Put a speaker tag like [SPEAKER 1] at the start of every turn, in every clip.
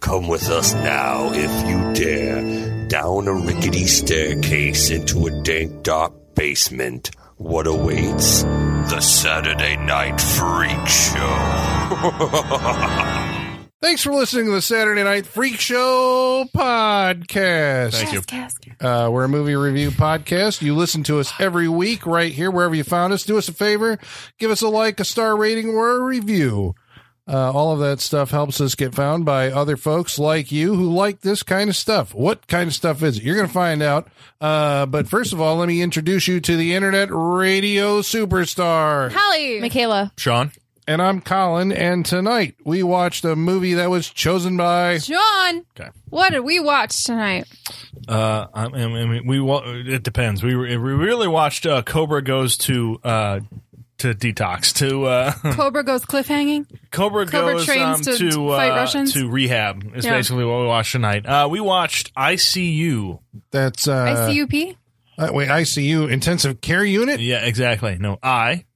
[SPEAKER 1] Come with us now, if you dare, down a rickety staircase into a dank, dark basement. What awaits? The Saturday Night Freak Show.
[SPEAKER 2] Thanks for listening to the Saturday Night Freak Show podcast.
[SPEAKER 3] Thank you.
[SPEAKER 2] Uh, we're a movie review podcast. You listen to us every week right here, wherever you found us. Do us a favor, give us a like, a star rating, or a review. Uh, all of that stuff helps us get found by other folks like you who like this kind of stuff. What kind of stuff is it? You're going to find out. Uh, but first of all, let me introduce you to the internet radio superstar.
[SPEAKER 4] Holly.
[SPEAKER 5] Michaela.
[SPEAKER 3] Sean.
[SPEAKER 2] And I'm Colin. And tonight we watched a movie that was chosen by.
[SPEAKER 4] John.
[SPEAKER 3] Okay.
[SPEAKER 4] What did we watch tonight?
[SPEAKER 3] Uh, I, I mean, we wa- it depends. We re- we really watched uh, Cobra goes to uh to detox to uh
[SPEAKER 4] Cobra goes cliffhanging.
[SPEAKER 3] Cobra,
[SPEAKER 4] Cobra
[SPEAKER 3] goes
[SPEAKER 4] trains
[SPEAKER 3] um,
[SPEAKER 4] to-
[SPEAKER 3] to,
[SPEAKER 4] to fight
[SPEAKER 3] uh,
[SPEAKER 4] Russians?
[SPEAKER 3] to rehab is
[SPEAKER 4] Yeah.
[SPEAKER 3] basically what we watched tonight. Uh, we watched ICU.
[SPEAKER 2] That's. Uh,
[SPEAKER 4] ICUP.
[SPEAKER 2] Uh, wait, ICU intensive care unit,
[SPEAKER 3] Yeah, exactly. No, I.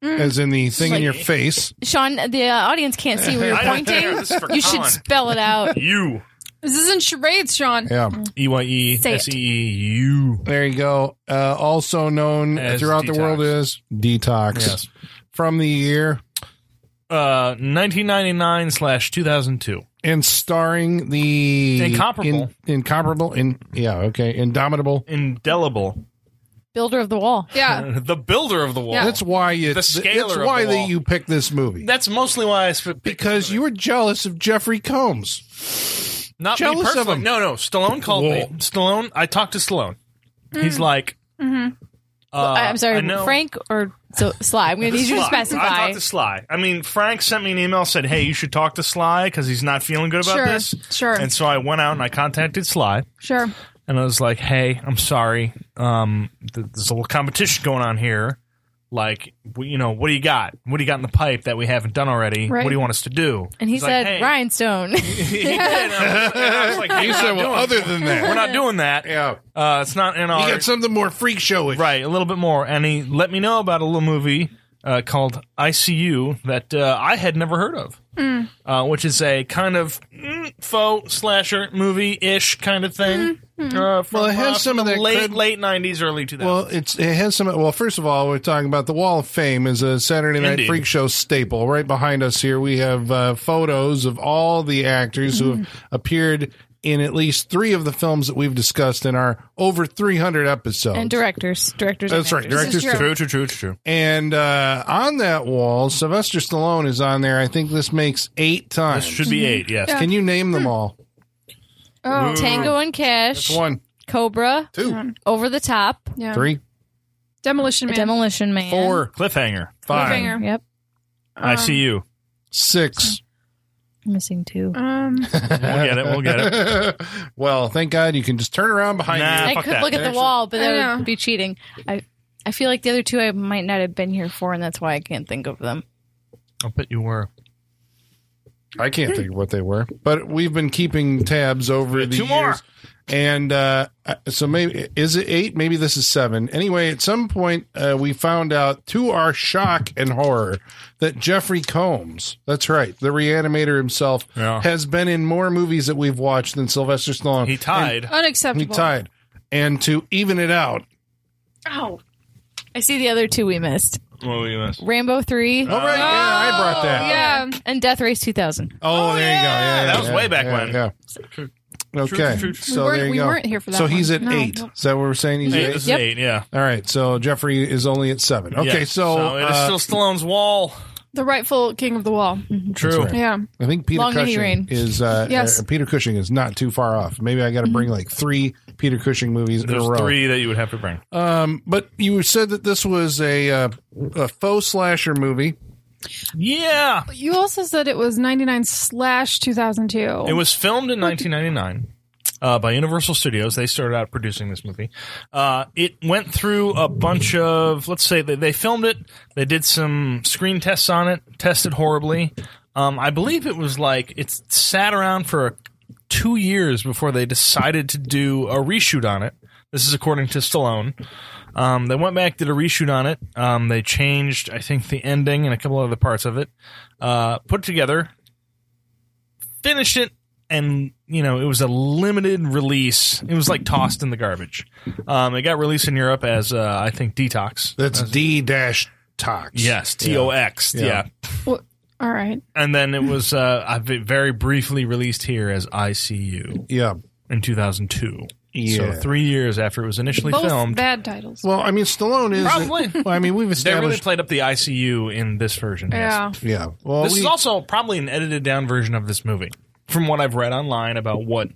[SPEAKER 2] as in the thing in
[SPEAKER 5] Like-
[SPEAKER 2] your face.
[SPEAKER 5] Sean, the uh, audience can't see where you're
[SPEAKER 3] I don't care.
[SPEAKER 5] pointing.
[SPEAKER 3] This is for
[SPEAKER 5] You should
[SPEAKER 3] Colin.
[SPEAKER 5] spell it out.
[SPEAKER 3] You.
[SPEAKER 4] This isn't charades, Sean.
[SPEAKER 2] Yeah,
[SPEAKER 3] E Y E
[SPEAKER 5] Say it.
[SPEAKER 3] S E E U.
[SPEAKER 2] there you go. Uh, also known
[SPEAKER 3] As
[SPEAKER 2] throughout the
[SPEAKER 3] detox.
[SPEAKER 2] world as detox.
[SPEAKER 3] Yes.
[SPEAKER 2] From the year
[SPEAKER 3] Uh, 1999 slash 2002.
[SPEAKER 2] and starring the
[SPEAKER 3] Incomparable.
[SPEAKER 2] in- incomparable, in yeah, okay, indomitable.
[SPEAKER 3] Indelible.
[SPEAKER 5] Builder of the wall.
[SPEAKER 4] Yeah.
[SPEAKER 3] The builder of the wall.
[SPEAKER 4] Yeah.
[SPEAKER 2] That's why you.
[SPEAKER 3] The scaler
[SPEAKER 2] that's
[SPEAKER 3] of
[SPEAKER 2] why
[SPEAKER 3] the
[SPEAKER 2] that
[SPEAKER 3] wall.
[SPEAKER 2] you picked this movie
[SPEAKER 3] That's mostly why I sp-
[SPEAKER 2] because you were jealous of Jeffrey Combs.
[SPEAKER 3] not me
[SPEAKER 2] jealous of
[SPEAKER 3] personally.
[SPEAKER 2] him.
[SPEAKER 3] No, no. Stallone called me.
[SPEAKER 2] Whoa.
[SPEAKER 3] Stallone. I talked to Stallone. He's like, uh,
[SPEAKER 5] I- I'm
[SPEAKER 3] I
[SPEAKER 5] sorry,
[SPEAKER 3] know-
[SPEAKER 5] Frank or so, Sly. I'm going to need you to
[SPEAKER 3] Sly. I
[SPEAKER 5] specify.
[SPEAKER 3] talked to Sly. I mean, Frank sent me an email said, "Hey, you should talk to Sly because he's not feeling good about
[SPEAKER 4] Sure,
[SPEAKER 3] this."
[SPEAKER 4] sure.
[SPEAKER 3] And so I went out and I contacted Sly,
[SPEAKER 4] Sure.
[SPEAKER 3] and I was like, "Hey, I'm sorry. Um, th- there's a little competition going on here. Like, w- you know, what do you got? What do you got in the pipe that we haven't done already?
[SPEAKER 4] Right.
[SPEAKER 3] What do you want us to do?"
[SPEAKER 5] and he
[SPEAKER 3] He's
[SPEAKER 5] said,
[SPEAKER 3] like, "Hey."
[SPEAKER 5] Rhinestone.
[SPEAKER 3] He did. And I was- and I was like, "Hey,
[SPEAKER 2] You
[SPEAKER 3] we're
[SPEAKER 2] said,
[SPEAKER 3] not
[SPEAKER 2] well,
[SPEAKER 3] doing-
[SPEAKER 2] other than
[SPEAKER 3] we're
[SPEAKER 2] that,
[SPEAKER 3] not doing that.
[SPEAKER 2] yeah,
[SPEAKER 3] Uh, it's not in
[SPEAKER 2] you
[SPEAKER 3] our
[SPEAKER 2] got something more freak showish.
[SPEAKER 3] Right, a little bit more. And he let me know about a little movie uh, called ICU that uh, I had never heard of, uh, which is a kind of mm, faux slasher movie ish kind of thing. Uh, from,
[SPEAKER 2] Well, it has
[SPEAKER 3] uh,
[SPEAKER 2] some
[SPEAKER 3] from
[SPEAKER 2] of
[SPEAKER 3] the
[SPEAKER 2] that
[SPEAKER 3] late
[SPEAKER 2] cred-
[SPEAKER 3] late nineties, early 2000s.
[SPEAKER 2] Well, it's it has some. Well, first of all, we're talking about the Wall of Fame is a Saturday Night
[SPEAKER 3] Indeed.
[SPEAKER 2] Freak Show staple. Right behind us here, we have uh, photos of all the actors who have
[SPEAKER 3] Mm-hmm.
[SPEAKER 2] appeared in at least three of the films that we've discussed in our over 300 episodes.
[SPEAKER 5] and directors. Directors. and
[SPEAKER 2] That's right, directors
[SPEAKER 5] actors.
[SPEAKER 2] too.
[SPEAKER 3] true, true, true.
[SPEAKER 2] And uh, on that wall, Sylvester Stallone is on there. I think this makes eight times.
[SPEAKER 3] This should be eight. Yes.
[SPEAKER 2] Can you name
[SPEAKER 3] Hmm.
[SPEAKER 2] them all?
[SPEAKER 4] Oh.
[SPEAKER 5] Tango and Cash.
[SPEAKER 2] One,
[SPEAKER 5] Cobra.
[SPEAKER 2] two,
[SPEAKER 5] Over the Top.
[SPEAKER 4] Yeah.
[SPEAKER 2] three,
[SPEAKER 4] Demolition Man.
[SPEAKER 5] Demolition Man.
[SPEAKER 2] four,
[SPEAKER 3] Cliffhanger.
[SPEAKER 2] five,
[SPEAKER 4] Cliffhanger. uh-huh. Um,
[SPEAKER 5] Yep.
[SPEAKER 3] ICU.
[SPEAKER 2] six.
[SPEAKER 5] Missing two.
[SPEAKER 4] um,
[SPEAKER 3] We'll get it. We'll get it.
[SPEAKER 2] well, thank God you can just turn around behind
[SPEAKER 3] Nah.
[SPEAKER 5] I
[SPEAKER 3] Ah, fuck
[SPEAKER 5] could
[SPEAKER 3] that.
[SPEAKER 5] look at the wall, but
[SPEAKER 4] I
[SPEAKER 5] that
[SPEAKER 4] know.
[SPEAKER 5] would be cheating. I I feel like the other two I might not have been here for, and that's why I can't think of them.
[SPEAKER 3] I'll bet you were.
[SPEAKER 2] you. I can't think of what they were, but we've been keeping tabs over the
[SPEAKER 3] two
[SPEAKER 2] years.
[SPEAKER 3] more.
[SPEAKER 2] And uh, so maybe is it eight? Maybe this is seven. Anyway, at some point uh, we found out to our shock and horror that Jeffrey Combs, that's right, the reanimator himself,
[SPEAKER 3] Yeah.
[SPEAKER 2] has been in more movies that we've watched than Sylvester Stallone.
[SPEAKER 3] He tied.
[SPEAKER 2] And, he
[SPEAKER 4] unacceptable.
[SPEAKER 2] tied. And to even it out,
[SPEAKER 4] Oh.
[SPEAKER 5] I see the other two we missed:
[SPEAKER 3] what were you missing?
[SPEAKER 5] Rambo three
[SPEAKER 2] oh right, yeah, I brought that.
[SPEAKER 4] Yeah.
[SPEAKER 5] and Death Race two thousand.
[SPEAKER 2] Oh, there you go. Yeah,
[SPEAKER 3] that was
[SPEAKER 2] yeah,
[SPEAKER 3] way back
[SPEAKER 2] yeah,
[SPEAKER 3] when.
[SPEAKER 2] Yeah. Okay.
[SPEAKER 3] true, true, true.
[SPEAKER 2] So
[SPEAKER 4] We weren't-
[SPEAKER 2] there you
[SPEAKER 4] we
[SPEAKER 2] go.
[SPEAKER 4] weren't here for that
[SPEAKER 2] So he's at
[SPEAKER 4] one. No,
[SPEAKER 2] eight.
[SPEAKER 4] no.
[SPEAKER 2] Is that what we're saying? He's
[SPEAKER 3] Eight,
[SPEAKER 2] at eight.
[SPEAKER 3] this is
[SPEAKER 5] Yep.
[SPEAKER 3] eight. Yeah.
[SPEAKER 2] All right. So Jeffrey is only at seven. Okay.
[SPEAKER 3] Yeah.
[SPEAKER 2] So,
[SPEAKER 3] it is
[SPEAKER 2] uh,
[SPEAKER 3] still Stallone's wall.
[SPEAKER 4] The rightful king of the wall.
[SPEAKER 5] Mm-hmm.
[SPEAKER 3] True.
[SPEAKER 2] right.
[SPEAKER 4] Yeah.
[SPEAKER 2] I think Peter
[SPEAKER 5] Long Any
[SPEAKER 2] Cushing
[SPEAKER 5] Rain.
[SPEAKER 2] is. Uh,
[SPEAKER 4] Yes. Mm-hmm.
[SPEAKER 2] uh, Peter Cushing is not too far off. Maybe I got to bring like three Peter Cushing movies in
[SPEAKER 3] There's
[SPEAKER 2] a row.
[SPEAKER 3] three that you would have to bring. Uh,
[SPEAKER 2] Um, but you said that this was a uh, a faux slasher movie.
[SPEAKER 3] Yeah.
[SPEAKER 4] You also said it was 99 slash 2002.
[SPEAKER 3] It was filmed in 1999 uh, by Universal Studios. They started out producing this movie. Uh, it went through a bunch of, let's say, they, they filmed it. They did some screen tests on it, tested horribly. Um, I believe it was like it sat around for two years before they decided to do a reshoot on it. This is according to Stallone. Um, they went back, did a reshoot on it. Um, they changed, I think, the ending and a couple other parts of it. Uh, put it together, finished it, and you know it was a limited release. It was like tossed in the garbage. Um, it got released in Europe as uh, I think Detox.
[SPEAKER 2] That's D dash tox.
[SPEAKER 3] Yes, T O X.
[SPEAKER 2] Yeah.
[SPEAKER 3] Yeah,
[SPEAKER 4] Well, all right.
[SPEAKER 3] and then it was uh, I- very briefly released here as ICU
[SPEAKER 2] Yeah.
[SPEAKER 3] in 2002.
[SPEAKER 2] Yeah.
[SPEAKER 3] So three years after it was initially
[SPEAKER 4] Both
[SPEAKER 3] filmed,
[SPEAKER 4] bad titles.
[SPEAKER 2] Well, I mean, Stallone is
[SPEAKER 3] Probably.
[SPEAKER 2] Well, I mean, we've
[SPEAKER 3] they really
[SPEAKER 2] established.
[SPEAKER 3] played up the ICU in this version. yes.
[SPEAKER 4] yeah.
[SPEAKER 2] yeah. Well,
[SPEAKER 3] This
[SPEAKER 2] we,
[SPEAKER 3] is also probably an edited down version of this movie, from what I've read online about what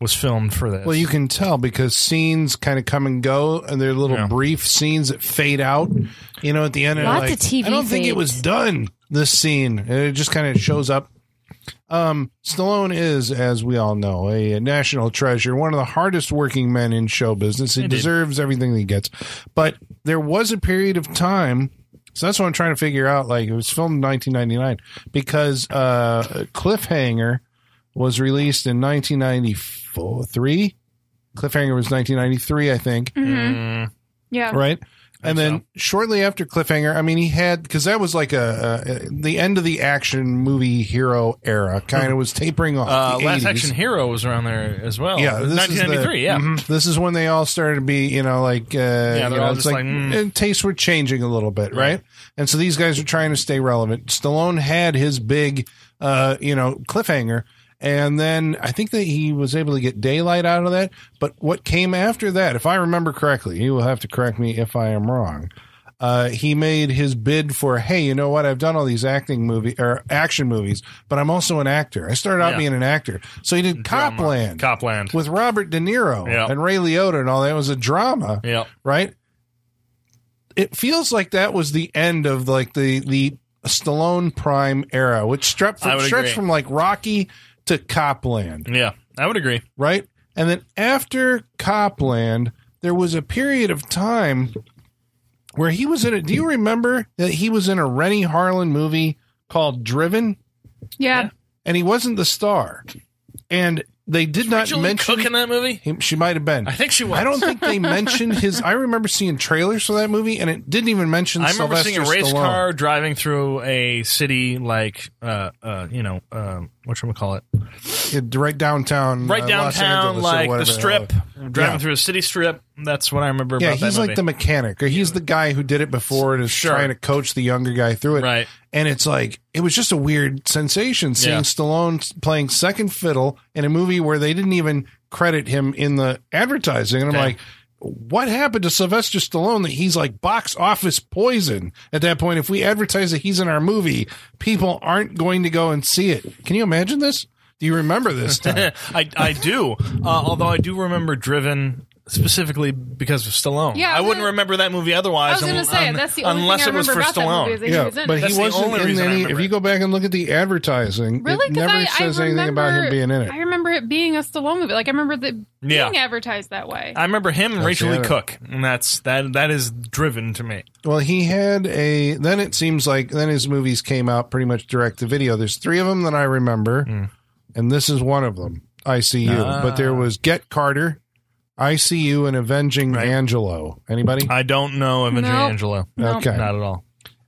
[SPEAKER 3] was filmed for this.
[SPEAKER 2] well, you can tell because scenes kind of come and go, and they're little
[SPEAKER 3] Yeah.
[SPEAKER 2] brief scenes that fade out. You know, at the end, and
[SPEAKER 5] Lots
[SPEAKER 2] like,
[SPEAKER 5] of TV
[SPEAKER 2] I don't think it
[SPEAKER 5] fades.
[SPEAKER 2] was done. This scene, and it just kind of shows up. Um, Stallone is, as we all know, a, national treasure, one of the hardest working men in show business. He
[SPEAKER 3] Indeed.
[SPEAKER 2] deserves everything he gets. But there was a period of time. So that's what I'm trying to figure out. Like it was filmed in 1999 because uh, Cliffhanger was released in 1994, three. Cliffhanger was 1993, I think
[SPEAKER 4] hmm
[SPEAKER 2] Mm-hmm.
[SPEAKER 3] Mm,
[SPEAKER 4] Yeah.
[SPEAKER 2] right? And
[SPEAKER 3] think
[SPEAKER 2] then shortly after Cliffhanger, I mean, he had because that was like a, a the end of the action movie hero era, kind of was tapering off.
[SPEAKER 3] uh,
[SPEAKER 2] the
[SPEAKER 3] Last
[SPEAKER 2] 80s.
[SPEAKER 3] Action Hero was around there as well.
[SPEAKER 2] yeah, this is the-
[SPEAKER 3] 1993. yeah,
[SPEAKER 2] mhm. this is when they all started to be, you know, like uh,
[SPEAKER 3] they're
[SPEAKER 2] you know,
[SPEAKER 3] all
[SPEAKER 2] it's
[SPEAKER 3] just
[SPEAKER 2] like,
[SPEAKER 3] like, mm.
[SPEAKER 2] and tastes were changing a little bit, right? And so these guys are trying to stay relevant. Stallone had his big, uh, you know, cliffhanger. And then I think that he was able to get daylight out of that. But what came after that, if I remember correctly, you will have to correct me if I am wrong. Uh, he made his bid for, hey, you know what? I've done all these acting movie or action movies, but I'm also an actor. I started out
[SPEAKER 3] Yeah.
[SPEAKER 2] being an actor. So he did
[SPEAKER 3] Drama.
[SPEAKER 2] Copland
[SPEAKER 3] Copland.
[SPEAKER 2] with Robert De Niro
[SPEAKER 3] Yeah.
[SPEAKER 2] and Ray Liotta and all that. It was a drama,
[SPEAKER 3] yeah,
[SPEAKER 2] right? It feels like that was the end of like the the Stallone prime era, which stretched
[SPEAKER 3] I
[SPEAKER 2] from,
[SPEAKER 3] would
[SPEAKER 2] stretched
[SPEAKER 3] agree.
[SPEAKER 2] from like Rocky to Copland,
[SPEAKER 3] yeah, I would agree.
[SPEAKER 2] right? And then after Copland, there was a period of time where he was in it. Do you remember that he was in a Rennie Harlan movie called Driven,
[SPEAKER 4] Yeah.
[SPEAKER 3] Yeah.
[SPEAKER 2] and he wasn't the star, and they did not
[SPEAKER 3] Rachel Lee
[SPEAKER 2] mention
[SPEAKER 3] Cook in that movie.
[SPEAKER 2] he, she might have been.
[SPEAKER 3] I think she was.
[SPEAKER 2] I don't think they mentioned his. I remember seeing trailers for that movie, and it didn't even mention.
[SPEAKER 3] I remember
[SPEAKER 2] Sylvester
[SPEAKER 3] seeing a race
[SPEAKER 2] Stallone.
[SPEAKER 3] car driving through a city like, uh, uh, you know, um, what should we call it?
[SPEAKER 2] Yeah, right downtown,
[SPEAKER 3] Right
[SPEAKER 2] uh, Los
[SPEAKER 3] downtown,
[SPEAKER 2] Angeles or
[SPEAKER 3] like
[SPEAKER 2] whatever
[SPEAKER 3] the
[SPEAKER 2] hell.
[SPEAKER 3] strip, driving
[SPEAKER 2] Yeah.
[SPEAKER 3] through a city strip. That's what I remember.
[SPEAKER 2] Yeah,
[SPEAKER 3] about
[SPEAKER 2] he's
[SPEAKER 3] that
[SPEAKER 2] like
[SPEAKER 3] movie.
[SPEAKER 2] the mechanic, or he's the guy who did it before and is
[SPEAKER 3] Sure.
[SPEAKER 2] trying to coach the younger guy through it.
[SPEAKER 3] right.
[SPEAKER 2] And it's like it was just a weird sensation seeing
[SPEAKER 3] Yeah.
[SPEAKER 2] Stallone playing second fiddle in a movie where they didn't even credit him in the advertising. And I'm
[SPEAKER 3] Okay.
[SPEAKER 2] like, what happened to Sylvester Stallone that he's like box office poison at that point? If we advertise that he's in our movie, people aren't going to go and see it. Can you imagine this? Do you remember this? Time?
[SPEAKER 3] I, I do. Uh, although I do remember Driven specifically because of Stallone.
[SPEAKER 4] Yeah, I
[SPEAKER 3] I
[SPEAKER 4] was
[SPEAKER 3] wouldn't
[SPEAKER 4] gonna-
[SPEAKER 3] remember that movie otherwise.
[SPEAKER 4] I was going to
[SPEAKER 3] un-
[SPEAKER 4] say
[SPEAKER 3] un-
[SPEAKER 4] that's the only
[SPEAKER 3] unless
[SPEAKER 4] thing I
[SPEAKER 3] it was
[SPEAKER 4] remember
[SPEAKER 3] for
[SPEAKER 4] about
[SPEAKER 3] Stallone.
[SPEAKER 4] that movie is that he
[SPEAKER 2] yeah,
[SPEAKER 4] was in
[SPEAKER 2] but
[SPEAKER 4] it.
[SPEAKER 2] he
[SPEAKER 3] That's the
[SPEAKER 2] wasn't
[SPEAKER 3] only
[SPEAKER 2] in
[SPEAKER 3] reason I
[SPEAKER 2] any. If
[SPEAKER 3] remember
[SPEAKER 2] you
[SPEAKER 3] it.
[SPEAKER 2] go back and look at the advertising,
[SPEAKER 4] Really?
[SPEAKER 2] it
[SPEAKER 4] 'Cause
[SPEAKER 2] never
[SPEAKER 4] I,
[SPEAKER 2] says
[SPEAKER 4] I remember,
[SPEAKER 2] anything about him being in it.
[SPEAKER 4] I remember it being a Stallone movie. Like I remember the
[SPEAKER 3] Yeah.
[SPEAKER 4] being advertised that way.
[SPEAKER 3] I remember him and
[SPEAKER 2] That's
[SPEAKER 3] Rachel
[SPEAKER 2] the
[SPEAKER 3] Lee
[SPEAKER 2] other-
[SPEAKER 3] Cook, and that's that. That is Driven to me.
[SPEAKER 2] Well, he had a. Then it seems like then his movies came out pretty much direct to video. There's three of them that I remember, and this is one of them. ICU,
[SPEAKER 3] Ah.
[SPEAKER 2] but there was Get Carter, ICU, and Avenging Angelo. Anybody?
[SPEAKER 3] I don't know Avenging
[SPEAKER 4] Nope.
[SPEAKER 3] Angelo.
[SPEAKER 4] no.
[SPEAKER 2] Okay.
[SPEAKER 3] Not at all.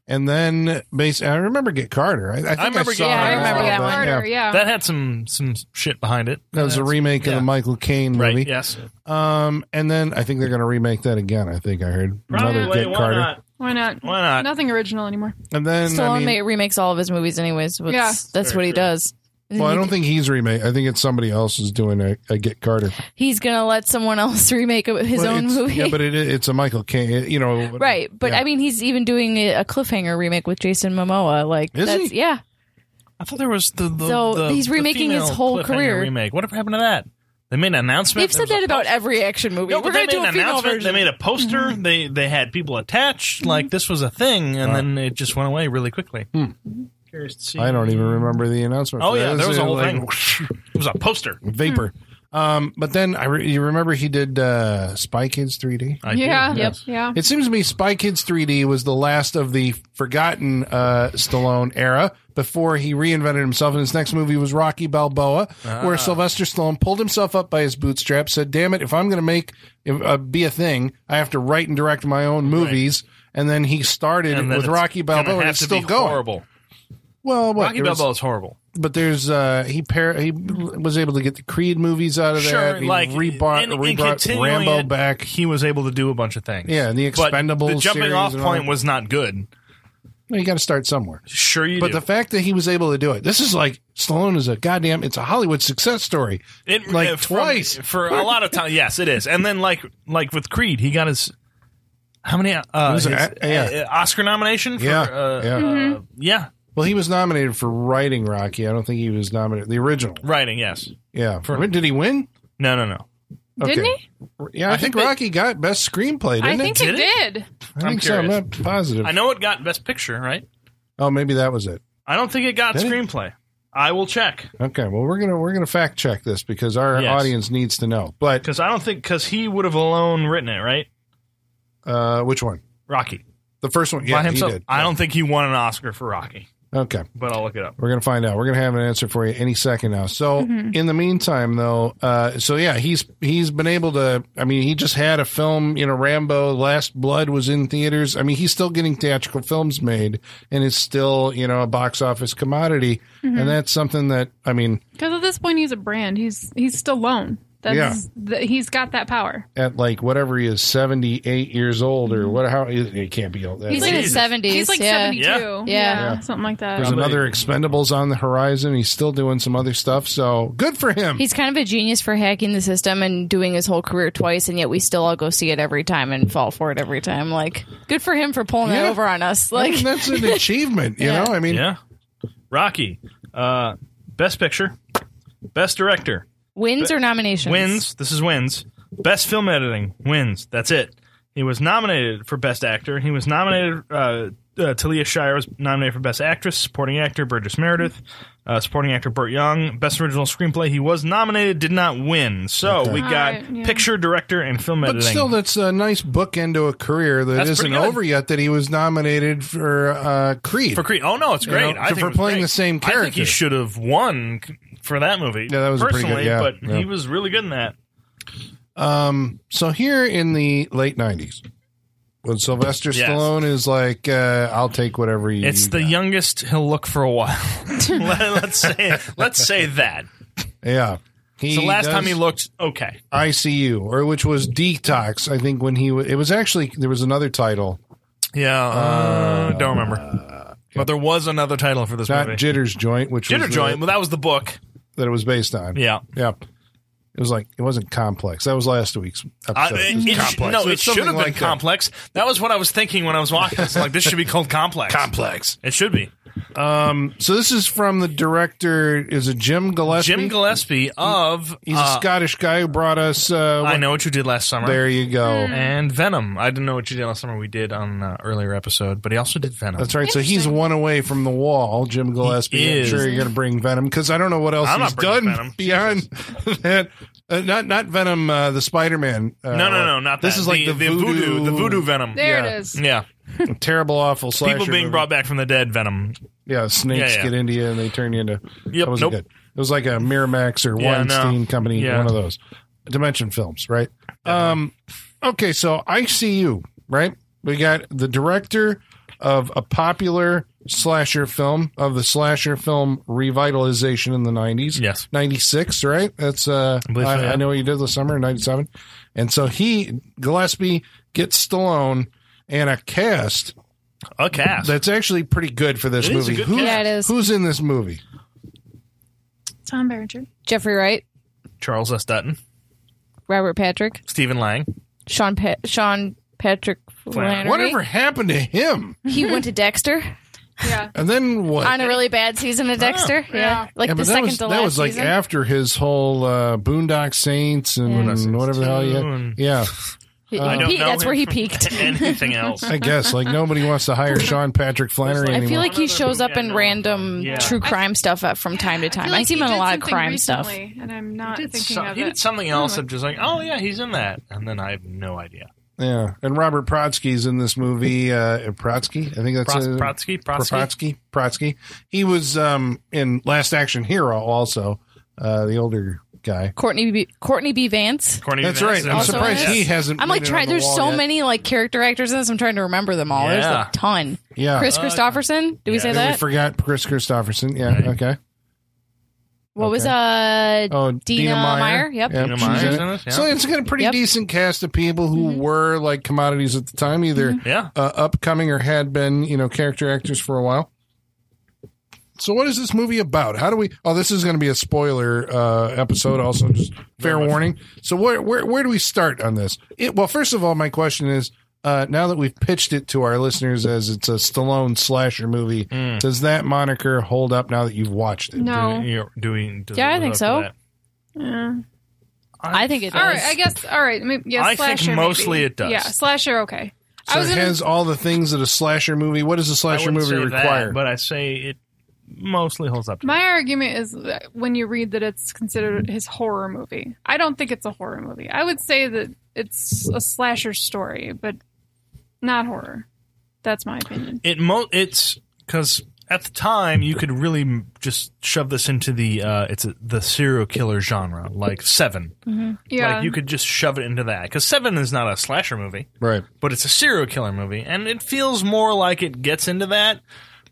[SPEAKER 2] and then base. I remember Get Carter. I, I think I
[SPEAKER 3] remember
[SPEAKER 2] saw it
[SPEAKER 3] Get
[SPEAKER 4] yeah, I
[SPEAKER 2] and
[SPEAKER 4] remember
[SPEAKER 2] all
[SPEAKER 4] that
[SPEAKER 5] that
[SPEAKER 2] but
[SPEAKER 4] one.
[SPEAKER 2] yeah.
[SPEAKER 4] Yeah.
[SPEAKER 3] That had some some shit behind it.
[SPEAKER 2] That was a
[SPEAKER 3] That's-
[SPEAKER 2] remake of
[SPEAKER 3] yeah.
[SPEAKER 2] the Michael Caine
[SPEAKER 3] Right.
[SPEAKER 2] movie.
[SPEAKER 3] Yes.
[SPEAKER 2] Um, and then I think they're going to remake that again. I think I heard another
[SPEAKER 3] Probably.
[SPEAKER 2] Get
[SPEAKER 3] Why
[SPEAKER 2] Carter.
[SPEAKER 3] not?
[SPEAKER 4] Why not?
[SPEAKER 3] Why not?
[SPEAKER 4] Nothing original anymore.
[SPEAKER 2] And then
[SPEAKER 5] Stallone
[SPEAKER 2] I mean,
[SPEAKER 5] ma- remakes all of his movies, anyways. That's,
[SPEAKER 4] Yeah.
[SPEAKER 5] that's
[SPEAKER 3] Very
[SPEAKER 5] what he
[SPEAKER 3] true.
[SPEAKER 5] does.
[SPEAKER 2] well, I don't think he's remake. I think it's somebody else is doing a, a Get Carter.
[SPEAKER 5] He's gonna let someone else remake a- his
[SPEAKER 2] Well,
[SPEAKER 5] own
[SPEAKER 2] it's-
[SPEAKER 5] movie.
[SPEAKER 2] Yeah, but it, it's a Michael Caine. it- You know,
[SPEAKER 5] right, but
[SPEAKER 2] yeah.
[SPEAKER 5] I mean, he's even doing a, a cliffhanger remake with Jason Momoa. Like,
[SPEAKER 2] Is
[SPEAKER 5] that's
[SPEAKER 2] he?
[SPEAKER 5] yeah.
[SPEAKER 3] I thought there was the. the
[SPEAKER 5] So,
[SPEAKER 3] the-
[SPEAKER 5] he's
[SPEAKER 3] the
[SPEAKER 5] remaking his
[SPEAKER 3] female
[SPEAKER 5] whole
[SPEAKER 3] cliffhanger
[SPEAKER 5] career.
[SPEAKER 3] Remake. What happened to that? They made an announcement.
[SPEAKER 5] They've
[SPEAKER 3] There
[SPEAKER 5] said
[SPEAKER 3] was
[SPEAKER 5] that
[SPEAKER 3] a
[SPEAKER 5] about
[SPEAKER 3] poster.
[SPEAKER 5] every action movie.
[SPEAKER 3] No,
[SPEAKER 5] We're
[SPEAKER 3] but they
[SPEAKER 5] gonna
[SPEAKER 3] made
[SPEAKER 5] do
[SPEAKER 3] an
[SPEAKER 5] a female
[SPEAKER 3] announcement. They
[SPEAKER 5] version.
[SPEAKER 3] made a poster. They they had people attached. Like this was a thing, and then it just went away really quickly. Curious to see.
[SPEAKER 2] Hmm. I don't even remember the announcement.
[SPEAKER 3] Oh
[SPEAKER 2] for
[SPEAKER 3] yeah,
[SPEAKER 2] that.
[SPEAKER 3] there was a
[SPEAKER 2] It's,
[SPEAKER 3] whole
[SPEAKER 2] uh,
[SPEAKER 3] thing. It was a poster.
[SPEAKER 2] vapor. Um, but then I re- you remember he did uh, Spy Kids 3D.
[SPEAKER 3] I
[SPEAKER 4] yeah.
[SPEAKER 3] do.
[SPEAKER 4] Yep. Yeah.
[SPEAKER 2] It seems to me Spy Kids 3D was the last of the forgotten uh, Stallone era before he reinvented himself. And his next movie was Rocky Balboa,
[SPEAKER 3] Ah.
[SPEAKER 2] where Sylvester Stallone pulled himself up by his bootstraps, said, "Damn it! If I'm going to make if, uh, be a thing, I have to write and direct my own movies." And then he started
[SPEAKER 3] And then
[SPEAKER 2] with
[SPEAKER 3] it's
[SPEAKER 2] Rocky
[SPEAKER 3] gonna
[SPEAKER 2] Balboa. and
[SPEAKER 3] have
[SPEAKER 2] it's
[SPEAKER 3] to
[SPEAKER 2] still
[SPEAKER 3] be
[SPEAKER 2] going.
[SPEAKER 3] horrible.
[SPEAKER 2] Well, what,
[SPEAKER 3] Rocky
[SPEAKER 2] there was-
[SPEAKER 3] Balboa is horrible.
[SPEAKER 2] but there's uh he pair he was able to get the Creed movies out of
[SPEAKER 3] sure,
[SPEAKER 2] that. He
[SPEAKER 3] like
[SPEAKER 2] rebought,
[SPEAKER 3] and- and
[SPEAKER 2] rebought
[SPEAKER 3] continuing
[SPEAKER 2] Rambo
[SPEAKER 3] it,
[SPEAKER 2] back.
[SPEAKER 3] He was able to do a bunch of things.
[SPEAKER 2] Yeah, and the
[SPEAKER 3] But
[SPEAKER 2] Expendables
[SPEAKER 3] The jumping
[SPEAKER 2] series
[SPEAKER 3] off
[SPEAKER 2] and all
[SPEAKER 3] point
[SPEAKER 2] that.
[SPEAKER 3] was not good.
[SPEAKER 2] You got to start somewhere.
[SPEAKER 3] Sure, you
[SPEAKER 2] But
[SPEAKER 3] do.
[SPEAKER 2] the fact that he was able to do it, this is like Stallone is a goddamn. It's a Hollywood success story.
[SPEAKER 3] It
[SPEAKER 2] like
[SPEAKER 3] uh, from-
[SPEAKER 2] twice.
[SPEAKER 3] for a lot of time. Yes, it is. And then like like with Creed, he got his how many uh,
[SPEAKER 2] was
[SPEAKER 3] his,
[SPEAKER 2] a- yeah.
[SPEAKER 3] uh, Oscar nomination? For,
[SPEAKER 2] Yeah,
[SPEAKER 3] uh,
[SPEAKER 2] yeah.
[SPEAKER 3] uh, yeah,
[SPEAKER 2] Well, he was nominated for writing Rocky. I don't think he was nominated the original.
[SPEAKER 3] writing. Yes,
[SPEAKER 2] Yeah, did he win?
[SPEAKER 3] no, no, no.
[SPEAKER 4] Didn't
[SPEAKER 2] Okay.
[SPEAKER 4] he?
[SPEAKER 2] Yeah, I, think,
[SPEAKER 3] think they-
[SPEAKER 2] Rocky got best screenplay. Didn't
[SPEAKER 4] I
[SPEAKER 2] it?
[SPEAKER 4] think
[SPEAKER 3] Did
[SPEAKER 4] it
[SPEAKER 3] it?
[SPEAKER 4] did.
[SPEAKER 2] I think
[SPEAKER 3] I'm
[SPEAKER 2] so. I'm
[SPEAKER 3] curious.
[SPEAKER 2] not positive.
[SPEAKER 3] I know it got Best Picture, right?
[SPEAKER 2] Oh, maybe that was it.
[SPEAKER 3] I don't think it got
[SPEAKER 2] Did it?
[SPEAKER 3] screenplay. I will check
[SPEAKER 2] Okay. Well, we're gonna we're gonna fact check this because our
[SPEAKER 3] Yes.
[SPEAKER 2] audience needs to know. But
[SPEAKER 3] because I don't think because he would have alone written it, right?
[SPEAKER 2] uh, which one?
[SPEAKER 3] Rocky
[SPEAKER 2] The first one. Yeah,
[SPEAKER 3] by himself.
[SPEAKER 2] he did.
[SPEAKER 3] I don't think he won an Oscar for Rocky,
[SPEAKER 2] Okay.
[SPEAKER 3] but I'll look it up.
[SPEAKER 2] We're gonna find out. We're gonna have an answer for you any second now. So
[SPEAKER 5] Mm-hmm.
[SPEAKER 2] in the meantime, though, uh, so yeah, he's he's been able to. I mean, he just had a film. You know, Rambo: Last Blood was in theaters. I mean, he's still getting theatrical films made, and is still you know a box office commodity.
[SPEAKER 5] Mm-hmm.
[SPEAKER 2] And that's something that I mean,
[SPEAKER 4] Because at this point, he's a brand. He's he's Stallone. That's the, he's got that power.
[SPEAKER 2] at like whatever he is, seventy eight years old or what? How he can't be old. that
[SPEAKER 5] Mm-hmm. He's
[SPEAKER 2] old.
[SPEAKER 5] in his
[SPEAKER 3] Jesus.
[SPEAKER 5] seventies.
[SPEAKER 4] He's like
[SPEAKER 5] yeah.
[SPEAKER 4] seventy two.
[SPEAKER 3] Yeah.
[SPEAKER 4] Yeah.
[SPEAKER 5] Yeah.
[SPEAKER 4] something like that.
[SPEAKER 2] There's another Expendables on the horizon. He's still doing some other stuff, so good for him.
[SPEAKER 5] He's kind of a genius for hacking the system and doing his whole career twice, and yet we still all go see it every time and fall for it every time. Like, good for him for pulling
[SPEAKER 2] Yeah.
[SPEAKER 5] that over on us.
[SPEAKER 2] I
[SPEAKER 5] Like,
[SPEAKER 2] mean, that's an achievement, you
[SPEAKER 5] Yeah.
[SPEAKER 2] know. I mean,
[SPEAKER 3] Yeah, Rocky, uh, Best Picture, Best Director,
[SPEAKER 5] wins or nominations?
[SPEAKER 3] wins. This is wins. Best film editing wins. That's it. He was nominated for best actor. He was nominated. Uh, uh, Talia Shire was nominated for best actress, supporting actor Burgess Meredith, uh, supporting actor Burt Young, best original screenplay. He was nominated, did not win. So we
[SPEAKER 4] All
[SPEAKER 3] got
[SPEAKER 4] right, yeah.
[SPEAKER 3] picture, director, and film
[SPEAKER 2] but
[SPEAKER 3] editing.
[SPEAKER 2] still, that's a nice bookend to a career that
[SPEAKER 3] That's
[SPEAKER 2] not
[SPEAKER 3] pretty good.
[SPEAKER 2] over yet. That he was nominated for uh, Creed.
[SPEAKER 3] for Creed. Oh no, it's
[SPEAKER 2] You know,
[SPEAKER 3] great. I
[SPEAKER 2] for-
[SPEAKER 3] think
[SPEAKER 2] for
[SPEAKER 3] it was
[SPEAKER 2] playing
[SPEAKER 3] great.
[SPEAKER 2] the same
[SPEAKER 3] I think he
[SPEAKER 2] character.
[SPEAKER 3] should have won c- for that movie.
[SPEAKER 2] Yeah, that was a pretty good-
[SPEAKER 3] personally,
[SPEAKER 2] yeah,
[SPEAKER 3] but
[SPEAKER 2] yeah.
[SPEAKER 3] he was really good in that.
[SPEAKER 2] um, so here in the late '90s, when Sylvester
[SPEAKER 3] Yes.
[SPEAKER 2] Stallone is like, uh, "I'll take whatever you."
[SPEAKER 3] It's the youngest he'll look for a while. Let, us say let's say that.
[SPEAKER 2] yeah. He
[SPEAKER 3] It's the last
[SPEAKER 2] does
[SPEAKER 3] time he looked okay.
[SPEAKER 2] ICU, or which was detox. I think when he wa it was actually there was another title,
[SPEAKER 3] Yeah, uh, don't remember. but there was another title for this
[SPEAKER 2] not
[SPEAKER 3] movie.
[SPEAKER 2] Jitter's Joint, which
[SPEAKER 3] Jitter
[SPEAKER 2] was the-
[SPEAKER 3] Joint. Well, that was the book.
[SPEAKER 2] that it was based on.
[SPEAKER 3] Yeah.
[SPEAKER 2] Yeah. It was like it wasn't complex. That was last week's
[SPEAKER 3] I,
[SPEAKER 2] episode.
[SPEAKER 3] it,
[SPEAKER 2] was
[SPEAKER 3] it sh- no, it
[SPEAKER 2] It's
[SPEAKER 3] should have
[SPEAKER 2] something
[SPEAKER 3] been
[SPEAKER 2] like that.
[SPEAKER 3] complex. That. was what I was thinking when I was watching this. Like, this should be called complex.
[SPEAKER 2] Complex.
[SPEAKER 3] It should be.
[SPEAKER 2] So this is from the director. Is it Jim Gillespie?
[SPEAKER 3] Jim Gillespie of.
[SPEAKER 2] He's
[SPEAKER 3] uh,
[SPEAKER 2] a Scottish guy who brought us. Uh,
[SPEAKER 3] I
[SPEAKER 2] what-
[SPEAKER 3] know what you did last summer.
[SPEAKER 2] There you go.
[SPEAKER 3] and Venom. I didn't know what you did last summer. We did on uh, earlier episode, but he also did Venom.
[SPEAKER 2] That's right. So he's one away from the wall, Jim Gillespie. I'm
[SPEAKER 3] is.
[SPEAKER 2] sure you're going to bring Venom because I don't know what else
[SPEAKER 3] I'm
[SPEAKER 2] he's
[SPEAKER 3] not
[SPEAKER 2] done
[SPEAKER 3] bringing Venom.
[SPEAKER 2] beyond that. Uh, not not Venom, uh, the Spider Man. Uh,
[SPEAKER 3] No, no, no, not
[SPEAKER 2] this
[SPEAKER 3] is
[SPEAKER 2] is like the, voodoo,
[SPEAKER 3] the voodoo Venom.
[SPEAKER 4] there
[SPEAKER 2] Yeah.
[SPEAKER 4] it is.
[SPEAKER 3] Yeah,
[SPEAKER 2] terrible, awful slasher.
[SPEAKER 3] people being
[SPEAKER 2] movie.
[SPEAKER 3] brought back from the dead. Venom.
[SPEAKER 2] Yeah, snakes
[SPEAKER 3] Yeah, yeah.
[SPEAKER 2] get into you and they turn you into.
[SPEAKER 3] Yep,
[SPEAKER 2] that wasn't
[SPEAKER 3] nope.
[SPEAKER 2] good. It was like a Miramax or
[SPEAKER 3] Yeah,
[SPEAKER 2] Weinstein
[SPEAKER 3] no.
[SPEAKER 2] company,
[SPEAKER 3] Yeah.
[SPEAKER 2] one of those Dimension Films, right? Um, okay, so ICU, right? We got the director of a popular slasher film of the slasher film revitalization in the 90s.
[SPEAKER 3] Yes.
[SPEAKER 2] 96, right? That's uh I,
[SPEAKER 3] believe so, yeah.
[SPEAKER 2] I know what you did this summer in 97. And so he Gillespie gets Stallone and a cast
[SPEAKER 3] A cast.
[SPEAKER 2] that's actually pretty good for this
[SPEAKER 3] It is a
[SPEAKER 2] movie.
[SPEAKER 3] good
[SPEAKER 2] Who's-
[SPEAKER 3] cast.
[SPEAKER 5] Yeah, it is.
[SPEAKER 2] Who's in this movie?
[SPEAKER 4] Tom Berenger.
[SPEAKER 5] Jeffrey Wright,
[SPEAKER 3] Charles S. Dutton,
[SPEAKER 5] Robert Patrick,
[SPEAKER 3] Stephen Lang.
[SPEAKER 5] Sean pa- Sean Patrick Flannery.
[SPEAKER 2] Whatever happened to him?
[SPEAKER 5] He went to Dexter
[SPEAKER 4] Yeah.
[SPEAKER 2] And then what?
[SPEAKER 5] on a really bad season of Dexter. yeah. like
[SPEAKER 2] Yeah,
[SPEAKER 5] the
[SPEAKER 2] but that
[SPEAKER 5] second
[SPEAKER 2] was,
[SPEAKER 5] to last
[SPEAKER 2] that was like
[SPEAKER 5] season.
[SPEAKER 2] after his whole uh, Boondock Saints and
[SPEAKER 5] Boondock Saints
[SPEAKER 2] whatever the hell he
[SPEAKER 3] two and-
[SPEAKER 2] had. Yeah,
[SPEAKER 5] He-
[SPEAKER 2] I
[SPEAKER 5] he
[SPEAKER 3] don't
[SPEAKER 5] peaked-
[SPEAKER 3] know
[SPEAKER 5] that's where he
[SPEAKER 3] him.
[SPEAKER 5] peaked.
[SPEAKER 3] Anything else?
[SPEAKER 2] I guess like nobody wants to hire Sean Patrick Flannery
[SPEAKER 5] I
[SPEAKER 2] anymore.
[SPEAKER 5] feel like he
[SPEAKER 3] Another
[SPEAKER 5] shows up
[SPEAKER 3] movie I
[SPEAKER 5] in
[SPEAKER 3] know.
[SPEAKER 5] random
[SPEAKER 3] Yeah.
[SPEAKER 5] true crime stuff at, from time to time. I, see him in a lot of crime stuff.
[SPEAKER 4] and I'm not thinking
[SPEAKER 3] So-
[SPEAKER 4] of
[SPEAKER 3] he
[SPEAKER 4] it.
[SPEAKER 3] did something else.
[SPEAKER 4] Oh,
[SPEAKER 3] I'm just like, oh yeah, he's in that, and then I have no idea.
[SPEAKER 2] yeah, and Robert Protsky's in this movie. Uh, Protsky, I think that's
[SPEAKER 3] Pros-
[SPEAKER 2] his-
[SPEAKER 3] Protsky, Protsky.
[SPEAKER 2] Protsky. Protsky. He was um, in Last Action Hero also, uh, the older guy.
[SPEAKER 5] Courtney B, Courtney B. Vance.
[SPEAKER 3] Courtney
[SPEAKER 2] That's
[SPEAKER 3] Vance
[SPEAKER 2] right. I'm
[SPEAKER 3] is in
[SPEAKER 2] surprised
[SPEAKER 3] that.
[SPEAKER 2] he hasn't.
[SPEAKER 5] I'm like
[SPEAKER 2] made it
[SPEAKER 5] trying.
[SPEAKER 2] on the
[SPEAKER 5] There's
[SPEAKER 2] wall
[SPEAKER 5] so
[SPEAKER 2] yet.
[SPEAKER 5] many like character actors in this. I'm trying to remember them all. There's
[SPEAKER 3] Yeah.
[SPEAKER 5] a ton.
[SPEAKER 2] Yeah,
[SPEAKER 5] Chris Christopherson. Did we
[SPEAKER 3] yeah.
[SPEAKER 5] say
[SPEAKER 2] And we
[SPEAKER 5] that?
[SPEAKER 2] forgot Chris Christopherson. Yeah.
[SPEAKER 3] Right.
[SPEAKER 2] Okay.
[SPEAKER 5] What was uh
[SPEAKER 2] Oh,
[SPEAKER 5] Dina, Meyer? Yep.
[SPEAKER 3] Dina
[SPEAKER 2] she's
[SPEAKER 3] Meyer's
[SPEAKER 2] in
[SPEAKER 3] in
[SPEAKER 2] it.
[SPEAKER 3] it, yeah.
[SPEAKER 2] So it's got a pretty
[SPEAKER 5] Yep. Mm-hmm.
[SPEAKER 2] decent cast of people who were like commodities at the time, either
[SPEAKER 3] Yeah.
[SPEAKER 2] uh, upcoming or had been, you know, character actors for a while. So what is this movie about? How do we? Oh, this is going to be a spoiler uh, episode. Also, just fair
[SPEAKER 3] much.
[SPEAKER 2] warning. So where where where do we start on this? It, well, first of all, my question is: uh, now that we've pitched it to our listeners as it's a Stallone slasher movie,
[SPEAKER 3] Hmm.
[SPEAKER 2] does that moniker hold up now that you've watched it?
[SPEAKER 4] No.
[SPEAKER 3] Do we- do we- does
[SPEAKER 5] Oh.
[SPEAKER 3] it
[SPEAKER 5] Yeah, I
[SPEAKER 3] live
[SPEAKER 5] think
[SPEAKER 3] up to
[SPEAKER 5] so.
[SPEAKER 3] that?
[SPEAKER 4] Yeah.
[SPEAKER 5] I think it does.
[SPEAKER 4] All right, I guess. All right, maybe, yeah,
[SPEAKER 3] I think
[SPEAKER 4] slasher.
[SPEAKER 3] mostly
[SPEAKER 4] maybe.
[SPEAKER 3] it does.
[SPEAKER 4] Yeah, slasher. Okay. I
[SPEAKER 2] So it
[SPEAKER 4] was gonna-
[SPEAKER 2] has all the things that a slasher movie. What does a
[SPEAKER 3] I
[SPEAKER 2] slasher
[SPEAKER 3] wouldn't
[SPEAKER 2] movie
[SPEAKER 3] say that,
[SPEAKER 2] require?
[SPEAKER 3] but I say it mostly holds up. To
[SPEAKER 4] My argument is that when you read that it's considered his horror movie. I don't think it's a horror movie. I would say that it's a slasher story, but not horror. That's my opinion.
[SPEAKER 3] it mo it's because at the time you could really m- just shove this into the uh it's a, the serial killer genre like seven
[SPEAKER 4] Yeah.
[SPEAKER 3] like you could just shove it into that because seven is not a slasher movie
[SPEAKER 2] right.
[SPEAKER 3] but it's a serial killer movie and it feels more like it gets into that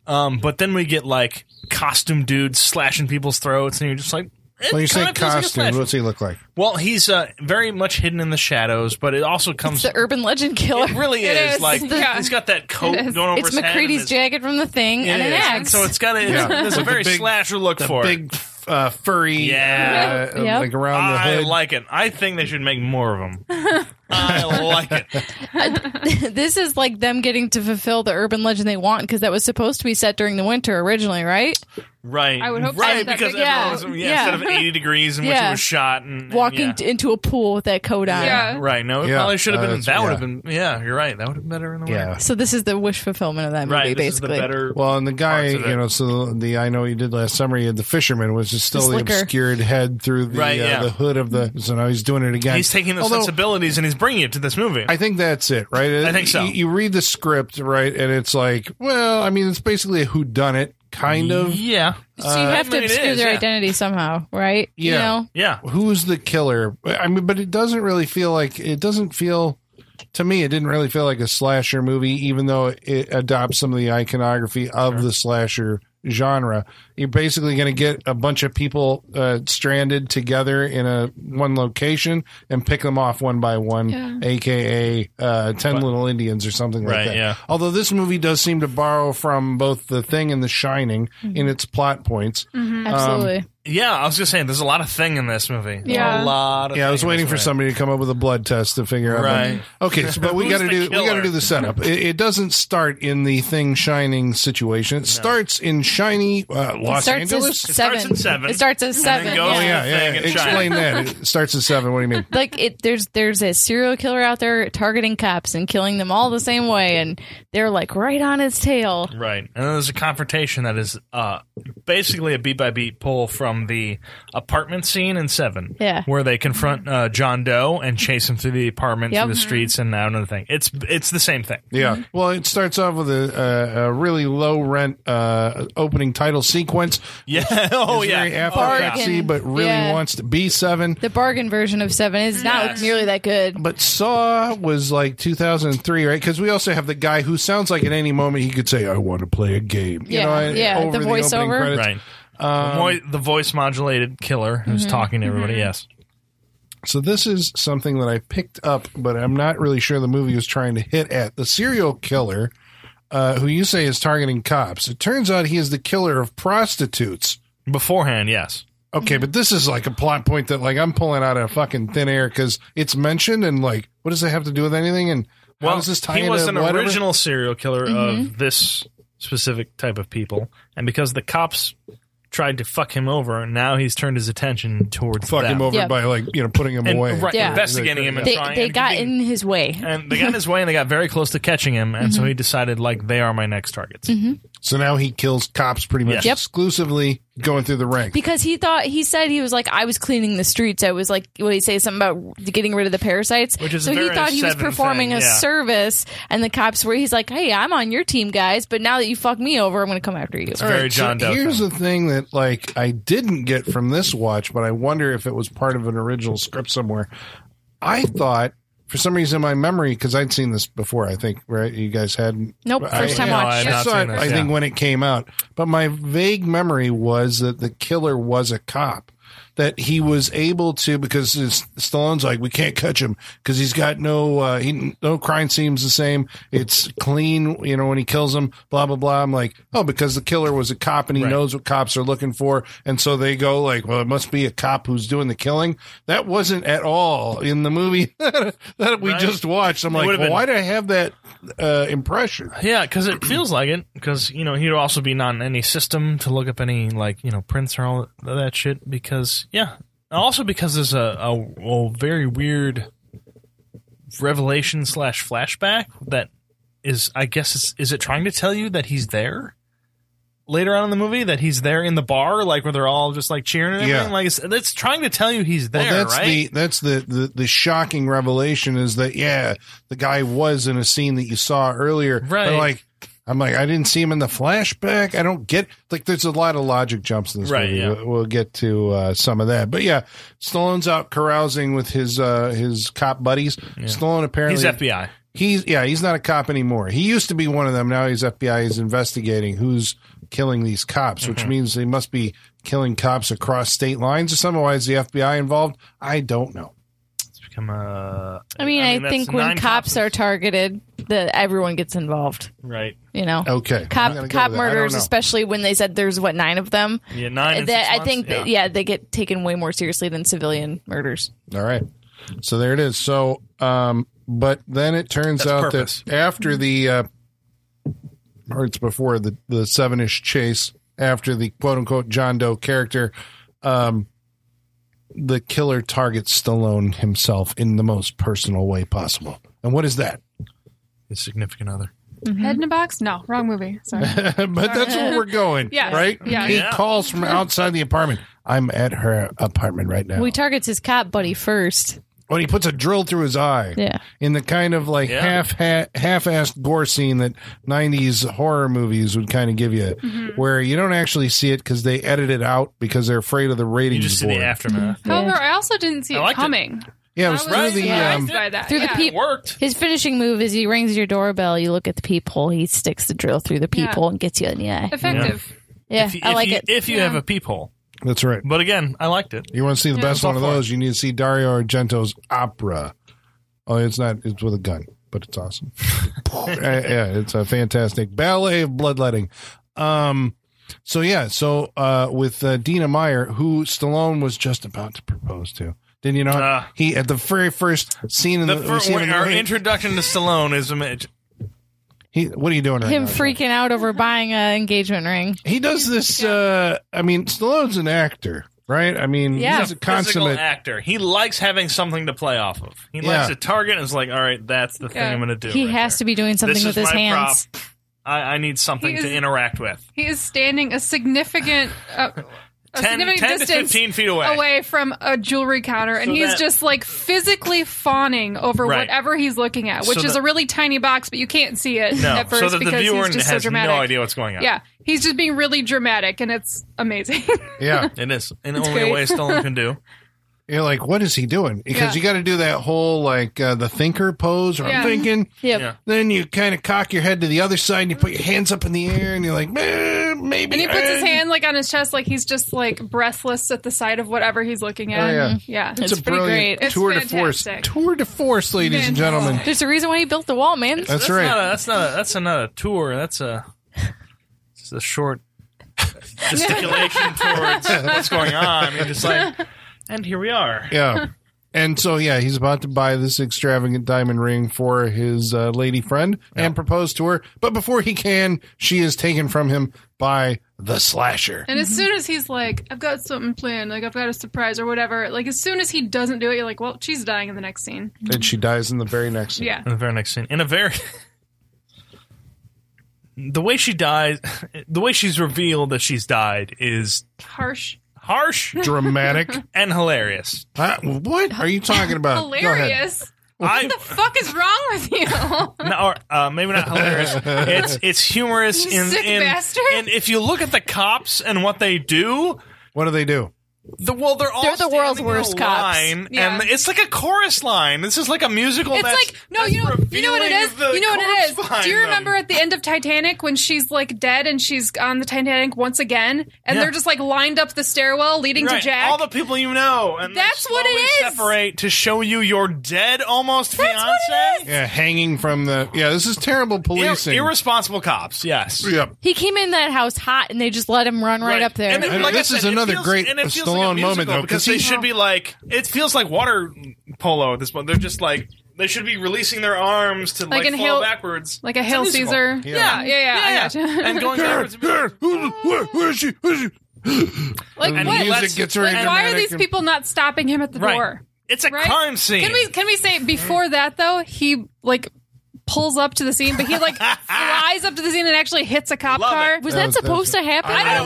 [SPEAKER 3] um but then we get like costume dudes slashing people's throats and you're just like it
[SPEAKER 2] When you say
[SPEAKER 3] kinda feels like a
[SPEAKER 2] costume,
[SPEAKER 3] slasher.
[SPEAKER 2] what's he look like?
[SPEAKER 3] well he's uh very much hidden in the shadows but it also comes
[SPEAKER 5] it's the urban legend killer.
[SPEAKER 3] it really
[SPEAKER 4] It
[SPEAKER 3] is,
[SPEAKER 4] is,
[SPEAKER 3] like
[SPEAKER 4] yeah.
[SPEAKER 3] he's got that coat
[SPEAKER 4] It is.
[SPEAKER 3] going over
[SPEAKER 5] It's
[SPEAKER 3] his head and
[SPEAKER 5] McCready's
[SPEAKER 3] his-
[SPEAKER 5] jacket from the thing and
[SPEAKER 3] It
[SPEAKER 5] an
[SPEAKER 3] is.
[SPEAKER 5] axe.
[SPEAKER 3] So it's got a,
[SPEAKER 2] Yeah.
[SPEAKER 3] there's a
[SPEAKER 2] With the
[SPEAKER 3] very
[SPEAKER 2] big-
[SPEAKER 3] slasher look for it.
[SPEAKER 2] big uh, furry,
[SPEAKER 3] Yeah.
[SPEAKER 2] uh,
[SPEAKER 5] Yep.
[SPEAKER 2] like around the
[SPEAKER 3] I
[SPEAKER 2] hood.
[SPEAKER 3] like it. I think they should make more of them. I like it.
[SPEAKER 5] this is like them getting to fulfill the urban legend they want because that was supposed to be set during the winter originally, right?
[SPEAKER 3] Right.
[SPEAKER 4] I would hope so.
[SPEAKER 3] right
[SPEAKER 4] That
[SPEAKER 3] because
[SPEAKER 4] big-
[SPEAKER 3] everyone
[SPEAKER 5] yeah.
[SPEAKER 3] was yeah, instead
[SPEAKER 5] Yeah.
[SPEAKER 3] of 80 degrees in which it
[SPEAKER 5] Yeah.
[SPEAKER 3] was shot and, and
[SPEAKER 5] Walking
[SPEAKER 3] yeah. Uh,
[SPEAKER 5] t- into a pool with that coat on.
[SPEAKER 4] Yeah.
[SPEAKER 3] right. No, it
[SPEAKER 2] Yeah.
[SPEAKER 3] probably should have
[SPEAKER 2] Uh,
[SPEAKER 3] been.
[SPEAKER 2] it's-
[SPEAKER 3] that would
[SPEAKER 2] yeah.
[SPEAKER 3] have been. Yeah, you're right. That would have been better in the
[SPEAKER 2] yeah.
[SPEAKER 3] way.
[SPEAKER 5] So this is the wish fulfillment of that movie,
[SPEAKER 3] Right. This
[SPEAKER 5] basically.
[SPEAKER 3] is the better.
[SPEAKER 2] Well, and the guy,
[SPEAKER 3] Parts of it.
[SPEAKER 2] you know, so the I know you did last summer. He had the fisherman, which is still
[SPEAKER 5] The
[SPEAKER 2] the,
[SPEAKER 5] slicker.
[SPEAKER 2] obscured head through the
[SPEAKER 3] Right,
[SPEAKER 2] uh,
[SPEAKER 3] yeah.
[SPEAKER 2] the hood of the. So now he's doing it again.
[SPEAKER 3] he's taking the
[SPEAKER 2] Although,
[SPEAKER 3] sensibilities and he's bringing it to this movie.
[SPEAKER 2] I think that's it, right?
[SPEAKER 3] I think so.
[SPEAKER 2] You, you read the script, right, and it's like, well, I mean, it's basically a whodunit kind of.
[SPEAKER 3] yeah.
[SPEAKER 5] so you have
[SPEAKER 3] uh, I
[SPEAKER 5] to
[SPEAKER 3] mean, it
[SPEAKER 5] obscure
[SPEAKER 3] is,
[SPEAKER 5] their
[SPEAKER 3] yeah.
[SPEAKER 5] identity somehow, right? You
[SPEAKER 2] Yeah.
[SPEAKER 5] know?
[SPEAKER 3] Yeah.
[SPEAKER 2] Who's the killer? I mean, but it doesn't really feel like it doesn't feel. To me, it didn't really feel like a slasher movie, even though it adopts some of the iconography of the slasher genre. You're basically going to get a bunch of people uh, stranded together in a one location and pick them off one by one,
[SPEAKER 4] Yeah.
[SPEAKER 2] aka uh, Ten Little Indians or something like
[SPEAKER 3] Right,
[SPEAKER 2] that.
[SPEAKER 3] yeah.
[SPEAKER 2] Although this movie does seem to borrow from both The Thing and The Shining
[SPEAKER 3] Mm-hmm.
[SPEAKER 2] in its plot points.
[SPEAKER 3] Um,
[SPEAKER 5] Absolutely.
[SPEAKER 3] Yeah. I was just saying, there's a lot of thing in this movie.
[SPEAKER 4] Yeah.
[SPEAKER 3] A lot. Of
[SPEAKER 2] Yeah, I
[SPEAKER 3] thing
[SPEAKER 2] was
[SPEAKER 3] in
[SPEAKER 2] waiting
[SPEAKER 3] this
[SPEAKER 2] for
[SPEAKER 3] movie.
[SPEAKER 2] somebody to come up with a blood test to figure out. that.
[SPEAKER 3] Right.
[SPEAKER 2] Okay, so, but we got to
[SPEAKER 3] the
[SPEAKER 2] do we got to
[SPEAKER 3] killer?
[SPEAKER 2] do the setup. It, it doesn't start in the thing shining situation. It starts in shiny uh,
[SPEAKER 5] it
[SPEAKER 2] Los
[SPEAKER 5] starts at
[SPEAKER 2] Angeles.
[SPEAKER 5] seven.
[SPEAKER 3] It starts at seven.
[SPEAKER 5] It starts at
[SPEAKER 3] then
[SPEAKER 5] seven.
[SPEAKER 3] goes
[SPEAKER 5] yeah.
[SPEAKER 2] oh yeah,
[SPEAKER 3] Thing
[SPEAKER 2] yeah.
[SPEAKER 3] in
[SPEAKER 2] Explain that. It starts at seven. What do you mean?
[SPEAKER 5] like it there's there's a serial killer out there targeting cops and killing them all the same way and they're like right on his tail
[SPEAKER 3] Right. And then there's a confrontation that is uh, basically a beat by beat pull from the apartment scene in Seven.
[SPEAKER 5] Yeah.
[SPEAKER 3] Where they confront uh, John Doe and chase him through the apartment,
[SPEAKER 5] Yep. Mm-hmm.
[SPEAKER 3] through the streets, and out of the thing. It's it's the same thing.
[SPEAKER 2] Yeah. Well, it starts off with a, a, a really low rent uh, opening title sequence.
[SPEAKER 3] Yeah. oh,
[SPEAKER 2] It's
[SPEAKER 3] yeah.
[SPEAKER 2] Very after
[SPEAKER 3] oh, yeah.
[SPEAKER 5] Bargain.
[SPEAKER 2] Foxy, but really
[SPEAKER 5] Yeah.
[SPEAKER 2] wants to be seven.
[SPEAKER 5] the bargain version of seven
[SPEAKER 3] Yes.
[SPEAKER 5] is not nearly that good
[SPEAKER 2] But Saw was like 2003, right? Because we also have the guy who sounds like at any moment he could say, "I want to play a game." You
[SPEAKER 5] Yeah,
[SPEAKER 2] know, and-
[SPEAKER 5] yeah,
[SPEAKER 2] over
[SPEAKER 5] the
[SPEAKER 2] opening
[SPEAKER 5] voiceover.
[SPEAKER 2] credits.
[SPEAKER 3] Right. the, voi- the voice modulated killer who's
[SPEAKER 5] Mm-hmm.
[SPEAKER 3] talking to everybody. Yes.
[SPEAKER 2] So this is something that I picked up, but I'm not really sure the movie was trying to hit at the serial killer, uh, who you say is targeting cops. It turns out he is the killer of prostitutes.
[SPEAKER 3] Beforehand, yes.
[SPEAKER 2] Okay, but this is like a plot point that like I'm pulling out of fucking thin air because it's mentioned and like, what does it have to do with anything? And how
[SPEAKER 3] Well,
[SPEAKER 2] does this tie
[SPEAKER 3] he
[SPEAKER 2] into
[SPEAKER 3] was an
[SPEAKER 2] whatever?
[SPEAKER 3] original serial killer
[SPEAKER 5] Mm-hmm.
[SPEAKER 3] of this specific type of people, and because the cops tried to fuck him over, now he's turned his attention towards
[SPEAKER 2] fuck him
[SPEAKER 3] them.
[SPEAKER 2] over
[SPEAKER 5] Yep.
[SPEAKER 2] by like you know putting him
[SPEAKER 3] and
[SPEAKER 2] away,
[SPEAKER 3] right,
[SPEAKER 5] Yeah.
[SPEAKER 3] investigating him. And
[SPEAKER 5] they,
[SPEAKER 3] trying
[SPEAKER 5] they
[SPEAKER 3] and
[SPEAKER 5] got
[SPEAKER 3] getting-
[SPEAKER 5] in his way
[SPEAKER 3] and they got in his way, and they got very close to catching him, and
[SPEAKER 5] Mm-hmm.
[SPEAKER 3] so he decided like they are my next targets.
[SPEAKER 2] So now he kills cops pretty much
[SPEAKER 3] Yes. Yep.
[SPEAKER 2] exclusively going through the ranks.
[SPEAKER 5] because he thought he said he was like I was cleaning the streets. I was like, what did he say? Something about getting rid of the parasites.
[SPEAKER 3] Which is
[SPEAKER 5] so
[SPEAKER 3] a
[SPEAKER 5] he
[SPEAKER 3] very
[SPEAKER 5] thought he was
[SPEAKER 3] seven
[SPEAKER 5] performing
[SPEAKER 3] thing,
[SPEAKER 5] a
[SPEAKER 3] yeah.
[SPEAKER 5] service, and the cops were. He's like, hey, I'm on your team, guys, but now that you fucked me over, I'm going to come after you.
[SPEAKER 3] very John Doe
[SPEAKER 2] Here's
[SPEAKER 3] thing.
[SPEAKER 2] the thing that like I didn't get from this watch, but I wonder if it was part of an original script somewhere. I thought for some reason my memory because I'd seen this before. I think right, you guys had
[SPEAKER 5] Nope,
[SPEAKER 2] I-
[SPEAKER 5] first time
[SPEAKER 2] yeah,
[SPEAKER 5] watch.
[SPEAKER 3] I've
[SPEAKER 5] Yep.
[SPEAKER 3] not
[SPEAKER 2] So I,
[SPEAKER 3] seen this,
[SPEAKER 2] I
[SPEAKER 3] yeah.
[SPEAKER 2] think when it came out, but my vague memory was that the killer was a cop. That he was able to because his- Stallone's like we can't catch him because he's got no uh, he, no crime seems the same. It's clean, you know, when he kills him, blah blah blah. I'm like, oh, because the killer was a cop and he
[SPEAKER 3] Right.
[SPEAKER 2] knows what cops are looking for, and so they go like, well, it must be a cop who's doing the killing. That wasn't at all in the movie that we
[SPEAKER 3] Right.
[SPEAKER 2] just watched. I'm like,
[SPEAKER 3] would've
[SPEAKER 2] well,
[SPEAKER 3] been-
[SPEAKER 2] why did I have that uh, impression?
[SPEAKER 3] Yeah, because it feels like it. Because you know he'd also be not in any system to look up any like you know prints or all of that shit. Because yeah, also because there's a a, a very weird revelation slash flashback that is I guess it's, is it trying to tell you that he's there later on in the movie that he's there in the bar like where they're all just like cheering and
[SPEAKER 2] Yeah.
[SPEAKER 3] everything like it's, it's trying to tell you he's there
[SPEAKER 2] well, that's
[SPEAKER 3] right
[SPEAKER 2] the that's the, the the shocking revelation is that yeah, the guy was in a scene that you saw earlier.
[SPEAKER 3] Right.
[SPEAKER 2] But like I'm like I didn't see him in the flashback. I don't get like there's a lot of logic jumps in this
[SPEAKER 3] Right,
[SPEAKER 2] movie.
[SPEAKER 3] yeah.
[SPEAKER 2] We'll, we'll get to uh, some of that. But yeah, Stallone's out carousing with his uh, his cop buddies. Stallone apparently
[SPEAKER 3] he's FBI
[SPEAKER 2] he's yeah he's not a cop anymore he used to be one of them now he's fbi he's investigating who's killing these cops which means they must be killing cops across state lines or something why is the fbi involved i don't know
[SPEAKER 3] it's become a
[SPEAKER 5] I mean, I,
[SPEAKER 3] that's
[SPEAKER 5] think when
[SPEAKER 3] nine
[SPEAKER 5] cops are targeted, that everyone gets involved.
[SPEAKER 3] right
[SPEAKER 5] You know,
[SPEAKER 2] okay Oh, I'm
[SPEAKER 5] cop
[SPEAKER 2] gonna go
[SPEAKER 5] cop
[SPEAKER 2] with that. I don't
[SPEAKER 5] murders,
[SPEAKER 2] know.
[SPEAKER 5] especially when they said there's what nine of them.
[SPEAKER 3] yeah nine and
[SPEAKER 5] that
[SPEAKER 3] six
[SPEAKER 5] I
[SPEAKER 3] months?
[SPEAKER 5] think that yeah, they get taken way more seriously than civilian murders.
[SPEAKER 2] All right. So there it is. So, um, but then it turns
[SPEAKER 3] That's
[SPEAKER 2] out
[SPEAKER 3] purpose.
[SPEAKER 2] that after the, uh, or it's before the, the seven ish chase, after the quote unquote John Doe character, um, the killer targets Stallone himself in the most personal way possible. And what is that?
[SPEAKER 3] his significant other
[SPEAKER 4] Head in a box? No, wrong movie. Sorry.
[SPEAKER 2] but that's where we're going,
[SPEAKER 4] Yes.
[SPEAKER 2] right?
[SPEAKER 4] Yeah.
[SPEAKER 2] He
[SPEAKER 3] Yeah.
[SPEAKER 2] calls from outside the apartment. I'm at her apartment right now.
[SPEAKER 5] We targets his cop buddy first.
[SPEAKER 2] when he puts a drill through his eye.
[SPEAKER 5] Yeah.
[SPEAKER 2] in the kind of like
[SPEAKER 3] Yeah.
[SPEAKER 2] half ha- half-assed gore scene that 90s horror movies would kind of give you where you don't actually see it because they edit it out because they're afraid of the ratings
[SPEAKER 3] you just see
[SPEAKER 2] board.
[SPEAKER 3] the aftermath
[SPEAKER 4] However, I also didn't see
[SPEAKER 3] I
[SPEAKER 4] it
[SPEAKER 3] liked it.
[SPEAKER 4] coming.
[SPEAKER 2] yeah it
[SPEAKER 4] I
[SPEAKER 2] was
[SPEAKER 4] was
[SPEAKER 2] through the
[SPEAKER 4] surprised
[SPEAKER 2] um,
[SPEAKER 4] by that.
[SPEAKER 5] Through the
[SPEAKER 4] yeah.
[SPEAKER 5] peep-
[SPEAKER 3] worked
[SPEAKER 5] His finishing move is he rings your doorbell. You look at the peephole. He sticks the drill through the
[SPEAKER 4] Yeah.
[SPEAKER 5] peephole and gets you in the eye.
[SPEAKER 4] Effective.
[SPEAKER 5] Yeah,
[SPEAKER 3] if you,
[SPEAKER 5] I
[SPEAKER 3] if
[SPEAKER 5] like
[SPEAKER 3] you-
[SPEAKER 5] it.
[SPEAKER 3] If you
[SPEAKER 4] Yeah.
[SPEAKER 3] have a peephole.
[SPEAKER 2] that's right
[SPEAKER 3] But again, I liked it.
[SPEAKER 2] you want to see the
[SPEAKER 4] Yeah,
[SPEAKER 2] best
[SPEAKER 3] go
[SPEAKER 2] one of
[SPEAKER 3] for it.
[SPEAKER 2] those you need to see Dario Argento's opera oh it's not it's with a gun but it's awesome Uh, yeah it's a fantastic ballet of bloodletting um so yeah so uh with uh, Dina Meyer who Stallone was just about to propose to didn't you know
[SPEAKER 3] Ah.
[SPEAKER 2] he at the very first scene in the,
[SPEAKER 3] The fir-
[SPEAKER 2] scene in the
[SPEAKER 3] our
[SPEAKER 2] movie,
[SPEAKER 3] introduction to Stallone is image.
[SPEAKER 2] he, what are you doing right
[SPEAKER 5] Him
[SPEAKER 2] now?
[SPEAKER 5] freaking out over buying an engagement ring.
[SPEAKER 2] he does this uh I mean Stallone's an actor right I mean
[SPEAKER 5] Yeah.
[SPEAKER 2] he's a
[SPEAKER 3] Physical
[SPEAKER 2] consummate
[SPEAKER 3] actor. He likes having something to play off of. He
[SPEAKER 2] Yeah.
[SPEAKER 3] likes a target and is like, all right, that's the thing
[SPEAKER 4] Yeah.
[SPEAKER 3] I'm going to do.
[SPEAKER 5] He
[SPEAKER 3] right
[SPEAKER 5] has
[SPEAKER 3] there.
[SPEAKER 5] to be doing something
[SPEAKER 3] This
[SPEAKER 5] with
[SPEAKER 3] is
[SPEAKER 5] his
[SPEAKER 3] my
[SPEAKER 5] hands.
[SPEAKER 3] prop. I, I need something
[SPEAKER 4] He
[SPEAKER 3] to
[SPEAKER 4] is-
[SPEAKER 3] interact with.
[SPEAKER 4] He is standing a significant, uh, a
[SPEAKER 3] 10,
[SPEAKER 4] significant
[SPEAKER 3] 10 to
[SPEAKER 4] distance
[SPEAKER 3] 15 feet away.
[SPEAKER 4] away from a jewelry counter, and
[SPEAKER 3] So
[SPEAKER 4] he's
[SPEAKER 3] that-
[SPEAKER 4] just like physically fawning over
[SPEAKER 3] Right.
[SPEAKER 4] whatever he's looking at, which
[SPEAKER 3] So
[SPEAKER 4] is
[SPEAKER 3] that-
[SPEAKER 4] a really tiny box, but you can't see it
[SPEAKER 3] No,
[SPEAKER 4] at first
[SPEAKER 3] so that the
[SPEAKER 4] because
[SPEAKER 3] viewer
[SPEAKER 4] he's just so
[SPEAKER 3] has
[SPEAKER 4] dramatic.
[SPEAKER 3] no idea what's going on.
[SPEAKER 4] Yeah, he's just being really dramatic, and it's amazing.
[SPEAKER 2] yeah
[SPEAKER 3] It is. In the only
[SPEAKER 4] great.
[SPEAKER 3] way Stallone can do.
[SPEAKER 2] You're like, what is he doing? Because
[SPEAKER 4] Yeah.
[SPEAKER 2] you got to do that whole like uh, the thinker pose, or I'm
[SPEAKER 4] Yeah.
[SPEAKER 2] thinking.
[SPEAKER 5] Yep.
[SPEAKER 3] Yeah.
[SPEAKER 2] Then you kind of cock your head to the other side and you put your hands up in the air and you're like, "Eh, maybe.
[SPEAKER 4] and he puts his
[SPEAKER 2] eh."
[SPEAKER 4] hand like on his chest, like he's just like breathless at the sight of whatever he's looking at.
[SPEAKER 2] yeah.
[SPEAKER 5] It's
[SPEAKER 2] It's, a
[SPEAKER 5] pretty
[SPEAKER 2] brilliant
[SPEAKER 5] great.
[SPEAKER 4] It's
[SPEAKER 2] tour de force.
[SPEAKER 4] fantastic.
[SPEAKER 2] Tour de force, ladies and gentlemen.
[SPEAKER 5] There's a reason why he built the wall, man.
[SPEAKER 2] That's, right.
[SPEAKER 3] Not a, that's not. A, that's not a tour. That's a. It's a short gesticulation towards what's going on. You're just like, and here we are.
[SPEAKER 2] yeah. And so yeah, he's about to buy this extravagant diamond ring for his uh, lady friend and propose to her. But before he can, she is taken from him by the slasher.
[SPEAKER 4] And as soon as he's like, I've got something planned, like I've got a surprise or whatever, like as soon as he doesn't do it, you're like, well, she's dying in the next scene.
[SPEAKER 2] And she dies in the very next scene.
[SPEAKER 4] Yeah.
[SPEAKER 3] In the very next scene, in a very. The way she dies, the way she's revealed that she's died is
[SPEAKER 4] Harsh.
[SPEAKER 3] harsh
[SPEAKER 2] Dramatic.
[SPEAKER 3] and hilarious.
[SPEAKER 2] Uh, what are you talking
[SPEAKER 3] Uh,
[SPEAKER 2] about? Go ahead.
[SPEAKER 4] Hilarious.
[SPEAKER 3] I
[SPEAKER 4] The fuck is wrong with you?
[SPEAKER 3] no, or, uh, maybe not hilarious. It's it's humorous
[SPEAKER 4] You
[SPEAKER 3] in,
[SPEAKER 4] sick
[SPEAKER 3] in
[SPEAKER 4] bastard.
[SPEAKER 3] and if you look at the cops and what they do,
[SPEAKER 2] What do they do?
[SPEAKER 3] The, well, they're all
[SPEAKER 5] They're the world's
[SPEAKER 3] standing in
[SPEAKER 5] worst
[SPEAKER 3] a
[SPEAKER 5] cops.
[SPEAKER 3] line,
[SPEAKER 4] Yeah.
[SPEAKER 3] and it's like a chorus line. This is like a musical.
[SPEAKER 4] It's
[SPEAKER 3] that's,
[SPEAKER 4] like no,
[SPEAKER 3] that's
[SPEAKER 4] you know, you know what it
[SPEAKER 3] revealing
[SPEAKER 4] is.
[SPEAKER 3] the
[SPEAKER 4] You know what
[SPEAKER 3] corpse
[SPEAKER 4] it is.
[SPEAKER 3] behind
[SPEAKER 4] Do you
[SPEAKER 3] them.
[SPEAKER 4] remember at the end of Titanic when she's like dead and she's on the Titanic once again, and
[SPEAKER 3] Yeah.
[SPEAKER 4] they're just like lined up the stairwell leading
[SPEAKER 3] Right,
[SPEAKER 4] to Jack?
[SPEAKER 3] all the people you know, and they
[SPEAKER 4] That's what it
[SPEAKER 3] slowly
[SPEAKER 4] is.
[SPEAKER 3] Separate to show you your dead, almost
[SPEAKER 4] That's
[SPEAKER 3] fiance.
[SPEAKER 4] what it
[SPEAKER 2] Yeah, hanging from the. Yeah, this is terrible policing.
[SPEAKER 3] Ir- irresponsible cops. Yes.
[SPEAKER 2] Yep.
[SPEAKER 5] He came in that house hot, and they just let him run right, up there.
[SPEAKER 3] And it-
[SPEAKER 2] And
[SPEAKER 3] like I
[SPEAKER 2] this is
[SPEAKER 3] said, it
[SPEAKER 2] another
[SPEAKER 3] feels-
[SPEAKER 2] great
[SPEAKER 3] and it feels
[SPEAKER 2] Stallone
[SPEAKER 3] like a musical
[SPEAKER 2] moment, though,
[SPEAKER 3] because
[SPEAKER 2] 'cause
[SPEAKER 3] they
[SPEAKER 2] he-
[SPEAKER 3] should be like it feels like water polo at this point. They're just like they should be releasing their arms to like,
[SPEAKER 4] Like in
[SPEAKER 3] fall
[SPEAKER 4] Hail-
[SPEAKER 3] backwards,
[SPEAKER 4] like a
[SPEAKER 3] It's
[SPEAKER 4] Hail
[SPEAKER 3] musical.
[SPEAKER 4] Caesar.
[SPEAKER 2] Yeah.
[SPEAKER 4] yeah, yeah.
[SPEAKER 3] yeah,
[SPEAKER 4] I gotcha.
[SPEAKER 3] and going backwards.
[SPEAKER 2] Where- where- where is she? Where is she?
[SPEAKER 4] Like
[SPEAKER 2] And the
[SPEAKER 4] what?
[SPEAKER 2] music
[SPEAKER 3] let's-
[SPEAKER 2] gets
[SPEAKER 4] Like,
[SPEAKER 2] very
[SPEAKER 4] why are
[SPEAKER 2] dramatic
[SPEAKER 4] these
[SPEAKER 2] and-
[SPEAKER 4] people not stopping him at the
[SPEAKER 3] Right.
[SPEAKER 4] door?
[SPEAKER 3] It's a
[SPEAKER 4] Right?
[SPEAKER 3] crime scene.
[SPEAKER 4] Can we can we say before that though he like pulls up to the scene, but he like flies up to the scene and actually hits a cop
[SPEAKER 3] Love
[SPEAKER 4] car.
[SPEAKER 3] it.
[SPEAKER 5] was
[SPEAKER 2] That
[SPEAKER 5] that,
[SPEAKER 2] was-
[SPEAKER 5] supposed to happen?
[SPEAKER 4] I don't
[SPEAKER 3] I know,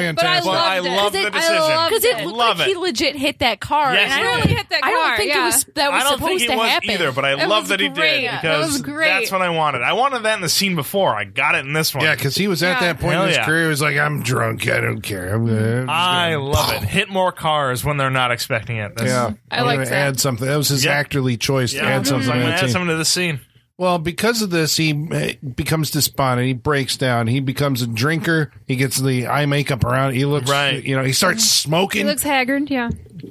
[SPEAKER 4] know, but I
[SPEAKER 2] it's fantastic.
[SPEAKER 3] But I
[SPEAKER 4] loved
[SPEAKER 3] love
[SPEAKER 4] it.
[SPEAKER 3] the
[SPEAKER 5] I
[SPEAKER 3] decision.
[SPEAKER 4] loved
[SPEAKER 5] Because it
[SPEAKER 4] it.
[SPEAKER 5] looked
[SPEAKER 3] Love
[SPEAKER 5] like
[SPEAKER 3] it.
[SPEAKER 5] he legit hit that car.
[SPEAKER 3] Yes,
[SPEAKER 5] and
[SPEAKER 3] he
[SPEAKER 5] I don't,
[SPEAKER 3] did.
[SPEAKER 4] Hit that car,
[SPEAKER 5] I don't think
[SPEAKER 4] yeah.
[SPEAKER 5] it was that was
[SPEAKER 3] I don't
[SPEAKER 5] supposed
[SPEAKER 3] think he
[SPEAKER 5] to
[SPEAKER 3] was
[SPEAKER 5] happen
[SPEAKER 3] either, but I
[SPEAKER 5] It
[SPEAKER 3] love
[SPEAKER 5] was
[SPEAKER 3] that he
[SPEAKER 5] great.
[SPEAKER 3] did
[SPEAKER 4] That
[SPEAKER 3] because
[SPEAKER 4] was great.
[SPEAKER 3] that's what I wanted. I wanted that in the scene before. I got it in this one.
[SPEAKER 2] Yeah, because he was at
[SPEAKER 4] Yeah.
[SPEAKER 2] that point
[SPEAKER 3] Hell
[SPEAKER 2] in his
[SPEAKER 3] yeah. Ah.
[SPEAKER 2] career. He was like, I'm drunk. I don't care. I'm gonna,
[SPEAKER 3] I love it. Hit more cars when they're not expecting it. That's,
[SPEAKER 2] yeah,
[SPEAKER 4] I
[SPEAKER 2] I'm
[SPEAKER 4] liked
[SPEAKER 2] gonna
[SPEAKER 4] that.
[SPEAKER 2] add something. That was his
[SPEAKER 3] Yeah.
[SPEAKER 2] actorly choice to
[SPEAKER 3] Yeah.
[SPEAKER 2] add something.
[SPEAKER 3] I'm
[SPEAKER 2] to
[SPEAKER 3] gonna
[SPEAKER 2] that
[SPEAKER 3] add
[SPEAKER 2] scene.
[SPEAKER 3] something to the scene.
[SPEAKER 2] Well, because of this, he uh, becomes despondent. He breaks down. He becomes a drinker. He gets the eye makeup around. He looks
[SPEAKER 3] Right.
[SPEAKER 2] You know, he starts
[SPEAKER 4] Mm-hmm. He
[SPEAKER 2] smoking.
[SPEAKER 4] looks haggard. Yeah,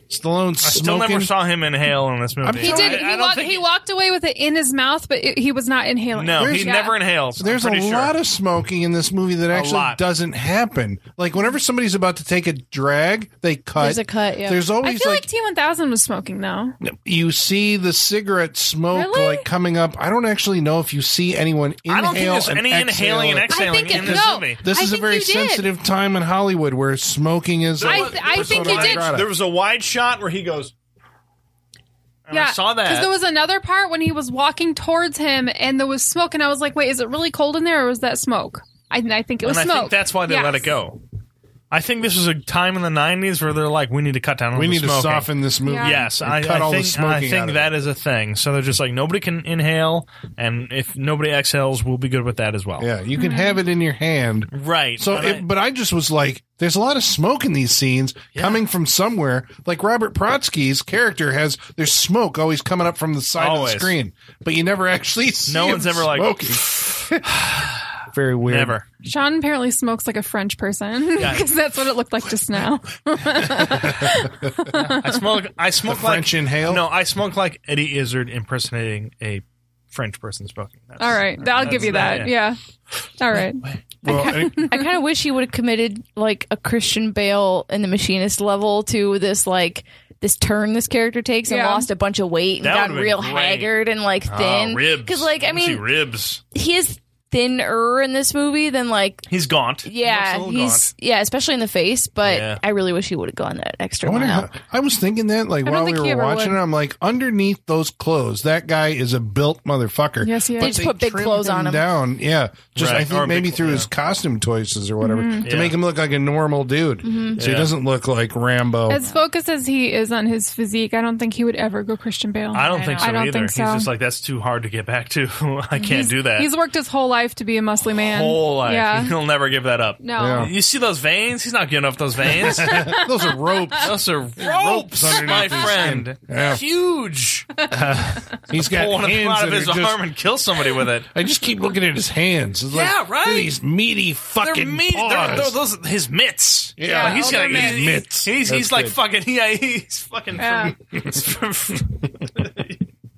[SPEAKER 2] Stallone
[SPEAKER 3] I still
[SPEAKER 2] smoking.
[SPEAKER 3] never saw him inhale in this movie.
[SPEAKER 2] I'm
[SPEAKER 4] Um, he
[SPEAKER 2] No,
[SPEAKER 4] did.
[SPEAKER 3] I-
[SPEAKER 4] he,
[SPEAKER 3] I don't
[SPEAKER 4] walked,
[SPEAKER 3] think
[SPEAKER 4] he walked away with it in his mouth, but it, he was not inhaling.
[SPEAKER 3] No,
[SPEAKER 2] There's-
[SPEAKER 3] he
[SPEAKER 4] Yeah.
[SPEAKER 3] never inhales.
[SPEAKER 2] There's a
[SPEAKER 3] I'm pretty
[SPEAKER 2] lot
[SPEAKER 3] sure.
[SPEAKER 2] of smoking in this movie that actually
[SPEAKER 3] lot.
[SPEAKER 2] doesn't happen. Like whenever somebody's about to take a drag, they cut.
[SPEAKER 5] There's a cut, yeah.
[SPEAKER 2] There's
[SPEAKER 4] I
[SPEAKER 2] always
[SPEAKER 4] feel
[SPEAKER 2] like,
[SPEAKER 4] like T one thousand was smoking though.
[SPEAKER 2] you see the cigarette smoke
[SPEAKER 4] Really?
[SPEAKER 2] like coming up. I don't actually know if you see anyone inhale.
[SPEAKER 3] I don't think there's
[SPEAKER 2] and
[SPEAKER 3] any
[SPEAKER 2] exhale.
[SPEAKER 3] inhaling and exhaling
[SPEAKER 5] think it-
[SPEAKER 3] in this
[SPEAKER 5] no.
[SPEAKER 3] movie.
[SPEAKER 2] This
[SPEAKER 5] I
[SPEAKER 2] is a
[SPEAKER 5] think
[SPEAKER 2] very
[SPEAKER 5] you did.
[SPEAKER 2] sensitive time in Hollywood where smoking is.
[SPEAKER 4] I-
[SPEAKER 2] like,
[SPEAKER 4] I think you
[SPEAKER 2] persona non
[SPEAKER 4] did.
[SPEAKER 2] grata.
[SPEAKER 3] There was a wide shot where he goes. And I saw that.
[SPEAKER 4] Because there was another part when he was walking towards him and there was smoke, and I was like, wait, is it really cold in there or was that smoke? I, I think it was
[SPEAKER 3] and I
[SPEAKER 4] smoke.
[SPEAKER 3] think that's why they
[SPEAKER 4] Yes.
[SPEAKER 3] let it go. I think this was a time in the '90s where they're like, "We need to cut down on
[SPEAKER 2] We
[SPEAKER 3] the
[SPEAKER 2] need to
[SPEAKER 3] smoking.
[SPEAKER 2] soften this movie.
[SPEAKER 4] Yeah.
[SPEAKER 3] Yes,
[SPEAKER 2] and
[SPEAKER 3] I,
[SPEAKER 2] cut
[SPEAKER 3] I
[SPEAKER 2] all the
[SPEAKER 3] think
[SPEAKER 2] smoking
[SPEAKER 3] I
[SPEAKER 2] out
[SPEAKER 3] think
[SPEAKER 2] of
[SPEAKER 3] that is a thing. So they're just like nobody can inhale, and if nobody exhales, we'll be good with that as well.
[SPEAKER 2] Yeah, you can have it in your hand.
[SPEAKER 3] Right.
[SPEAKER 2] So,
[SPEAKER 3] And I-
[SPEAKER 2] it, but I just was like, there's a lot of smoke in these scenes coming from somewhere. Like Robert Protsky's character has, there's smoke always coming up from the side
[SPEAKER 3] Always.
[SPEAKER 2] of the screen, but you never actually see.
[SPEAKER 3] No
[SPEAKER 2] him
[SPEAKER 3] one's ever like-
[SPEAKER 2] smoking. Very weird.
[SPEAKER 3] never.
[SPEAKER 4] Sean apparently smokes like a French person
[SPEAKER 3] Yeah.
[SPEAKER 4] because that's what it looked like just now.
[SPEAKER 3] I smoke. I smoke like
[SPEAKER 2] French inhale?
[SPEAKER 3] No, I smoke like Eddie Izzard impersonating a French person smoking. That's-
[SPEAKER 4] All right, I'll give you
[SPEAKER 3] That's-
[SPEAKER 4] that. Yeah. All right.
[SPEAKER 2] Well, any-
[SPEAKER 5] I kind of wish he would have committed like a Christian Bale in the Machinist level to this like this turn this character takes and
[SPEAKER 4] Yeah.
[SPEAKER 5] lost a bunch of weight and
[SPEAKER 3] That
[SPEAKER 5] got
[SPEAKER 3] would've been
[SPEAKER 5] real
[SPEAKER 3] great.
[SPEAKER 5] haggard and like
[SPEAKER 3] Oh,
[SPEAKER 5] thin.
[SPEAKER 3] ribs.
[SPEAKER 5] like I
[SPEAKER 3] Let see
[SPEAKER 5] mean,
[SPEAKER 3] ribs.
[SPEAKER 5] he is thinner in this movie than like
[SPEAKER 3] He's gaunt. He
[SPEAKER 5] yeah,
[SPEAKER 3] looks a little
[SPEAKER 5] he's yeah, especially in the face. But
[SPEAKER 3] Yeah.
[SPEAKER 5] I really wish he would have gone that
[SPEAKER 2] I
[SPEAKER 5] extra
[SPEAKER 2] wonder
[SPEAKER 5] mile.
[SPEAKER 2] how, I was thinking that like
[SPEAKER 4] don't
[SPEAKER 2] while we
[SPEAKER 4] think he
[SPEAKER 2] were
[SPEAKER 4] ever
[SPEAKER 2] watching
[SPEAKER 4] would.
[SPEAKER 2] it, I'm like underneath those clothes, that guy is a built motherfucker.
[SPEAKER 4] Yes, he
[SPEAKER 2] But
[SPEAKER 5] They just
[SPEAKER 2] they
[SPEAKER 5] put big
[SPEAKER 2] trimmed
[SPEAKER 5] clothes
[SPEAKER 2] him
[SPEAKER 5] on him.
[SPEAKER 2] down. Yeah, just
[SPEAKER 3] Right,
[SPEAKER 2] I
[SPEAKER 3] or
[SPEAKER 2] think
[SPEAKER 3] a
[SPEAKER 2] maybe
[SPEAKER 3] big-
[SPEAKER 2] through
[SPEAKER 3] yeah.
[SPEAKER 2] his costume choices or whatever to
[SPEAKER 3] Yeah.
[SPEAKER 2] make him look like a normal dude, so
[SPEAKER 3] Yeah.
[SPEAKER 2] he doesn't look like Rambo.
[SPEAKER 4] As focused as he is on his physique, I don't think he would ever go Christian Bale.
[SPEAKER 3] I don't think so
[SPEAKER 4] I don't
[SPEAKER 3] either.
[SPEAKER 4] think so.
[SPEAKER 3] He's just like that's too hard to get back to. I can't do that.
[SPEAKER 4] He's worked his whole life to be a muscly man.
[SPEAKER 3] whole life.
[SPEAKER 4] Yeah.
[SPEAKER 3] He'll never give that up.
[SPEAKER 4] No.
[SPEAKER 2] Yeah.
[SPEAKER 3] You see those veins? He's not giving up those veins.
[SPEAKER 2] Those are ropes.
[SPEAKER 3] those are ropes,
[SPEAKER 2] underneath
[SPEAKER 3] my
[SPEAKER 2] his
[SPEAKER 3] friend.
[SPEAKER 2] skin. Yeah.
[SPEAKER 3] Huge.
[SPEAKER 2] He's got
[SPEAKER 3] Pull one of them
[SPEAKER 2] hands
[SPEAKER 3] out of
[SPEAKER 2] that are
[SPEAKER 3] his
[SPEAKER 2] just-
[SPEAKER 3] arm and kill somebody with it.
[SPEAKER 2] I just keep looking at his hands. It's like,
[SPEAKER 3] Yeah,
[SPEAKER 2] look at
[SPEAKER 3] right.
[SPEAKER 2] These meaty fucking
[SPEAKER 3] They're meat.
[SPEAKER 2] paws.
[SPEAKER 3] They're, they're those his mitts.
[SPEAKER 2] Yeah.
[SPEAKER 3] Like, he's
[SPEAKER 4] Oh,
[SPEAKER 3] got
[SPEAKER 4] they're mitts.
[SPEAKER 3] he's,
[SPEAKER 2] Mitts.
[SPEAKER 3] He's,
[SPEAKER 2] That's
[SPEAKER 3] he's like
[SPEAKER 2] good.
[SPEAKER 3] fucking. Yeah, he's fucking
[SPEAKER 4] Yeah.
[SPEAKER 3] from,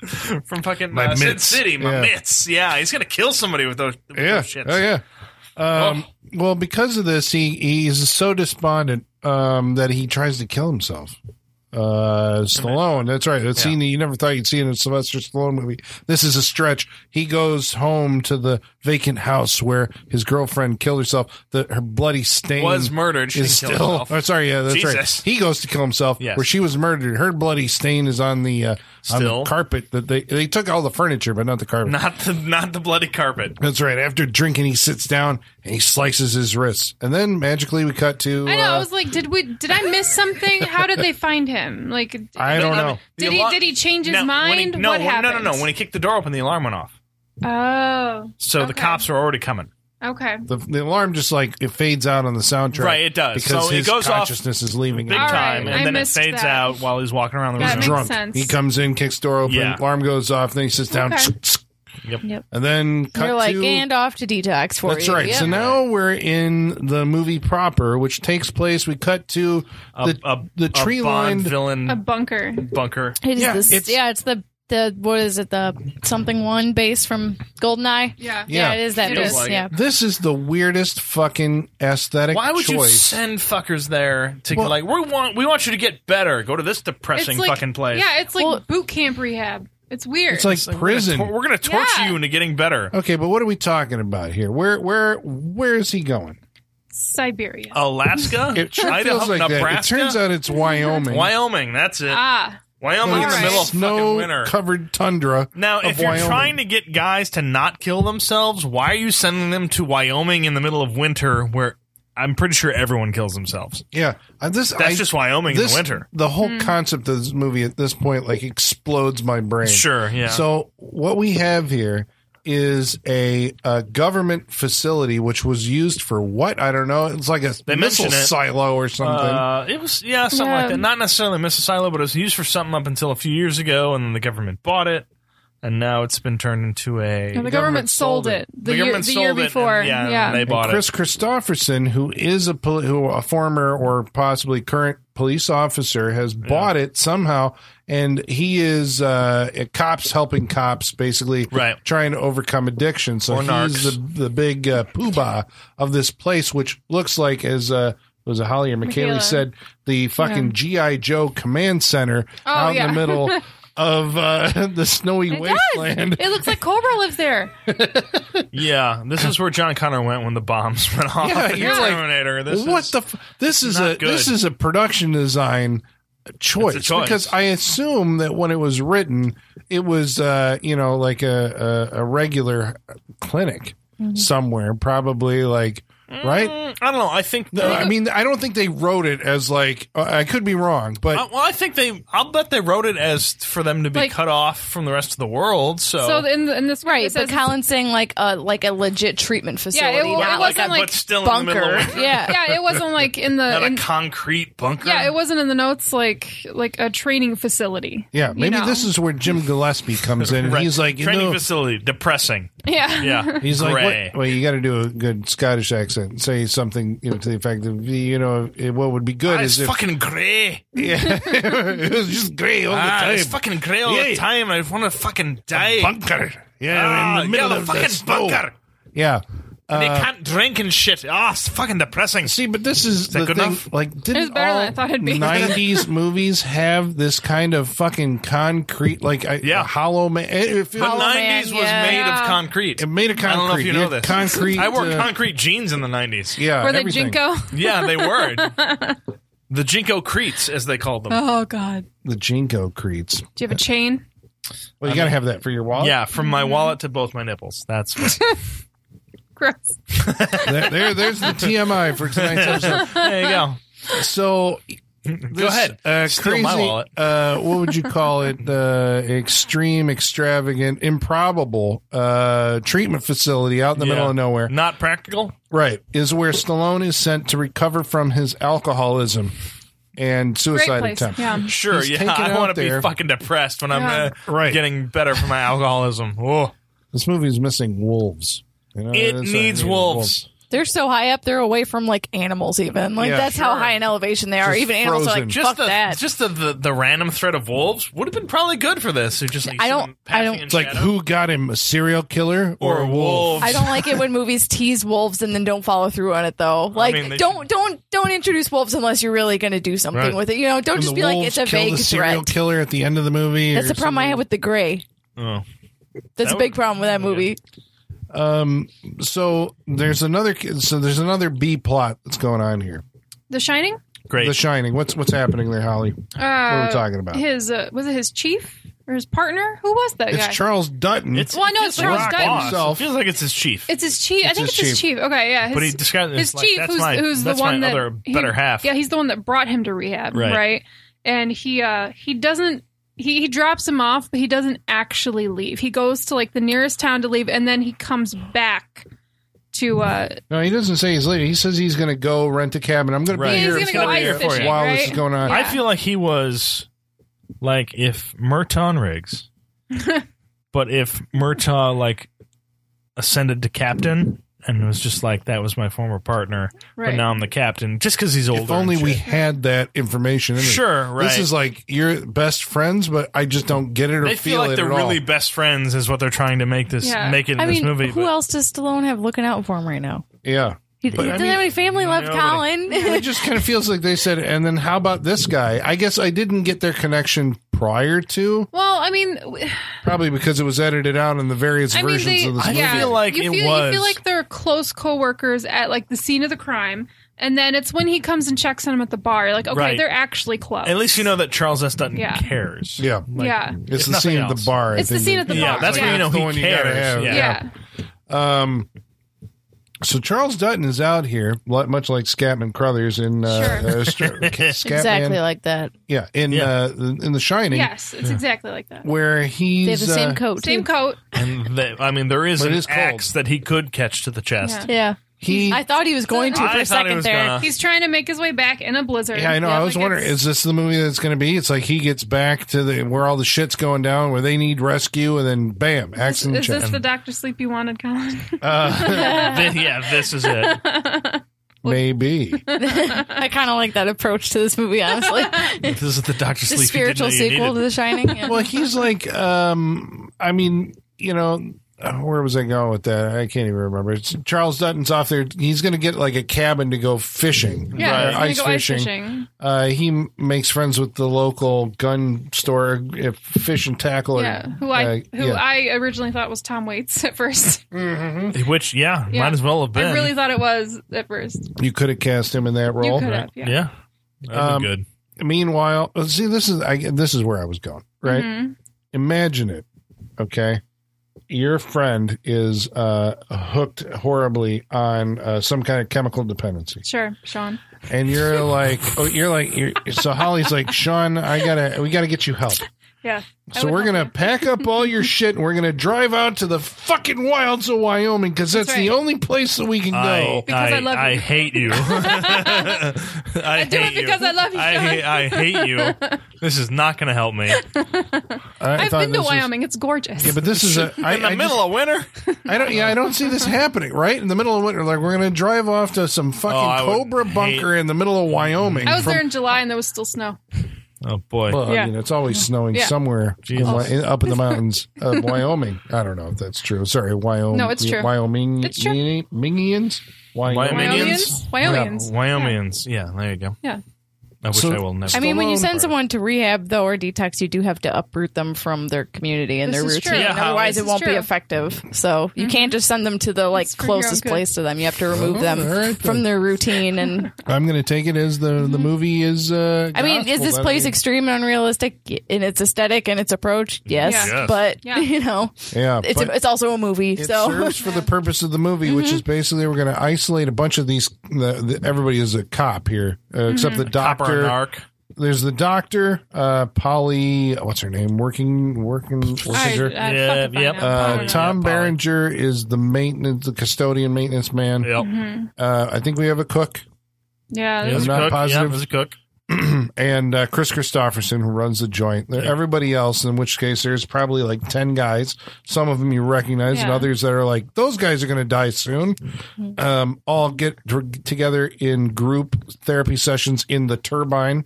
[SPEAKER 3] from, from fucking
[SPEAKER 2] My
[SPEAKER 3] uh, Sin
[SPEAKER 2] mitts.
[SPEAKER 3] City. My
[SPEAKER 2] Yeah.
[SPEAKER 3] mitts. Yeah, he's gonna kill somebody with those. With
[SPEAKER 2] yeah.
[SPEAKER 3] Those shits.
[SPEAKER 2] Oh yeah. Um,
[SPEAKER 3] Oh.
[SPEAKER 2] Well, because of this, he he's so despondent um, that he tries to kill himself. Uh, Stallone. That's right. That scene that you never thought you'd see in a Sylvester Stallone movie. This is a stretch. He goes home to the vacant house where his girlfriend killed herself. The her bloody stain
[SPEAKER 3] Was murdered. She
[SPEAKER 2] is
[SPEAKER 3] didn't kill
[SPEAKER 2] still.
[SPEAKER 3] herself.
[SPEAKER 2] Oh, sorry. Yeah, that's
[SPEAKER 3] Jesus.
[SPEAKER 2] right. He goes to kill himself.
[SPEAKER 3] Yes.
[SPEAKER 2] Where she was murdered. Her bloody stain is on the uh, on the
[SPEAKER 3] Still.
[SPEAKER 2] carpet that they they took all the furniture, but not the carpet.
[SPEAKER 3] Not the not the bloody carpet.
[SPEAKER 2] That's right. After drinking, he sits down and he slices his wrists, and then magically we cut to.
[SPEAKER 4] I know. I
[SPEAKER 2] uh,
[SPEAKER 4] was like, did we? Did I miss something? How did they find him? Like, did
[SPEAKER 2] I don't know.
[SPEAKER 3] The
[SPEAKER 4] he?
[SPEAKER 3] alar-
[SPEAKER 4] Did he change his
[SPEAKER 3] Now, when
[SPEAKER 4] mind?
[SPEAKER 3] he- no,
[SPEAKER 4] what
[SPEAKER 3] when-
[SPEAKER 4] happened?
[SPEAKER 3] no, no, no. When he kicked the door open, the alarm went off.
[SPEAKER 4] oh,
[SPEAKER 3] So the
[SPEAKER 4] Okay.
[SPEAKER 3] cops are already coming.
[SPEAKER 4] Okay.
[SPEAKER 2] The, the alarm just like it fades out on the soundtrack.
[SPEAKER 3] Right, it does.
[SPEAKER 2] Because
[SPEAKER 3] So it
[SPEAKER 2] his
[SPEAKER 3] goes off
[SPEAKER 2] consciousness is leaving.
[SPEAKER 3] Big
[SPEAKER 2] him.
[SPEAKER 4] All
[SPEAKER 3] time,
[SPEAKER 4] right,
[SPEAKER 3] and
[SPEAKER 4] I
[SPEAKER 3] then it
[SPEAKER 4] missed
[SPEAKER 3] fades
[SPEAKER 4] that.
[SPEAKER 3] out while he's walking around the
[SPEAKER 4] That
[SPEAKER 3] room.
[SPEAKER 4] makes
[SPEAKER 2] drunk.
[SPEAKER 4] sense.
[SPEAKER 2] He comes in, kicks door open,
[SPEAKER 3] Yeah.
[SPEAKER 2] alarm goes off, then he sits down,
[SPEAKER 4] Okay.
[SPEAKER 3] Yep.
[SPEAKER 5] Yep.
[SPEAKER 2] and then cut
[SPEAKER 5] You're like,
[SPEAKER 2] to.
[SPEAKER 5] and off to detox for
[SPEAKER 2] that's
[SPEAKER 5] you.
[SPEAKER 2] right.
[SPEAKER 5] Yep.
[SPEAKER 2] So now we're in the movie proper, which takes place. We cut to the
[SPEAKER 3] a, a,
[SPEAKER 2] the
[SPEAKER 3] a
[SPEAKER 2] tree
[SPEAKER 3] Bond
[SPEAKER 2] lined
[SPEAKER 3] villain
[SPEAKER 4] A bunker.
[SPEAKER 3] bunker.
[SPEAKER 5] It is
[SPEAKER 2] Yeah,
[SPEAKER 5] yeah, this,
[SPEAKER 2] it's-
[SPEAKER 5] yeah, it's the the what is it the something one base from Goldeneye?
[SPEAKER 4] Yeah.
[SPEAKER 2] Yeah.
[SPEAKER 5] it is that
[SPEAKER 3] Feels
[SPEAKER 5] base.
[SPEAKER 3] like it.
[SPEAKER 5] yeah,
[SPEAKER 2] This is the weirdest fucking aesthetic.
[SPEAKER 3] Why would you
[SPEAKER 2] choice.
[SPEAKER 3] send fuckers there to
[SPEAKER 2] Well-
[SPEAKER 3] like we want we want you to get better? Go to this
[SPEAKER 4] It's
[SPEAKER 3] depressing
[SPEAKER 4] like,
[SPEAKER 3] fucking place.
[SPEAKER 4] Yeah, it's like
[SPEAKER 5] Well-
[SPEAKER 4] boot camp rehab. It's weird.
[SPEAKER 2] It's like
[SPEAKER 3] Like,
[SPEAKER 2] prison.
[SPEAKER 3] We're gonna, tor- we're gonna torture
[SPEAKER 4] Yeah.
[SPEAKER 3] you into getting better.
[SPEAKER 2] okay, but what are we talking about here? Where where where is he going?
[SPEAKER 4] Siberia.
[SPEAKER 3] Oh, Alaska,
[SPEAKER 2] It sure
[SPEAKER 3] Idaho,
[SPEAKER 2] feels like
[SPEAKER 3] Nebraska, Uh,
[SPEAKER 2] that. It turns out it's Wyoming.
[SPEAKER 3] Wyoming. That's it.
[SPEAKER 4] ah.
[SPEAKER 3] Wyoming in the
[SPEAKER 4] Alright.
[SPEAKER 3] middle of fucking
[SPEAKER 2] snow
[SPEAKER 3] winter.
[SPEAKER 2] covered tundra.
[SPEAKER 3] Now,
[SPEAKER 2] of
[SPEAKER 3] if you're
[SPEAKER 2] Wyoming.
[SPEAKER 3] trying to get guys to not kill themselves, why are you sending them to Wyoming in the middle of winter where I'm pretty sure everyone kills themselves?
[SPEAKER 2] yeah, I- this
[SPEAKER 3] That's
[SPEAKER 2] I-
[SPEAKER 3] just Wyoming
[SPEAKER 2] this,
[SPEAKER 3] in the winter.
[SPEAKER 2] The whole concept of this movie at this point like explodes my brain.
[SPEAKER 3] Sure, yeah.
[SPEAKER 2] So what we have here is a, a government facility which was used for what I don't know. It's like a
[SPEAKER 3] They
[SPEAKER 2] missile
[SPEAKER 3] mention it.
[SPEAKER 2] silo or something.
[SPEAKER 3] Uh, it was yeah, something like
[SPEAKER 5] Yeah.
[SPEAKER 3] that. Not necessarily Mrs. Silo, but it was used for something up until a few years ago, and then the government bought it, and now it's been turned into a.
[SPEAKER 4] No, the, government sold it the, year,
[SPEAKER 3] government
[SPEAKER 4] the
[SPEAKER 3] sold
[SPEAKER 4] year
[SPEAKER 3] it, and-
[SPEAKER 4] before.
[SPEAKER 3] yeah, and
[SPEAKER 4] yeah.
[SPEAKER 3] they
[SPEAKER 2] And
[SPEAKER 3] bought
[SPEAKER 2] Chris Christopherson, who is a poli- who a former or possibly current police officer, has bought it somehow, and he is uh, a cops helping cops, basically
[SPEAKER 3] Right.
[SPEAKER 2] trying to overcome addiction. So
[SPEAKER 3] Or
[SPEAKER 2] he's
[SPEAKER 3] narcs.
[SPEAKER 2] the the big uh, poobah of this place, which looks like as uh, was a Holly or McKaylee
[SPEAKER 4] Michaela.
[SPEAKER 2] said the fucking GI Joe command center
[SPEAKER 4] Oh,
[SPEAKER 2] out in
[SPEAKER 4] yeah.
[SPEAKER 2] the middle. Of uh, the snowy
[SPEAKER 4] It
[SPEAKER 2] wasteland.
[SPEAKER 4] does. It looks like Cobra lives there.
[SPEAKER 3] it. Yeah, this is where John Connor went when the bombs went off.
[SPEAKER 2] Yeah,
[SPEAKER 3] in
[SPEAKER 2] you're like,
[SPEAKER 3] Terminator. This
[SPEAKER 2] what
[SPEAKER 3] is-
[SPEAKER 2] the? F- this is
[SPEAKER 3] not
[SPEAKER 2] a
[SPEAKER 3] good.
[SPEAKER 2] this is a production design choice,
[SPEAKER 3] It's a choice.
[SPEAKER 2] because I assume that when it was written, it was uh, you know like a a, a regular clinic somewhere, probably like right.
[SPEAKER 3] Mm, I don't know. I think
[SPEAKER 2] No, I mean, I don't think they wrote it as like uh, I could be wrong, but
[SPEAKER 3] Uh, well, I think they. I'll bet they wrote it as for them to be
[SPEAKER 4] Like-
[SPEAKER 3] cut off from the rest of the world. So,
[SPEAKER 4] So in the, in this
[SPEAKER 5] right. But
[SPEAKER 4] says,
[SPEAKER 5] Colin's saying like a like a legit treatment facility,
[SPEAKER 4] it wa-
[SPEAKER 5] not
[SPEAKER 4] it
[SPEAKER 5] like
[SPEAKER 4] wasn't
[SPEAKER 5] a
[SPEAKER 4] like
[SPEAKER 3] but still in the
[SPEAKER 5] bunker.
[SPEAKER 3] middle of winter.
[SPEAKER 5] yeah,
[SPEAKER 4] yeah, it wasn't like in the
[SPEAKER 3] Not
[SPEAKER 4] in-
[SPEAKER 3] a concrete bunker.
[SPEAKER 4] yeah, it wasn't in the notes like like a training facility.
[SPEAKER 2] yeah, maybe
[SPEAKER 4] know.
[SPEAKER 2] this is where Jim Gillespie comes in, and
[SPEAKER 3] Right.
[SPEAKER 2] he's like, you
[SPEAKER 3] training
[SPEAKER 2] know,
[SPEAKER 3] facility, depressing.
[SPEAKER 4] Yeah,
[SPEAKER 3] Yeah,
[SPEAKER 2] He's like,
[SPEAKER 3] Gray.
[SPEAKER 2] what? well, you got to do a good Scottish accent. and Say something, you know, to the effect of, you know, it- what would be good
[SPEAKER 3] Ah,
[SPEAKER 2] is
[SPEAKER 3] it's
[SPEAKER 2] if
[SPEAKER 3] fucking gray.
[SPEAKER 2] Yeah, it was just great all
[SPEAKER 3] Ah,
[SPEAKER 2] the
[SPEAKER 3] it's
[SPEAKER 2] time.
[SPEAKER 3] fucking gray all
[SPEAKER 2] Yeah.
[SPEAKER 3] the time. I want to fucking die.
[SPEAKER 2] bunker. Yeah,
[SPEAKER 3] Ah,
[SPEAKER 2] in the middle
[SPEAKER 3] yeah, the
[SPEAKER 2] of
[SPEAKER 3] fucking
[SPEAKER 2] the snow.
[SPEAKER 3] bunker.
[SPEAKER 2] Yeah.
[SPEAKER 3] And they can't drink and shit. Ah, it's fucking depressing.
[SPEAKER 2] See, but this is, the
[SPEAKER 3] that good
[SPEAKER 2] thing.
[SPEAKER 3] enough?
[SPEAKER 2] Like,
[SPEAKER 4] It
[SPEAKER 2] didn't
[SPEAKER 4] was better
[SPEAKER 2] all
[SPEAKER 4] than I thought it'd be.
[SPEAKER 2] 90s movies have this kind of fucking concrete, like, I,
[SPEAKER 3] Yeah.
[SPEAKER 2] a hollow man? It, it
[SPEAKER 3] The
[SPEAKER 2] feels-
[SPEAKER 5] Hollow Man,
[SPEAKER 3] nineties was
[SPEAKER 5] yeah.
[SPEAKER 3] made of
[SPEAKER 4] Oh, Yeah.
[SPEAKER 3] concrete.
[SPEAKER 2] It made of
[SPEAKER 3] I don't know if
[SPEAKER 2] concrete.
[SPEAKER 3] you
[SPEAKER 2] Yeah,
[SPEAKER 3] know this.
[SPEAKER 2] concrete,
[SPEAKER 3] I wore
[SPEAKER 2] uh,
[SPEAKER 3] concrete jeans in the nineties.
[SPEAKER 2] yeah,
[SPEAKER 4] were they
[SPEAKER 2] everything.
[SPEAKER 4] Jinko?
[SPEAKER 3] Yeah, they were. the Jinko Cretes, as they called them.
[SPEAKER 4] Oh God,
[SPEAKER 2] The Jinko creeds.
[SPEAKER 4] do you have a chain?
[SPEAKER 2] Well, you got to have that for your wallet.
[SPEAKER 3] Yeah, from my wallet to both my nipples. That's what.
[SPEAKER 4] Gross.
[SPEAKER 2] there, there- there's the TMI for tonight's episode.
[SPEAKER 3] there you go.
[SPEAKER 2] So
[SPEAKER 3] go ahead.
[SPEAKER 2] Uh,
[SPEAKER 3] Steal
[SPEAKER 2] crazy.
[SPEAKER 3] my wallet.
[SPEAKER 2] Uh, what would you call it? Uh, extreme, extravagant, improbable uh, treatment facility out in the
[SPEAKER 3] Yeah.
[SPEAKER 2] middle of nowhere.
[SPEAKER 3] Not practical.
[SPEAKER 2] Right is where Stallone is sent to recover from his alcoholism and
[SPEAKER 4] Great
[SPEAKER 2] suicide
[SPEAKER 4] place.
[SPEAKER 2] attempt.
[SPEAKER 4] Yeah.
[SPEAKER 3] Sure.
[SPEAKER 2] He's
[SPEAKER 3] yeah,
[SPEAKER 2] taken
[SPEAKER 3] I
[SPEAKER 2] out
[SPEAKER 3] want to be
[SPEAKER 2] there.
[SPEAKER 3] fucking depressed when I'm uh,
[SPEAKER 2] Yeah. Right.
[SPEAKER 3] getting better from my alcoholism. Oh,
[SPEAKER 2] This movie is missing wolves. You know, that's
[SPEAKER 3] it
[SPEAKER 2] what I
[SPEAKER 3] needs
[SPEAKER 2] mean,
[SPEAKER 3] wolves.
[SPEAKER 5] They're so high up, they're away from like animals. Even like
[SPEAKER 2] Yeah,
[SPEAKER 5] that's how
[SPEAKER 3] sure.
[SPEAKER 5] high in elevation they are.
[SPEAKER 2] Just
[SPEAKER 5] even animals are
[SPEAKER 2] frozen.
[SPEAKER 5] like
[SPEAKER 3] Just
[SPEAKER 5] fuck
[SPEAKER 3] the
[SPEAKER 5] that.
[SPEAKER 3] just the, the the random threat of wolves would have been probably good for this. It just like,
[SPEAKER 5] I
[SPEAKER 3] see
[SPEAKER 5] don't-
[SPEAKER 3] them passing
[SPEAKER 5] I don't-
[SPEAKER 3] in
[SPEAKER 2] It's like
[SPEAKER 3] shadow.
[SPEAKER 2] who got him? A serial killer or,
[SPEAKER 3] or
[SPEAKER 2] a wolf?
[SPEAKER 3] wolves.
[SPEAKER 5] I don't like it when movies tease wolves and then don't follow through on it though. Like
[SPEAKER 3] mean, they
[SPEAKER 5] don't don't don't introduce wolves unless you're really going to do something
[SPEAKER 3] Right.
[SPEAKER 5] with it. You know, don't
[SPEAKER 2] When
[SPEAKER 5] just
[SPEAKER 2] the
[SPEAKER 5] be like
[SPEAKER 2] wolves
[SPEAKER 5] it's a
[SPEAKER 2] kill
[SPEAKER 5] vague
[SPEAKER 2] the serial
[SPEAKER 5] threat.
[SPEAKER 2] killer at the end of the movie.
[SPEAKER 5] That's
[SPEAKER 2] or
[SPEAKER 5] the problem I
[SPEAKER 2] something.
[SPEAKER 5] had with the gray.
[SPEAKER 3] Oh.
[SPEAKER 5] That's
[SPEAKER 3] That
[SPEAKER 5] a big
[SPEAKER 3] would-
[SPEAKER 5] problem with that
[SPEAKER 3] yeah.
[SPEAKER 5] movie.
[SPEAKER 2] Um, So there's another. So there's another B plot that's going on here.
[SPEAKER 4] The Shining.
[SPEAKER 3] Great.
[SPEAKER 2] The Shining. What's what's happening there, Holly?
[SPEAKER 4] Uh,
[SPEAKER 2] What are we talking about?
[SPEAKER 4] His uh, was it his chief or his partner? Who was that
[SPEAKER 2] It's
[SPEAKER 4] guy?
[SPEAKER 2] Charles Dutton.
[SPEAKER 3] It's
[SPEAKER 4] Well, I know it's
[SPEAKER 3] it feels
[SPEAKER 4] Charles
[SPEAKER 3] like
[SPEAKER 4] Dutton.
[SPEAKER 3] boss.
[SPEAKER 2] Himself.
[SPEAKER 3] It feels like it's his chief.
[SPEAKER 4] It's his chief. I think
[SPEAKER 2] his
[SPEAKER 4] it's his chief. Okay, yeah. His,
[SPEAKER 3] but he described it
[SPEAKER 4] his
[SPEAKER 3] as like,
[SPEAKER 4] chief,
[SPEAKER 3] that's
[SPEAKER 4] who's,
[SPEAKER 3] my,
[SPEAKER 4] who's
[SPEAKER 3] that's
[SPEAKER 4] the one
[SPEAKER 3] my
[SPEAKER 4] that
[SPEAKER 3] other
[SPEAKER 4] he-
[SPEAKER 3] better half.
[SPEAKER 4] Yeah, he's the one that brought him to rehab,
[SPEAKER 3] Right.
[SPEAKER 4] right? And he uh he doesn't he, he drops him off, but he doesn't actually leave. He goes to like the nearest town to leave, and then he comes back to uh,
[SPEAKER 2] No, he doesn't say he's leaving. He says he's going to go rent a cabin. I'm going
[SPEAKER 3] Right.
[SPEAKER 2] to
[SPEAKER 4] yeah,
[SPEAKER 2] be
[SPEAKER 4] he's
[SPEAKER 2] here
[SPEAKER 4] gonna
[SPEAKER 3] gonna
[SPEAKER 4] go
[SPEAKER 3] be
[SPEAKER 4] ice
[SPEAKER 3] here for you.
[SPEAKER 4] fishing,
[SPEAKER 2] while
[SPEAKER 4] right?
[SPEAKER 2] this is going on.
[SPEAKER 3] I
[SPEAKER 4] Yeah.
[SPEAKER 3] feel like he was like if Murtaugh rigs, but if Murtaugh like ascended to captain and was just like that was my former partner,
[SPEAKER 4] Right.
[SPEAKER 3] but now I'm the captain just because he's older.
[SPEAKER 2] If only
[SPEAKER 3] and
[SPEAKER 2] we
[SPEAKER 3] shit.
[SPEAKER 2] had that information. in it.
[SPEAKER 3] sure right.
[SPEAKER 2] This is like you're best friends, but I just don't get it or
[SPEAKER 3] they feel like
[SPEAKER 2] it
[SPEAKER 3] they're
[SPEAKER 2] at all.
[SPEAKER 3] really best friends is what they're trying to make this
[SPEAKER 4] Yeah.
[SPEAKER 3] make it in
[SPEAKER 5] I
[SPEAKER 3] this
[SPEAKER 5] mean,
[SPEAKER 3] movie.
[SPEAKER 5] who
[SPEAKER 3] but-
[SPEAKER 5] else does Stallone have looking out for him right now?
[SPEAKER 2] Yeah.
[SPEAKER 5] He,
[SPEAKER 3] But,
[SPEAKER 5] he
[SPEAKER 3] I
[SPEAKER 5] doesn't
[SPEAKER 3] mean,
[SPEAKER 5] have any family left,
[SPEAKER 3] nobody-
[SPEAKER 5] Colin.
[SPEAKER 2] It just kind of feels like they said, and then how about this guy? I guess I didn't get their connection prior to,
[SPEAKER 4] Well, I mean, w-
[SPEAKER 2] probably because it was edited out in the various
[SPEAKER 4] I mean,
[SPEAKER 2] versions
[SPEAKER 4] they,
[SPEAKER 2] of this
[SPEAKER 3] I
[SPEAKER 2] movie.
[SPEAKER 4] yeah,
[SPEAKER 3] feel like
[SPEAKER 4] you
[SPEAKER 3] it
[SPEAKER 4] feel, You
[SPEAKER 3] was-
[SPEAKER 4] feel like they're close coworkers at like the scene of the crime, and then it's when he comes and checks on him at the bar. Like, okay,
[SPEAKER 3] Right.
[SPEAKER 4] they're actually close.
[SPEAKER 3] At least you know that Charles S. Dutton
[SPEAKER 4] Yeah.
[SPEAKER 3] cares.
[SPEAKER 2] Yeah.
[SPEAKER 3] Like,
[SPEAKER 4] yeah,
[SPEAKER 2] It's
[SPEAKER 3] if
[SPEAKER 2] the
[SPEAKER 3] nothing
[SPEAKER 2] scene at the
[SPEAKER 3] else.
[SPEAKER 2] bar. I
[SPEAKER 4] It's the
[SPEAKER 2] think,
[SPEAKER 4] scene
[SPEAKER 2] that-
[SPEAKER 4] at the
[SPEAKER 3] Yeah,
[SPEAKER 4] bar.
[SPEAKER 3] that's
[SPEAKER 4] yeah.
[SPEAKER 3] when you know
[SPEAKER 2] The
[SPEAKER 3] he
[SPEAKER 2] one you gotta
[SPEAKER 3] cares.
[SPEAKER 2] have,
[SPEAKER 3] yeah.
[SPEAKER 4] Yeah,
[SPEAKER 2] Um, so Charles Dutton is out here, li- much like Scatman Crothers in uh,
[SPEAKER 4] Sure.
[SPEAKER 2] uh, Str- Scatman,
[SPEAKER 5] exactly like that.
[SPEAKER 2] yeah, in
[SPEAKER 3] Yeah.
[SPEAKER 2] Uh, in The Shining,
[SPEAKER 4] yes, it's exactly like that.
[SPEAKER 2] where he's
[SPEAKER 5] They have the
[SPEAKER 2] uh,
[SPEAKER 5] same coat.
[SPEAKER 4] Same
[SPEAKER 5] too.
[SPEAKER 4] coat.
[SPEAKER 3] And they, I mean, there is
[SPEAKER 2] But
[SPEAKER 3] an
[SPEAKER 2] it is cold.
[SPEAKER 3] axe that he could catch to the chest.
[SPEAKER 4] Yeah.
[SPEAKER 5] Yeah.
[SPEAKER 2] He,
[SPEAKER 5] I thought he was going to
[SPEAKER 3] I
[SPEAKER 5] for a
[SPEAKER 3] thought he
[SPEAKER 5] second
[SPEAKER 3] was
[SPEAKER 5] there.
[SPEAKER 3] gonna.
[SPEAKER 4] He's trying to make his way back in a blizzard.
[SPEAKER 2] yeah, I know.
[SPEAKER 4] Yeah,
[SPEAKER 2] I was
[SPEAKER 4] like,
[SPEAKER 2] wondering,
[SPEAKER 4] it's-
[SPEAKER 2] is this the movie that's going to be? It's like he gets back to the where all the shit's going down, where they need rescue, and then bam, axe in the
[SPEAKER 4] is
[SPEAKER 2] chest.
[SPEAKER 4] this the Doctor Sleep you wanted, Colin?
[SPEAKER 2] Uh,
[SPEAKER 3] Th- yeah, this is it.
[SPEAKER 2] maybe.
[SPEAKER 5] I kind of like that approach to this movie, honestly. the
[SPEAKER 3] This is the Doctor Sleep. you
[SPEAKER 5] spiritual
[SPEAKER 3] didn't know you
[SPEAKER 5] sequel to
[SPEAKER 3] needed.
[SPEAKER 5] The Shining. yeah.
[SPEAKER 2] Well, he's like, um, I mean, you know, uh, where was I going with that? I can't even remember. It's, Charles Dutton's off there. He's going to get like a cabin to go fishing.
[SPEAKER 4] yeah,
[SPEAKER 2] uh,
[SPEAKER 4] he's gonna
[SPEAKER 2] ice,
[SPEAKER 4] go
[SPEAKER 2] fishing.
[SPEAKER 4] ice fishing.
[SPEAKER 2] Uh, he m- makes friends with the local gun store, uh, fish and tackle.
[SPEAKER 4] Yeah, who I
[SPEAKER 2] uh,
[SPEAKER 4] who
[SPEAKER 2] yeah. Mm-hmm.
[SPEAKER 4] I originally thought was Tom Waits at first.
[SPEAKER 3] Which, yeah,
[SPEAKER 4] Yeah.
[SPEAKER 3] might as well have been.
[SPEAKER 4] I really thought it was at first.
[SPEAKER 2] you could have cast him in that role.
[SPEAKER 4] You could have, yeah.
[SPEAKER 3] yeah. That'd
[SPEAKER 2] Um,
[SPEAKER 3] be good.
[SPEAKER 2] meanwhile, uh, see, this is I, this is where I was going. Right?
[SPEAKER 4] Mhm.
[SPEAKER 2] Imagine it. Okay, your friend is uh, hooked horribly on uh, some kind of chemical dependency,
[SPEAKER 4] Sure, Sean.
[SPEAKER 2] and you're like, oh, you're like, you're, so Holly's like, Sean, I gotta, we gotta get you help.
[SPEAKER 4] Yeah. I
[SPEAKER 2] So
[SPEAKER 4] would
[SPEAKER 2] we're
[SPEAKER 4] help
[SPEAKER 2] gonna
[SPEAKER 4] you.
[SPEAKER 2] pack up all your shit and we're gonna drive out to the fucking wilds of Wyoming because that's,
[SPEAKER 4] That's
[SPEAKER 2] the
[SPEAKER 4] right.
[SPEAKER 2] only place that we can
[SPEAKER 3] I,
[SPEAKER 2] go.
[SPEAKER 4] Because I
[SPEAKER 3] I,
[SPEAKER 4] love you.
[SPEAKER 3] I hate you. I,
[SPEAKER 4] do it
[SPEAKER 3] hate
[SPEAKER 4] because I love you,
[SPEAKER 3] I
[SPEAKER 4] Sean.
[SPEAKER 3] hate, I hate you. This is not going to help me.
[SPEAKER 2] I
[SPEAKER 4] I've
[SPEAKER 2] thought
[SPEAKER 4] been to
[SPEAKER 2] this was-
[SPEAKER 4] Wyoming. It's gorgeous.
[SPEAKER 2] yeah, but this is a I-
[SPEAKER 3] In the
[SPEAKER 2] I just-
[SPEAKER 3] middle of winter?
[SPEAKER 2] I don't. Yeah, I don't see this happening. Right in the middle of winter, like we're gonna drive off to some
[SPEAKER 3] Oh, I
[SPEAKER 2] fucking
[SPEAKER 3] would
[SPEAKER 2] cobra
[SPEAKER 3] hate-
[SPEAKER 2] bunker in the middle of Wyoming.
[SPEAKER 4] I was
[SPEAKER 2] from-
[SPEAKER 4] there in July and there was still snow.
[SPEAKER 3] Oh, boy.
[SPEAKER 2] Well,
[SPEAKER 4] Yeah.
[SPEAKER 2] I mean, it's always snowing
[SPEAKER 4] Yeah.
[SPEAKER 2] somewhere in,
[SPEAKER 3] Jesus.
[SPEAKER 2] Wy- up in the mountains of Wyoming. I don't know if that's true. Sorry, Wyoming.
[SPEAKER 4] No, it's true.
[SPEAKER 2] Wyoming.
[SPEAKER 4] It's true.
[SPEAKER 2] Mingians.
[SPEAKER 3] Wyominians?
[SPEAKER 4] Wyomings? Wyomings.
[SPEAKER 3] Wyomians. Yeah. there you go.
[SPEAKER 4] Yeah.
[SPEAKER 3] I wish
[SPEAKER 2] So-
[SPEAKER 3] I will never.
[SPEAKER 5] I mean, when you
[SPEAKER 2] Stallone
[SPEAKER 5] send
[SPEAKER 2] part.
[SPEAKER 5] someone to rehab, though, or detox, you do have to uproot them from their community and
[SPEAKER 4] This
[SPEAKER 5] their
[SPEAKER 4] is true.
[SPEAKER 5] routine.
[SPEAKER 3] Yeah, how-
[SPEAKER 5] Otherwise,
[SPEAKER 4] this
[SPEAKER 5] it
[SPEAKER 4] is
[SPEAKER 5] won't be
[SPEAKER 4] true.
[SPEAKER 5] effective. So you can't just send them to the like
[SPEAKER 4] It's for your own
[SPEAKER 5] closest
[SPEAKER 4] good.
[SPEAKER 5] place to them. You have to remove
[SPEAKER 2] Oh,
[SPEAKER 5] them
[SPEAKER 2] all right,
[SPEAKER 5] from
[SPEAKER 2] then.
[SPEAKER 5] their routine. And
[SPEAKER 2] I'm going to take it as the the movie is. Uh,
[SPEAKER 5] Mm-hmm. I mean, is
[SPEAKER 2] gospel.
[SPEAKER 5] this
[SPEAKER 2] That
[SPEAKER 5] place
[SPEAKER 2] means-
[SPEAKER 5] extreme and unrealistic in its aesthetic and its approach? Yes,
[SPEAKER 4] Yeah.
[SPEAKER 3] Yes.
[SPEAKER 5] but
[SPEAKER 4] Yeah.
[SPEAKER 5] you know,
[SPEAKER 2] yeah,
[SPEAKER 5] it's
[SPEAKER 2] but
[SPEAKER 5] a, it's also a movie.
[SPEAKER 2] it
[SPEAKER 5] so Mm-hmm.
[SPEAKER 2] serves for the purpose of the movie, which is basically we're going to isolate a bunch of these. The, the, everybody is a cop here, uh, except the
[SPEAKER 3] Copper
[SPEAKER 2] doctor.
[SPEAKER 3] and Arc.
[SPEAKER 2] there's the doctor, uh, Polly, what's her name? Working, working, working
[SPEAKER 4] I,
[SPEAKER 2] her.
[SPEAKER 4] I
[SPEAKER 3] Yeah,
[SPEAKER 4] fucking find
[SPEAKER 3] yep.
[SPEAKER 4] out. I
[SPEAKER 2] Uh,
[SPEAKER 4] don't know.
[SPEAKER 2] Tom
[SPEAKER 3] Yeah, Polly.
[SPEAKER 2] Berenger is the maintenance, the custodian maintenance man.
[SPEAKER 3] Yep.
[SPEAKER 2] Uh, I think we have a cook
[SPEAKER 4] Mm-hmm. Yeah,
[SPEAKER 3] Yeah,
[SPEAKER 4] there's-
[SPEAKER 3] there's a
[SPEAKER 2] not
[SPEAKER 3] cook.
[SPEAKER 2] positive.
[SPEAKER 3] Yeah, there's a cook.
[SPEAKER 2] and uh, Chris Christopherson who runs the joint. There- Everybody else, in which case there's probably like 10 guys, some of them you recognize and
[SPEAKER 4] Yeah.
[SPEAKER 2] others that are like, those guys are going to die soon. Um, all get dr- together in group therapy sessions in the turbine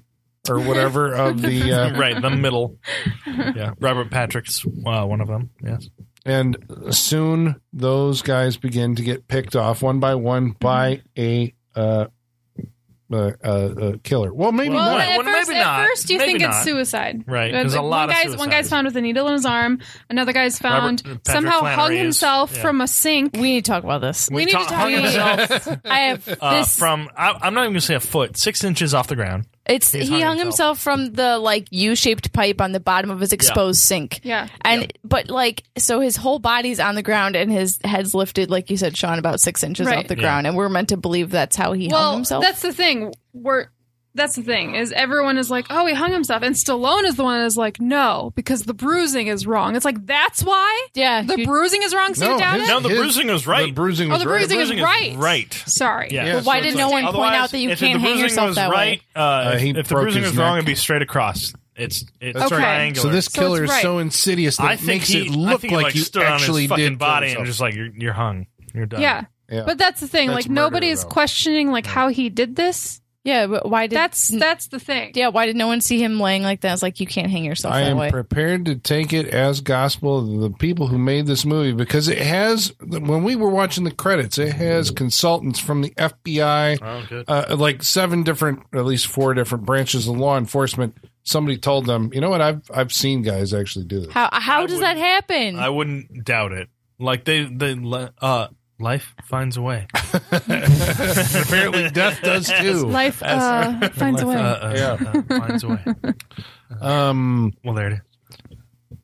[SPEAKER 2] or whatever of the, uh,
[SPEAKER 3] right, the middle. Yeah, Robert Patrick's uh, one of them. Yes,
[SPEAKER 2] And soon those guys begin to get picked off one by one by a uh, uh, uh, uh, killer. Well, maybe
[SPEAKER 4] Well,
[SPEAKER 3] Right.
[SPEAKER 2] not.
[SPEAKER 4] at,
[SPEAKER 3] Well,
[SPEAKER 4] first,
[SPEAKER 3] maybe
[SPEAKER 4] at
[SPEAKER 3] not.
[SPEAKER 4] first you
[SPEAKER 3] Maybe
[SPEAKER 4] think
[SPEAKER 3] not.
[SPEAKER 4] it's suicide.
[SPEAKER 3] Right,
[SPEAKER 4] Uh,
[SPEAKER 3] there's a lot
[SPEAKER 4] one
[SPEAKER 3] of
[SPEAKER 4] guy's, One guy's
[SPEAKER 3] suicides.
[SPEAKER 4] found with a needle in his arm. Another guy's found
[SPEAKER 3] Robert- uh, Patrick
[SPEAKER 4] somehow hung
[SPEAKER 3] Flannery is-
[SPEAKER 4] himself
[SPEAKER 3] yeah.
[SPEAKER 4] from a sink.
[SPEAKER 5] we need to talk about this.
[SPEAKER 4] We, need
[SPEAKER 3] ta-
[SPEAKER 4] to
[SPEAKER 3] hung
[SPEAKER 4] talk
[SPEAKER 3] himself
[SPEAKER 5] I have this.
[SPEAKER 3] uh, from I, I'm not even gonna say a foot, six inches off the ground.
[SPEAKER 5] It's he
[SPEAKER 3] hung
[SPEAKER 5] hung himself. from the like U-shaped pipe on the bottom of his exposed sink.
[SPEAKER 4] Yeah.
[SPEAKER 5] and but like so his whole body's on the ground and his head's lifted, like you said, Sean, about six inches
[SPEAKER 4] Right.
[SPEAKER 5] off the
[SPEAKER 3] Yeah.
[SPEAKER 5] ground, and we're meant to believe that's how he hung
[SPEAKER 4] Well,
[SPEAKER 5] himself.
[SPEAKER 4] that's the thing. We're that's the thing is everyone is like, oh, he hung himself, and Stallone is the one that is like, no, because the bruising is wrong. It's like that's why
[SPEAKER 5] Yeah,
[SPEAKER 4] the
[SPEAKER 5] you-
[SPEAKER 4] bruising is wrong. So you doubt
[SPEAKER 2] his-
[SPEAKER 4] it?
[SPEAKER 3] No, the
[SPEAKER 2] his-
[SPEAKER 3] bruising was right.
[SPEAKER 2] The bruising
[SPEAKER 4] Oh,
[SPEAKER 2] was
[SPEAKER 4] the
[SPEAKER 2] right.
[SPEAKER 4] bruising,
[SPEAKER 3] bruising
[SPEAKER 4] is
[SPEAKER 3] is
[SPEAKER 4] right.
[SPEAKER 3] right.
[SPEAKER 4] Sorry.
[SPEAKER 3] Yeah.
[SPEAKER 5] But why did no one point
[SPEAKER 3] Otherwise,
[SPEAKER 5] out that you
[SPEAKER 3] if the
[SPEAKER 5] can't hang
[SPEAKER 3] bruising
[SPEAKER 5] yourself
[SPEAKER 3] was
[SPEAKER 5] that
[SPEAKER 3] right,
[SPEAKER 5] way?
[SPEAKER 3] Uh,
[SPEAKER 2] Uh, he
[SPEAKER 3] if, if the
[SPEAKER 2] broke
[SPEAKER 3] bruising
[SPEAKER 2] his
[SPEAKER 3] was wrong,
[SPEAKER 2] neck.
[SPEAKER 3] it'd be straight across. It's it's
[SPEAKER 2] That's
[SPEAKER 4] right.
[SPEAKER 3] triangular.
[SPEAKER 2] So this
[SPEAKER 4] So it's
[SPEAKER 2] killer is
[SPEAKER 4] right.
[SPEAKER 2] so insidious that
[SPEAKER 3] I
[SPEAKER 2] it
[SPEAKER 3] think
[SPEAKER 2] makes
[SPEAKER 3] he,
[SPEAKER 2] it
[SPEAKER 3] I
[SPEAKER 2] look
[SPEAKER 3] think he,
[SPEAKER 2] like,
[SPEAKER 3] like
[SPEAKER 2] you
[SPEAKER 3] stood
[SPEAKER 2] actually
[SPEAKER 3] on his fucking
[SPEAKER 2] did. kill
[SPEAKER 3] body
[SPEAKER 2] yourself.
[SPEAKER 3] and just like you're you're hung, you're done.
[SPEAKER 4] Yeah.
[SPEAKER 2] Yeah.
[SPEAKER 4] But that's the thing.
[SPEAKER 2] That's
[SPEAKER 4] like
[SPEAKER 2] murder,
[SPEAKER 4] nobody's
[SPEAKER 2] though.
[SPEAKER 4] questioning like how he did this.
[SPEAKER 5] yeah, but why did
[SPEAKER 4] That's that's the thing.
[SPEAKER 5] yeah? Why did no one see him laying like that? It's like you can't hang yourself
[SPEAKER 2] I
[SPEAKER 5] that
[SPEAKER 2] am
[SPEAKER 5] way.
[SPEAKER 2] prepared to take it as gospel of the people who made this movie because it has. When we were watching the credits, it has consultants from the FBI,
[SPEAKER 3] Oh, good.
[SPEAKER 2] uh, like seven different, at least four different branches of law enforcement. Somebody told them, you know what? I've I've seen guys actually do this.
[SPEAKER 5] how
[SPEAKER 3] I
[SPEAKER 5] how does
[SPEAKER 3] would-
[SPEAKER 5] that happen?
[SPEAKER 3] Um, I wouldn't doubt it. Like they, they, le- uh, life finds a way.
[SPEAKER 2] Apparently, death does too.
[SPEAKER 4] Life uh, finds a way.
[SPEAKER 3] Uh, uh,
[SPEAKER 2] Yeah.
[SPEAKER 3] uh, finds a way.
[SPEAKER 2] Um,
[SPEAKER 3] Well, there it is.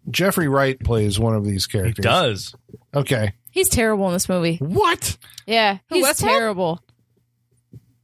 [SPEAKER 2] Jeffrey Wright plays one of these
[SPEAKER 3] He
[SPEAKER 2] characters.
[SPEAKER 3] does.
[SPEAKER 2] Okay.
[SPEAKER 5] he's terrible in this movie.
[SPEAKER 2] What?
[SPEAKER 5] Yeah,
[SPEAKER 4] Who,
[SPEAKER 5] he's
[SPEAKER 4] Westworld?
[SPEAKER 5] terrible.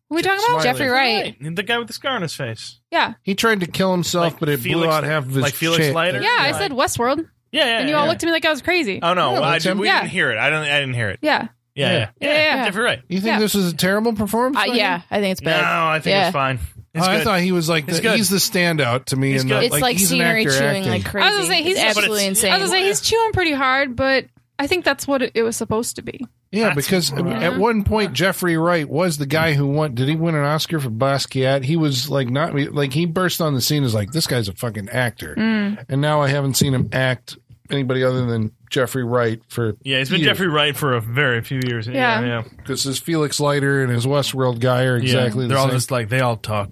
[SPEAKER 4] we talking about?
[SPEAKER 2] Smiley.
[SPEAKER 5] Jeffrey Wright.
[SPEAKER 3] The guy with the scar on his face.
[SPEAKER 4] Yeah.
[SPEAKER 2] He tried to kill himself,
[SPEAKER 3] Like
[SPEAKER 2] but it blew
[SPEAKER 3] Felix-
[SPEAKER 2] out half of his
[SPEAKER 3] like Felix
[SPEAKER 2] chin.
[SPEAKER 3] Leiter?
[SPEAKER 4] Yeah, I said Westworld,
[SPEAKER 3] Yeah, yeah.
[SPEAKER 4] and you
[SPEAKER 3] yeah.
[SPEAKER 4] all looked at me like I was crazy.
[SPEAKER 3] Oh no,
[SPEAKER 2] Yeah,
[SPEAKER 3] I
[SPEAKER 2] that's
[SPEAKER 3] did,
[SPEAKER 2] him.
[SPEAKER 3] we
[SPEAKER 4] Yeah.
[SPEAKER 3] didn't hear it. I don't. I didn't hear it.
[SPEAKER 4] yeah.
[SPEAKER 3] Yeah, yeah,
[SPEAKER 2] Yeah.
[SPEAKER 3] yeah.
[SPEAKER 4] Yeah, yeah, yeah.
[SPEAKER 3] Jeffrey Wright.
[SPEAKER 2] You think
[SPEAKER 4] Yeah.
[SPEAKER 2] this was a terrible performance? by
[SPEAKER 5] Uh,
[SPEAKER 2] him?
[SPEAKER 5] yeah, I think it's
[SPEAKER 3] No,
[SPEAKER 5] bad.
[SPEAKER 3] I think
[SPEAKER 5] Yeah.
[SPEAKER 3] it's fine. It's
[SPEAKER 2] Oh, I
[SPEAKER 3] good.
[SPEAKER 2] thought he was like
[SPEAKER 3] It's
[SPEAKER 2] the,
[SPEAKER 3] good.
[SPEAKER 2] he's the standout to me.
[SPEAKER 3] It's
[SPEAKER 2] and
[SPEAKER 3] good.
[SPEAKER 5] it's like,
[SPEAKER 2] he's an
[SPEAKER 5] scenery
[SPEAKER 2] actor
[SPEAKER 5] chewing
[SPEAKER 2] acting.
[SPEAKER 5] like crazy.
[SPEAKER 4] I was gonna say, he's-
[SPEAKER 5] it's
[SPEAKER 4] Yeah, but
[SPEAKER 5] absolutely
[SPEAKER 3] it's-
[SPEAKER 5] insane.
[SPEAKER 4] I was gonna say he's chewing pretty hard, but I think that's what it, it was supposed to be.
[SPEAKER 2] Yeah,
[SPEAKER 3] That's
[SPEAKER 2] because
[SPEAKER 3] wild.
[SPEAKER 2] at one point Jeffrey Wright was the guy who won. Did he win an Oscar for Basquiat? He was like not like he burst on the scene as like this guy's a fucking actor,
[SPEAKER 3] Mm.
[SPEAKER 5] Mm.
[SPEAKER 2] and now I haven't seen him act anybody other than Jeffrey Wright for
[SPEAKER 3] yeah, it's been
[SPEAKER 2] years.
[SPEAKER 3] Jeffrey Wright for a very few years.
[SPEAKER 4] Yeah.
[SPEAKER 3] yeah. yeah.
[SPEAKER 2] because his Felix Leiter and his Westworld guy are exactly
[SPEAKER 3] they're
[SPEAKER 2] the
[SPEAKER 3] all
[SPEAKER 2] same.
[SPEAKER 3] just like they all talk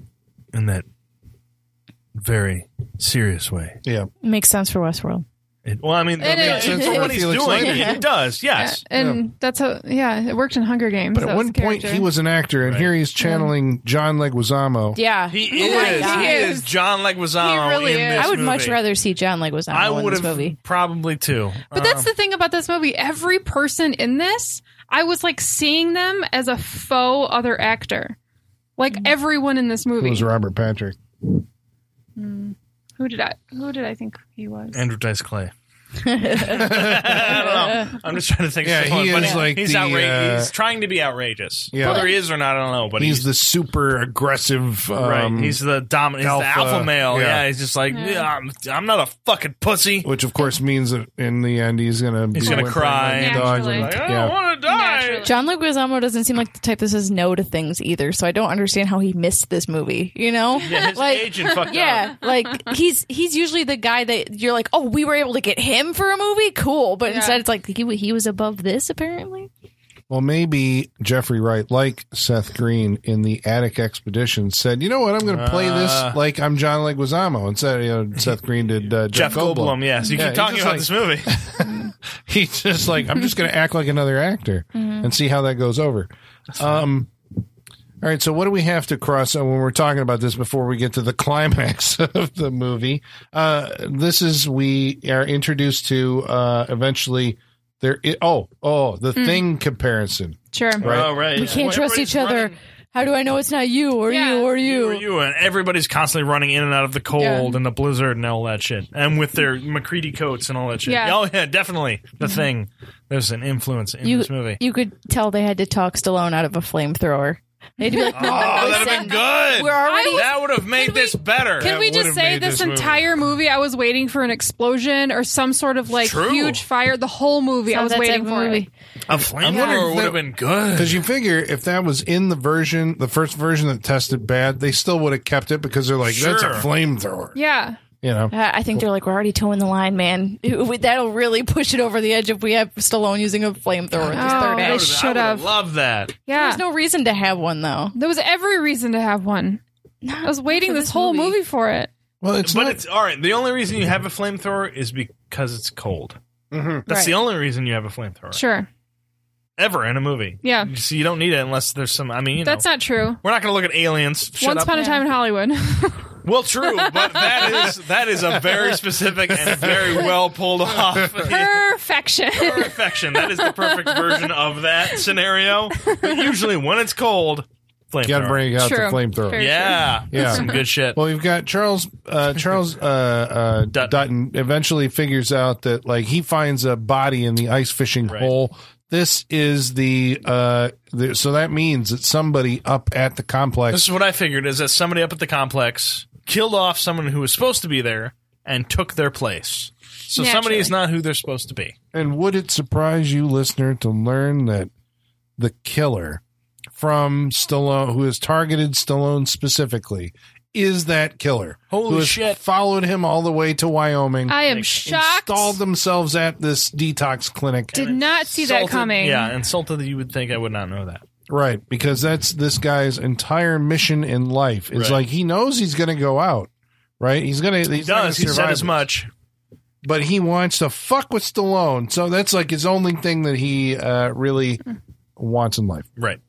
[SPEAKER 3] in that very serious way.
[SPEAKER 2] yeah,
[SPEAKER 5] Makes sense for Westworld.
[SPEAKER 3] It- well, I mean,
[SPEAKER 4] It
[SPEAKER 3] I
[SPEAKER 4] is.
[SPEAKER 3] mean, for
[SPEAKER 2] It's
[SPEAKER 3] what he's
[SPEAKER 2] Felix
[SPEAKER 3] doing,
[SPEAKER 2] Leiter.
[SPEAKER 3] he does. Yes,
[SPEAKER 4] And that's how. Yeah, it worked in Hunger Games.
[SPEAKER 2] but
[SPEAKER 4] that
[SPEAKER 2] at
[SPEAKER 4] was
[SPEAKER 2] one
[SPEAKER 4] the
[SPEAKER 2] point
[SPEAKER 4] character.
[SPEAKER 2] he was an actor, and here he's channeling John Leguizamo.
[SPEAKER 5] Yeah,
[SPEAKER 3] he
[SPEAKER 5] Oh my
[SPEAKER 3] is.
[SPEAKER 5] God.
[SPEAKER 3] He is John
[SPEAKER 4] He
[SPEAKER 3] Leguizamo.
[SPEAKER 4] really
[SPEAKER 3] in
[SPEAKER 4] is.
[SPEAKER 3] this
[SPEAKER 5] I would much
[SPEAKER 3] movie.
[SPEAKER 5] rather see John Leguizamo
[SPEAKER 3] I
[SPEAKER 5] in
[SPEAKER 3] would
[SPEAKER 5] this
[SPEAKER 3] have
[SPEAKER 5] movie.
[SPEAKER 3] probably too.
[SPEAKER 4] But
[SPEAKER 2] uh,
[SPEAKER 4] that's the thing about this movie. Every person in this, I was like seeing them as a faux other actor. Like everyone in this
[SPEAKER 2] It
[SPEAKER 4] movie.
[SPEAKER 2] was Robert Patrick.
[SPEAKER 4] Who did I? Who did I think he was?
[SPEAKER 3] Andrew Dice Clay. I don't know. I'm just trying to think.
[SPEAKER 2] Yeah,
[SPEAKER 3] of someone,
[SPEAKER 2] he
[SPEAKER 3] but
[SPEAKER 2] is like
[SPEAKER 3] he's
[SPEAKER 2] the,
[SPEAKER 3] outra-
[SPEAKER 2] uh,
[SPEAKER 3] He's trying to be outrageous.
[SPEAKER 2] Yeah.
[SPEAKER 3] Whether he is or not, I don't know. But
[SPEAKER 2] He's the super aggressive. Um,
[SPEAKER 3] right. He's the dominant. He's
[SPEAKER 2] alpha.
[SPEAKER 3] the alpha male.
[SPEAKER 2] Yeah.
[SPEAKER 3] Yeah. he's just like "Yeah, I'm, I'm not a fucking pussy.
[SPEAKER 2] which of course means that in the end he's gonna
[SPEAKER 3] He's
[SPEAKER 2] be
[SPEAKER 3] gonna
[SPEAKER 2] whimpering
[SPEAKER 3] cry.
[SPEAKER 2] like a dog and-
[SPEAKER 4] Naturally.
[SPEAKER 3] Like, I
[SPEAKER 2] yeah.
[SPEAKER 3] don't want to die.
[SPEAKER 4] Naturally.
[SPEAKER 5] John Leguizamo doesn't seem like the type that says no to things either, so I don't understand how he missed this movie. You know,
[SPEAKER 3] Yeah, his
[SPEAKER 5] like
[SPEAKER 3] agent fucked
[SPEAKER 5] yeah,
[SPEAKER 3] up.
[SPEAKER 5] like he's he's usually the guy that you're like, oh, we were able to get him for a movie, cool. But
[SPEAKER 4] Yeah.
[SPEAKER 5] instead, it's like he he was above this apparently.
[SPEAKER 2] Well, maybe Jeffrey Wright, like Seth Green in the Attic Expedition, said, "You know what? I'm going to play
[SPEAKER 3] Uh.
[SPEAKER 2] this like I'm John Leguizamo." And said, you know, Seth Green did uh,
[SPEAKER 3] Jeff Goldblum, yes. You
[SPEAKER 2] Yeah,
[SPEAKER 3] keep
[SPEAKER 2] he's
[SPEAKER 3] talking
[SPEAKER 2] just
[SPEAKER 3] about
[SPEAKER 2] like-
[SPEAKER 3] this movie.
[SPEAKER 2] He's just like, "I'm just going to act like another actor and see how that goes over." Um, all right. So, what do we have to cross uh, when we're talking about this before we get to the climax of the movie? Uh, this is we are introduced to uh, eventually. There, i oh, oh, the thing comparison.
[SPEAKER 4] Sure.
[SPEAKER 2] Right.
[SPEAKER 3] Oh, right.
[SPEAKER 5] We can't trust each other. How do I know it's not you or
[SPEAKER 4] Yeah.
[SPEAKER 5] you or you?
[SPEAKER 3] You or you, and everybody's constantly running in and out of the cold
[SPEAKER 5] Yeah.
[SPEAKER 3] and the blizzard and all that shit, and with their Macready coats and all that shit.
[SPEAKER 4] Yeah. Mm-hmm.
[SPEAKER 3] Oh yeah, definitely the thing. There's an influence in
[SPEAKER 5] You-
[SPEAKER 3] this movie.
[SPEAKER 5] You could tell they had to talk Stallone out of a flamethrower. They'd be like,
[SPEAKER 3] oh,
[SPEAKER 5] no,
[SPEAKER 3] that'd have
[SPEAKER 5] listen,
[SPEAKER 3] been good.
[SPEAKER 5] We're already
[SPEAKER 4] I was-
[SPEAKER 3] that would have made
[SPEAKER 4] Can we-
[SPEAKER 3] this better.
[SPEAKER 4] Can we just
[SPEAKER 2] would've
[SPEAKER 4] say
[SPEAKER 2] made
[SPEAKER 4] this,
[SPEAKER 2] this movie.
[SPEAKER 4] entire movie I was waiting for an explosion or some sort of like
[SPEAKER 3] True.
[SPEAKER 4] huge fire? The whole movie I was
[SPEAKER 5] Sounds like
[SPEAKER 4] waiting
[SPEAKER 5] that
[SPEAKER 4] for
[SPEAKER 5] movie.
[SPEAKER 4] it.
[SPEAKER 3] a
[SPEAKER 2] I'm wondering
[SPEAKER 3] flamethrower
[SPEAKER 2] if
[SPEAKER 3] would
[SPEAKER 2] that-
[SPEAKER 3] have been good.
[SPEAKER 2] Because you figure if that was in the version, the first version that tested bad, they still would have kept it because they're like, that's a
[SPEAKER 3] Sure.
[SPEAKER 2] flamethrower.
[SPEAKER 4] Yeah.
[SPEAKER 2] You know?
[SPEAKER 5] Uh, I think they're like, we're already towing the line, man. It- we- that'll really push it over the edge if we have Stallone using a flamethrower in this
[SPEAKER 4] Oh,
[SPEAKER 5] third
[SPEAKER 4] they
[SPEAKER 3] I would've-
[SPEAKER 5] act.
[SPEAKER 3] I
[SPEAKER 4] should
[SPEAKER 3] would've
[SPEAKER 4] have.
[SPEAKER 3] loved that.
[SPEAKER 4] Yeah.
[SPEAKER 5] There was no reason to have one, though.
[SPEAKER 4] There was every reason to have one. I was waiting
[SPEAKER 5] for
[SPEAKER 4] this,
[SPEAKER 5] this
[SPEAKER 4] whole
[SPEAKER 5] movie.
[SPEAKER 4] movie. for it.
[SPEAKER 2] Well, it's
[SPEAKER 3] but
[SPEAKER 2] not.
[SPEAKER 3] it's all right. The only reason you have a flamethrower is because it's cold.
[SPEAKER 2] Mhm.
[SPEAKER 3] That's
[SPEAKER 4] Right.
[SPEAKER 3] the only reason you have a flamethrower
[SPEAKER 4] Sure.
[SPEAKER 3] ever in a movie.
[SPEAKER 4] Yeah.
[SPEAKER 3] So you don't need it unless there's some. I mean, you
[SPEAKER 4] That's
[SPEAKER 3] know,
[SPEAKER 4] not true.
[SPEAKER 3] we're not going to look at aliens. Shut
[SPEAKER 4] Once
[SPEAKER 3] up.
[SPEAKER 4] upon a
[SPEAKER 5] Yeah.
[SPEAKER 4] time in Hollywood.
[SPEAKER 3] well, true, but that is that is a very specific and very well pulled off
[SPEAKER 4] Perfection.
[SPEAKER 3] perfection. That is the perfect version of that scenario. But usually, when it's cold, Flamethrower.
[SPEAKER 2] Got to bring out
[SPEAKER 5] True.
[SPEAKER 2] the flamethrower.
[SPEAKER 4] Fair.
[SPEAKER 3] Yeah,
[SPEAKER 2] Yeah.
[SPEAKER 3] some good shit.
[SPEAKER 2] Well, we've got Charles. Uh, Charles uh, uh, Dutton.
[SPEAKER 3] Dutton.
[SPEAKER 2] eventually figures out that like he finds a body in the ice fishing
[SPEAKER 3] Right.
[SPEAKER 2] hole. This is the, uh, the so that means that somebody up at the
[SPEAKER 3] This
[SPEAKER 2] complex.
[SPEAKER 3] is what I figured: is that somebody up at the complex killed off someone who was supposed to be there and took their place. So somebody
[SPEAKER 5] Naturally.
[SPEAKER 3] is not who they're supposed to be.
[SPEAKER 2] And would it surprise you, listener, to learn that the killer from Stallone, who has targeted Stallone specifically, is that killer
[SPEAKER 3] Holy
[SPEAKER 2] who has
[SPEAKER 3] shit.
[SPEAKER 2] Followed him all the way to Wyoming.
[SPEAKER 4] I am shocked.
[SPEAKER 2] Installed themselves at this detox clinic.
[SPEAKER 4] Did not see that
[SPEAKER 3] Insulted-
[SPEAKER 4] coming.
[SPEAKER 3] Yeah, insulted that you would think I would not know that.
[SPEAKER 2] Right, because that's this guy's entire mission in life. It's
[SPEAKER 3] Right.
[SPEAKER 2] like he knows he's going to go out, right? He's going to.
[SPEAKER 3] He does. He said as much.
[SPEAKER 2] but he wants to fuck with Stallone. So that's like his only thing that he uh, really wants in life.
[SPEAKER 3] Right.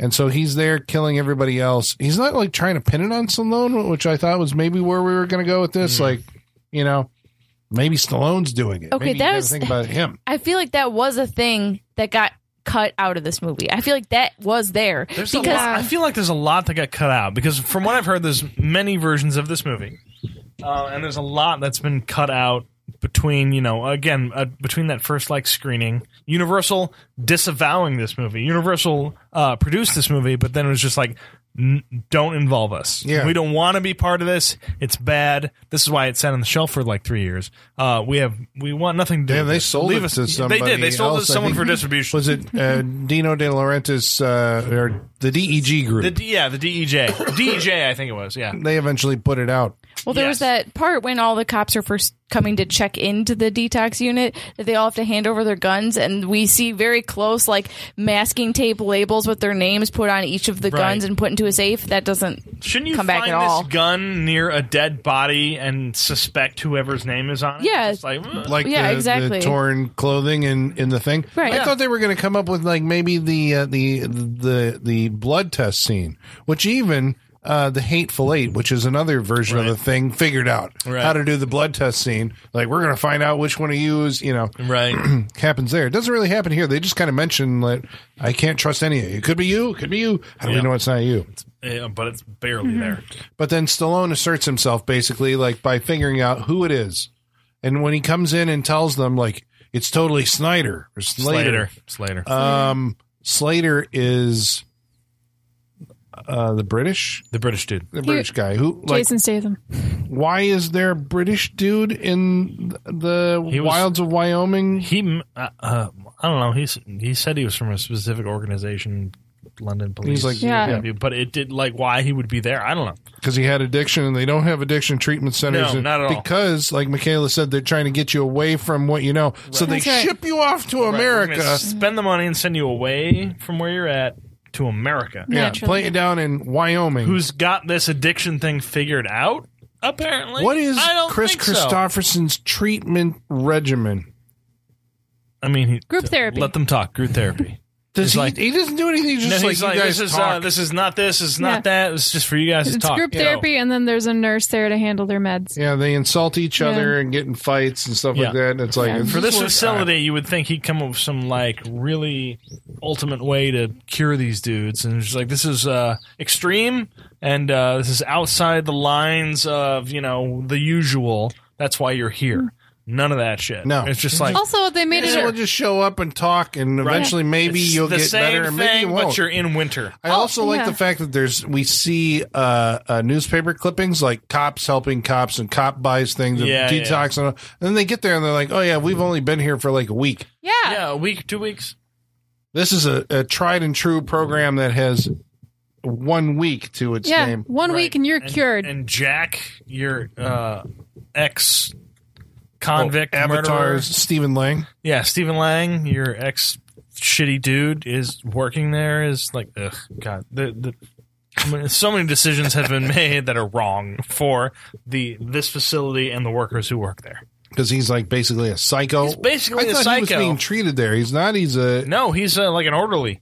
[SPEAKER 2] And so he's there killing everybody else. He's not like trying to pin it on Stallone, which I thought was maybe where we were going to go with this. Like, you know, maybe Stallone's doing it.
[SPEAKER 5] Okay,
[SPEAKER 2] maybe you
[SPEAKER 5] that
[SPEAKER 2] gotta
[SPEAKER 5] was-
[SPEAKER 2] think about him.
[SPEAKER 5] I feel like that was a thing that got cut out of this movie. I feel like that was there
[SPEAKER 3] There's a
[SPEAKER 5] because
[SPEAKER 3] lot, I feel like there's a lot that got cut out because from what I've heard, there's many versions of this movie, uh, and there's a lot that's been cut out between you know again uh, between that first like screening, Universal disavowing this movie. Universal uh, produced this movie, but then it was just like. N- don't involve us.
[SPEAKER 2] Yeah.
[SPEAKER 3] We don't want to be part of this. It's bad. This is why it sat on the shelf for like three years. Uh, we have we want nothing to do.
[SPEAKER 2] Yeah,
[SPEAKER 3] with
[SPEAKER 2] they
[SPEAKER 3] this.
[SPEAKER 2] sold
[SPEAKER 3] Leave
[SPEAKER 2] it
[SPEAKER 3] us.
[SPEAKER 2] to somebody
[SPEAKER 3] They did. They sold it
[SPEAKER 2] else,
[SPEAKER 3] to
[SPEAKER 2] I
[SPEAKER 3] someone
[SPEAKER 2] think.
[SPEAKER 3] for distribution.
[SPEAKER 2] Was it uh, Dino De Laurentiis uh, or the DEG group?
[SPEAKER 3] The, D- E yeah, the DEJ. DEJ, I think it was. Yeah.
[SPEAKER 2] they eventually put it out.
[SPEAKER 5] well, there was
[SPEAKER 3] Yes.
[SPEAKER 5] that part when all the cops are first coming to check into the detox unit that they all have to hand over their guns, and we see very close like masking tape labels with their names put on each of the
[SPEAKER 3] Right.
[SPEAKER 5] guns and put into a safe. That doesn't
[SPEAKER 3] Shouldn't you
[SPEAKER 5] come
[SPEAKER 3] find
[SPEAKER 5] back at all.
[SPEAKER 3] this gun near a dead body and suspect whoever's name is on it?
[SPEAKER 5] Yeah.
[SPEAKER 3] It's like, mm.
[SPEAKER 2] Like
[SPEAKER 5] Yeah,
[SPEAKER 2] the,
[SPEAKER 5] exactly.
[SPEAKER 2] the torn clothing in, in the thing.
[SPEAKER 5] Right.
[SPEAKER 2] I
[SPEAKER 5] Yeah.
[SPEAKER 2] thought they were going to come up with like maybe the uh, the the the blood test scene, which even uh, the Hateful Eight, which is another version
[SPEAKER 3] Right.
[SPEAKER 2] of the thing, figured out
[SPEAKER 3] Right.
[SPEAKER 2] how to do the blood test scene. Like we're going to find out which one of you is you know
[SPEAKER 3] right.
[SPEAKER 2] happens there. It doesn't really happen here. They just kind of mention like I can't trust any of you. It could be you. It could be you. How do
[SPEAKER 3] Yeah.
[SPEAKER 2] we know it's not you?
[SPEAKER 3] yeah, but it's barely
[SPEAKER 5] Mm-hmm.
[SPEAKER 3] there.
[SPEAKER 2] But then Stallone asserts himself basically like by figuring out who it is. And when he comes in and tells them like it's totally Snyder or Slater.
[SPEAKER 3] Slater. Slater.
[SPEAKER 2] Um Slater is uh the British
[SPEAKER 3] the British dude.
[SPEAKER 2] the British guy who like
[SPEAKER 4] Jason Statham.
[SPEAKER 2] why is there a British dude in the
[SPEAKER 3] He was-
[SPEAKER 2] wilds of Wyoming?
[SPEAKER 3] He, m- uh, uh, I don't know. He's, he said he was from a specific organization, London police.
[SPEAKER 2] He's like
[SPEAKER 4] Yeah.
[SPEAKER 2] yeah,
[SPEAKER 3] But it did, like, why he would be there. I don't know.
[SPEAKER 2] because he had addiction and they don't have addiction treatment centers
[SPEAKER 3] No,
[SPEAKER 2] And-
[SPEAKER 3] not at all.
[SPEAKER 2] because like Michaela said they're trying to get you away from what you know so they
[SPEAKER 5] That's right.
[SPEAKER 2] ship you off to
[SPEAKER 3] Right, we're gonna
[SPEAKER 2] America
[SPEAKER 3] spend the money and send you away from where you're at to America.
[SPEAKER 2] Yeah,
[SPEAKER 4] Naturally.
[SPEAKER 2] play it down in Wyoming.
[SPEAKER 3] Who's got this addiction thing figured out? Apparently.
[SPEAKER 2] what is
[SPEAKER 3] I don't
[SPEAKER 2] Chris
[SPEAKER 3] think so.
[SPEAKER 2] Christopherson's treatment regimen?
[SPEAKER 3] I mean, he,
[SPEAKER 4] Group therapy.
[SPEAKER 3] Let them talk. Group therapy.
[SPEAKER 2] Does
[SPEAKER 3] He's
[SPEAKER 2] he?
[SPEAKER 3] like-
[SPEAKER 2] he doesn't do anything. He's just
[SPEAKER 3] no,
[SPEAKER 2] like,
[SPEAKER 3] he's
[SPEAKER 2] you
[SPEAKER 3] like,
[SPEAKER 2] guys
[SPEAKER 3] this is
[SPEAKER 2] talk.
[SPEAKER 3] uh, this is not this. It's not
[SPEAKER 4] Yeah.
[SPEAKER 3] that. It's just for you guys
[SPEAKER 4] It's
[SPEAKER 3] to talk.
[SPEAKER 4] group
[SPEAKER 3] you know.
[SPEAKER 4] therapy, and then there's a nurse there to handle their meds.
[SPEAKER 2] yeah, they insult each
[SPEAKER 4] Yeah.
[SPEAKER 2] other and get in fights and stuff like
[SPEAKER 3] Yeah.
[SPEAKER 2] that. And it's like
[SPEAKER 4] Yeah.
[SPEAKER 2] it's
[SPEAKER 3] For this
[SPEAKER 2] just uh, like,
[SPEAKER 3] facility, you would think he'd come up with some like really ultimate way to cure these dudes, and it's just like this is uh, extreme, and uh, this is outside the lines of you know the usual. That's why you're here. None of that shit.
[SPEAKER 2] No.
[SPEAKER 3] it's just like
[SPEAKER 4] Also, they made
[SPEAKER 2] "Ah,
[SPEAKER 4] it.
[SPEAKER 2] We'll just show up and talk, and eventually maybe
[SPEAKER 3] it's
[SPEAKER 2] you'll
[SPEAKER 3] the
[SPEAKER 2] get
[SPEAKER 3] same
[SPEAKER 2] better, and maybe
[SPEAKER 3] thing,
[SPEAKER 2] you won't.
[SPEAKER 3] But you're in winter.
[SPEAKER 2] I also like
[SPEAKER 4] yeah.
[SPEAKER 2] the fact that there's we see uh, uh, newspaper clippings like cops helping cops and cop buys things and
[SPEAKER 3] Yeah, yeah.
[SPEAKER 2] detox and, all. and then they get there and they're like, oh yeah, we've only been here for like a week.
[SPEAKER 4] yeah.
[SPEAKER 3] Yeah, a week, two weeks.
[SPEAKER 2] This is a, a tried and true program that has one week to its
[SPEAKER 4] Yeah,
[SPEAKER 2] name.
[SPEAKER 4] one
[SPEAKER 3] Right.
[SPEAKER 4] week and you're
[SPEAKER 3] And-
[SPEAKER 4] cured.
[SPEAKER 3] And Jack, your uh, ex convict
[SPEAKER 2] Oh, Avatars
[SPEAKER 3] murderer.
[SPEAKER 2] Stephen Lang.
[SPEAKER 3] Yeah, Stephen Lang, your ex shitty dude, is working there. Is like, ugh, God, the the. I mean, So many decisions have been made that are wrong for the this facility and the workers who work there.
[SPEAKER 2] Because he's like basically a psycho.
[SPEAKER 3] He's
[SPEAKER 2] I
[SPEAKER 3] basically a
[SPEAKER 2] thought he was
[SPEAKER 3] psycho.
[SPEAKER 2] being treated there. He's not. He's a
[SPEAKER 3] No, he's uh, like an orderly.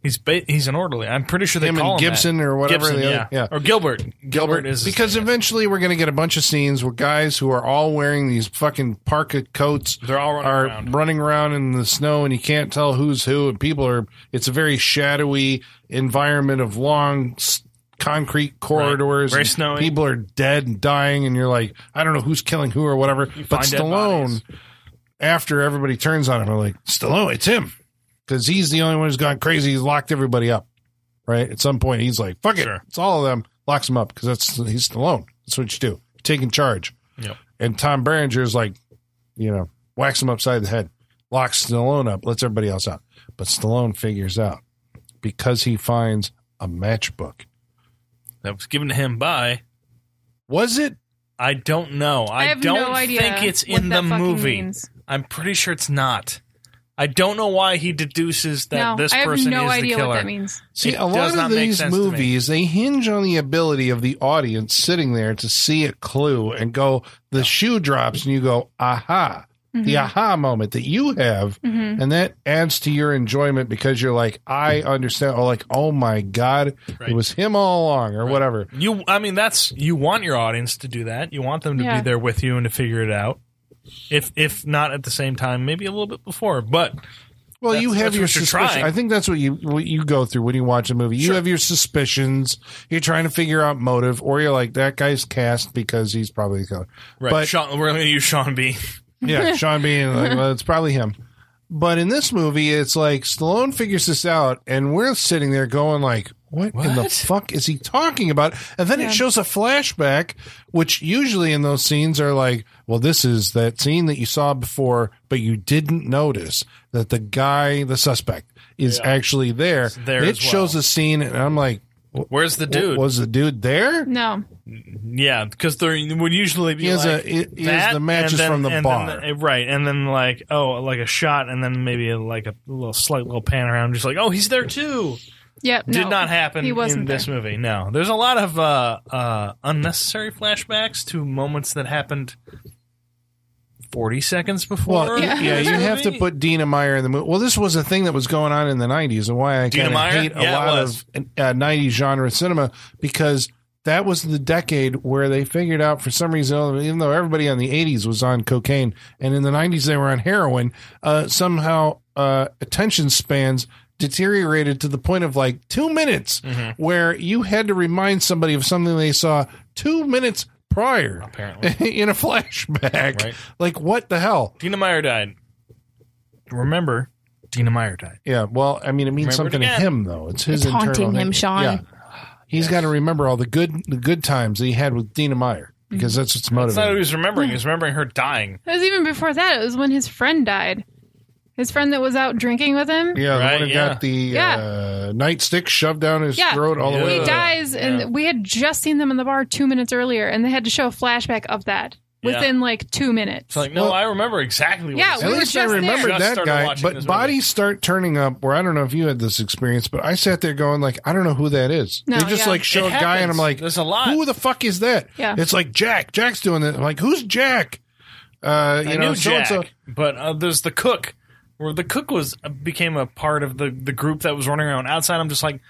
[SPEAKER 3] He's ba- he's an orderly. I'm pretty sure they
[SPEAKER 2] Him
[SPEAKER 3] call
[SPEAKER 2] and
[SPEAKER 3] him
[SPEAKER 2] Gibson
[SPEAKER 3] that.
[SPEAKER 2] or whatever
[SPEAKER 3] Gibson,
[SPEAKER 2] the
[SPEAKER 3] yeah.
[SPEAKER 2] other- yeah.
[SPEAKER 3] or Gilbert. Gilbert, is his
[SPEAKER 2] because eventually we're going to get a bunch of scenes where guys who are all wearing these fucking parka coats
[SPEAKER 3] They're all running
[SPEAKER 2] are
[SPEAKER 3] around.
[SPEAKER 2] running around in the snow and you can't tell who's who and people are it's a very shadowy environment of long s- concrete corridors
[SPEAKER 3] Very
[SPEAKER 2] and
[SPEAKER 3] snowy.
[SPEAKER 2] people are dead and dying and you're like I don't know who's killing who or whatever but
[SPEAKER 3] find dead
[SPEAKER 2] Stallone
[SPEAKER 3] bodies.
[SPEAKER 2] after everybody turns on him are like Stallone it's him cuz he's the only one who's gone crazy he's locked everybody up right? At some point, he's like, "Fuck it,
[SPEAKER 3] Sure.
[SPEAKER 2] it's all of them." Locks them up because that's he's alone. That's what you do, taking charge.
[SPEAKER 3] Yep.
[SPEAKER 2] And Tom Berenger's like, you know, whacks him upside the head, locks Stallone up, lets everybody else out, but Stallone figures out because he finds a matchbook.
[SPEAKER 3] that was given to him by.
[SPEAKER 2] Was it?
[SPEAKER 3] I don't know.
[SPEAKER 4] I,
[SPEAKER 3] I,
[SPEAKER 4] have
[SPEAKER 3] don't
[SPEAKER 4] no idea
[SPEAKER 3] think it's
[SPEAKER 4] what
[SPEAKER 3] in the
[SPEAKER 4] that fucking
[SPEAKER 3] movie.
[SPEAKER 4] means.
[SPEAKER 3] I'm pretty sure it's not. I don't know why he deduces
[SPEAKER 4] no,
[SPEAKER 3] that this
[SPEAKER 4] I have
[SPEAKER 3] person
[SPEAKER 4] no
[SPEAKER 3] is
[SPEAKER 4] idea
[SPEAKER 3] the killer.
[SPEAKER 4] what that means.
[SPEAKER 2] See,
[SPEAKER 3] It
[SPEAKER 2] a
[SPEAKER 3] does
[SPEAKER 2] lot of
[SPEAKER 3] not make
[SPEAKER 2] these
[SPEAKER 3] sense to me.
[SPEAKER 2] movies they hinge on the ability of the audience sitting there to see a clue and go, the shoe drops, and you go, aha.
[SPEAKER 3] Mm-hmm.
[SPEAKER 2] The aha moment that you have
[SPEAKER 4] hmm
[SPEAKER 2] and that adds to your enjoyment because you're like, I understand, or like, oh my god,
[SPEAKER 3] Mm-hmm. Right.
[SPEAKER 2] it was him all along, or whatever.
[SPEAKER 3] You, I mean, that's you want your audience to do that. You want them to
[SPEAKER 4] Yeah.
[SPEAKER 3] be there with you and to figure it out. If if not at the same time, maybe a little bit before. But
[SPEAKER 2] Well,
[SPEAKER 3] That's-
[SPEAKER 2] you have
[SPEAKER 3] that's
[SPEAKER 2] your
[SPEAKER 3] what you're
[SPEAKER 2] suspicion.
[SPEAKER 3] trying.
[SPEAKER 2] I think that's what you what you go through when you watch a movie. You
[SPEAKER 3] Sure.
[SPEAKER 2] have your suspicions. You're trying to figure out motive, or you're like, that guy's cast because he's probably the killer.
[SPEAKER 3] right,
[SPEAKER 2] But-
[SPEAKER 3] Sean, we're going to use Sean B.
[SPEAKER 2] Yeah, Sean Bean. Like, well, it's probably him. But in this movie, it's like Stallone figures this out, and we're sitting there going like, "What, in the
[SPEAKER 3] What?
[SPEAKER 2] fuck is he talking about?" And then
[SPEAKER 4] Yeah.
[SPEAKER 2] it shows a flashback, which usually in those scenes are like, "Well, this is that scene that you saw before, but you didn't notice that the guy, the suspect, is actually there."
[SPEAKER 3] there
[SPEAKER 2] it
[SPEAKER 3] as well.
[SPEAKER 2] shows a scene, and I'm like,
[SPEAKER 3] Where's the
[SPEAKER 2] "W-
[SPEAKER 3] dude?
[SPEAKER 2] "Was the dude there?"
[SPEAKER 4] No,
[SPEAKER 3] yeah, because there would usually be
[SPEAKER 2] He has
[SPEAKER 3] like
[SPEAKER 2] a- he- he has
[SPEAKER 3] that,
[SPEAKER 2] the matches
[SPEAKER 3] and then-
[SPEAKER 2] from the
[SPEAKER 3] and
[SPEAKER 2] bar.
[SPEAKER 3] then the- right? And then like oh, like a shot, and then maybe like a little slight little pan around, just like oh, he's there too.
[SPEAKER 4] yep,
[SPEAKER 3] Did
[SPEAKER 4] no.
[SPEAKER 3] not happen
[SPEAKER 4] He wasn't
[SPEAKER 3] in this
[SPEAKER 4] there.
[SPEAKER 3] movie. No, there's a lot of uh, uh, unnecessary flashbacks to moments that happened. Forty seconds before.
[SPEAKER 2] Well, yeah,
[SPEAKER 4] Yeah.
[SPEAKER 2] you have to put Dina Meyer in the movie. Well, this was a thing that was going on in the '90s, and why I
[SPEAKER 3] Dina
[SPEAKER 2] kind of
[SPEAKER 3] Meyer?
[SPEAKER 2] hate a
[SPEAKER 3] Yeah, it
[SPEAKER 2] lot
[SPEAKER 3] was.
[SPEAKER 2] of uh, '90s genre cinema because that was the decade where they figured out for some reason, even though everybody on the '80s was on cocaine, and in the '90s they were on heroin, uh, somehow uh, attention spans deteriorated to the point of like two minutes,
[SPEAKER 3] Mm-hmm.
[SPEAKER 2] where you had to remind somebody of something they saw two minutes prior.
[SPEAKER 3] apparently.
[SPEAKER 2] In a flashback,
[SPEAKER 3] Right.
[SPEAKER 2] like what the hell?
[SPEAKER 3] Dina Meyer died. Remember, Dina Meyer died.
[SPEAKER 2] Yeah, well, I mean, it means
[SPEAKER 3] Remember it
[SPEAKER 2] something to
[SPEAKER 3] again.
[SPEAKER 2] him though. It's his
[SPEAKER 5] It's haunting
[SPEAKER 2] internal
[SPEAKER 5] him,
[SPEAKER 2] thing.
[SPEAKER 5] Sean.
[SPEAKER 2] Yeah. He's got to remember all the good the good times that he had with Dina Meyer because that's what's
[SPEAKER 3] That's not what he
[SPEAKER 2] motivating.
[SPEAKER 3] was remembering. He was remembering her dying.
[SPEAKER 4] It was even before that. It was when his friend died. His friend that was out drinking with him.
[SPEAKER 2] yeah, the
[SPEAKER 3] Right,
[SPEAKER 2] one who
[SPEAKER 3] yeah.
[SPEAKER 2] got the
[SPEAKER 4] Yeah.
[SPEAKER 2] uh, nightstick shoved down his
[SPEAKER 4] Yeah.
[SPEAKER 2] throat all the way.
[SPEAKER 3] He
[SPEAKER 4] He
[SPEAKER 3] Ugh.
[SPEAKER 2] down.
[SPEAKER 4] dies, and
[SPEAKER 3] Yeah.
[SPEAKER 4] we had just seen them in the bar two minutes earlier, and they had to show a flashback of that
[SPEAKER 3] Yeah.
[SPEAKER 4] within like two minutes.
[SPEAKER 3] It's like, no,
[SPEAKER 2] Well-
[SPEAKER 3] I remember exactly what
[SPEAKER 4] Yeah, we
[SPEAKER 3] he
[SPEAKER 2] At
[SPEAKER 3] said.
[SPEAKER 4] were
[SPEAKER 2] least I
[SPEAKER 4] just there.
[SPEAKER 2] remembered
[SPEAKER 3] Just
[SPEAKER 2] that
[SPEAKER 3] started
[SPEAKER 2] guy.
[SPEAKER 3] watching this
[SPEAKER 2] But
[SPEAKER 3] movie.
[SPEAKER 2] bodies start turning up. Where I don't know if you had this experience, but I sat there going like, I don't know who that is.
[SPEAKER 4] No,
[SPEAKER 2] they just
[SPEAKER 4] yeah.
[SPEAKER 2] like show a
[SPEAKER 3] It
[SPEAKER 2] guy, and
[SPEAKER 3] happens.
[SPEAKER 2] I'm like,
[SPEAKER 3] There's a lot.
[SPEAKER 2] Who the fuck is that?
[SPEAKER 4] Yeah.
[SPEAKER 2] it's like Jack. Jack's doing that. I'm like, who's Jack? Uh, you
[SPEAKER 3] I
[SPEAKER 2] know,
[SPEAKER 3] knew
[SPEAKER 2] so and
[SPEAKER 3] Jack,
[SPEAKER 2] so.
[SPEAKER 3] but uh, there's the cook, where the cook was uh, became a part of the, the group that was running around outside. I'm just like,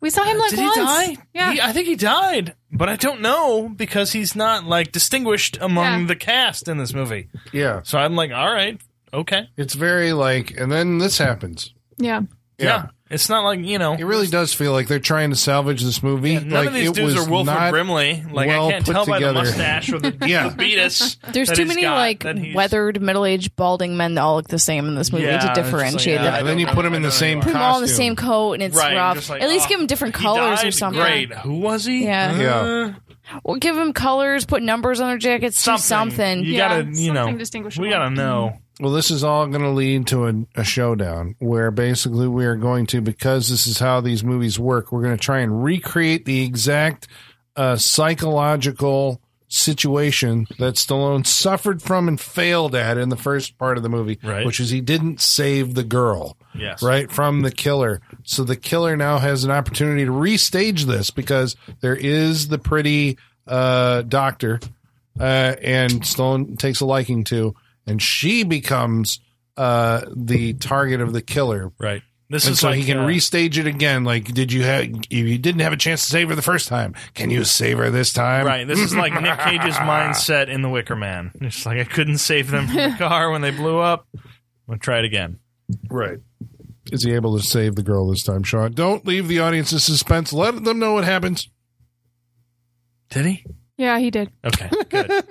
[SPEAKER 4] we saw him like
[SPEAKER 3] did
[SPEAKER 4] once.
[SPEAKER 3] he die?
[SPEAKER 4] Yeah,
[SPEAKER 3] He- I think he died, but I don't know because he's not like distinguished among
[SPEAKER 4] Yeah.
[SPEAKER 3] the cast in this movie.
[SPEAKER 2] Yeah,
[SPEAKER 3] So I'm like, all right, okay,
[SPEAKER 2] It's very like, and then this happens.
[SPEAKER 4] yeah.
[SPEAKER 3] yeah. It's not like you know,
[SPEAKER 2] It really does feel like they're trying to salvage this movie.
[SPEAKER 3] none
[SPEAKER 2] like,
[SPEAKER 3] of these
[SPEAKER 2] it
[SPEAKER 3] dudes
[SPEAKER 2] was
[SPEAKER 3] are Wilford
[SPEAKER 2] not-
[SPEAKER 3] Brimley. Like
[SPEAKER 2] well
[SPEAKER 3] I can't
[SPEAKER 2] put
[SPEAKER 3] tell by the
[SPEAKER 2] together.
[SPEAKER 3] mustache or the,
[SPEAKER 2] Yeah.
[SPEAKER 3] the beatus.
[SPEAKER 5] There's
[SPEAKER 3] that
[SPEAKER 5] too
[SPEAKER 3] he's
[SPEAKER 5] many
[SPEAKER 3] got,
[SPEAKER 5] like
[SPEAKER 3] that he's-
[SPEAKER 5] weathered middle-aged balding men that all look the same in this movie
[SPEAKER 3] Yeah, it's
[SPEAKER 5] to
[SPEAKER 3] just like,
[SPEAKER 5] differentiate
[SPEAKER 3] yeah,
[SPEAKER 5] them.
[SPEAKER 2] Yeah, and then you
[SPEAKER 3] I don't
[SPEAKER 2] put
[SPEAKER 3] know,
[SPEAKER 2] them in
[SPEAKER 3] I
[SPEAKER 2] the
[SPEAKER 3] don't
[SPEAKER 2] same
[SPEAKER 3] know.
[SPEAKER 5] Put
[SPEAKER 2] costume.
[SPEAKER 5] them all in the same coat and it's
[SPEAKER 3] Right,
[SPEAKER 5] rough.
[SPEAKER 3] just like,
[SPEAKER 5] At least
[SPEAKER 3] oh,
[SPEAKER 5] give them different
[SPEAKER 3] he
[SPEAKER 5] colors or
[SPEAKER 3] died,
[SPEAKER 5] something.
[SPEAKER 3] Great. Who was he? Uh,
[SPEAKER 5] Yeah.
[SPEAKER 2] Yeah.
[SPEAKER 5] Well, give them colors, put numbers on their jackets, do something.
[SPEAKER 3] You
[SPEAKER 4] Yeah,
[SPEAKER 3] gotta, you know,
[SPEAKER 4] something distinguishable. Mm-hmm.
[SPEAKER 3] we gotta know.
[SPEAKER 2] Well, this is all going to lead to a, a showdown where basically we are going to, because this is how these movies work, we're going to try and recreate the exact uh, psychological situation that Stallone suffered from and failed at in the first part of the movie,
[SPEAKER 3] Right.
[SPEAKER 2] which is he didn't save the girl.
[SPEAKER 3] Yes.
[SPEAKER 2] right from the killer so the killer now has an opportunity to restage this because there is the pretty uh, doctor uh, and stone takes a liking to and she becomes uh, the target of the killer
[SPEAKER 3] Right. This
[SPEAKER 2] and
[SPEAKER 3] is
[SPEAKER 2] so
[SPEAKER 3] like
[SPEAKER 2] he can
[SPEAKER 3] uh,
[SPEAKER 2] restage it again. Like, did you have? If you didn't have a chance to save her the first time, can you save her this time?
[SPEAKER 3] Right. This is like Nick Cage's mindset in The Wicker Man. It's like I couldn't save them from the car when they blew up. I'm gonna try it again.
[SPEAKER 2] Right. Is he able to save the girl this time, Sean? Don't leave the audience in suspense. Let them know what happens.
[SPEAKER 3] Did he?
[SPEAKER 4] Yeah, he did.
[SPEAKER 3] Okay. Good.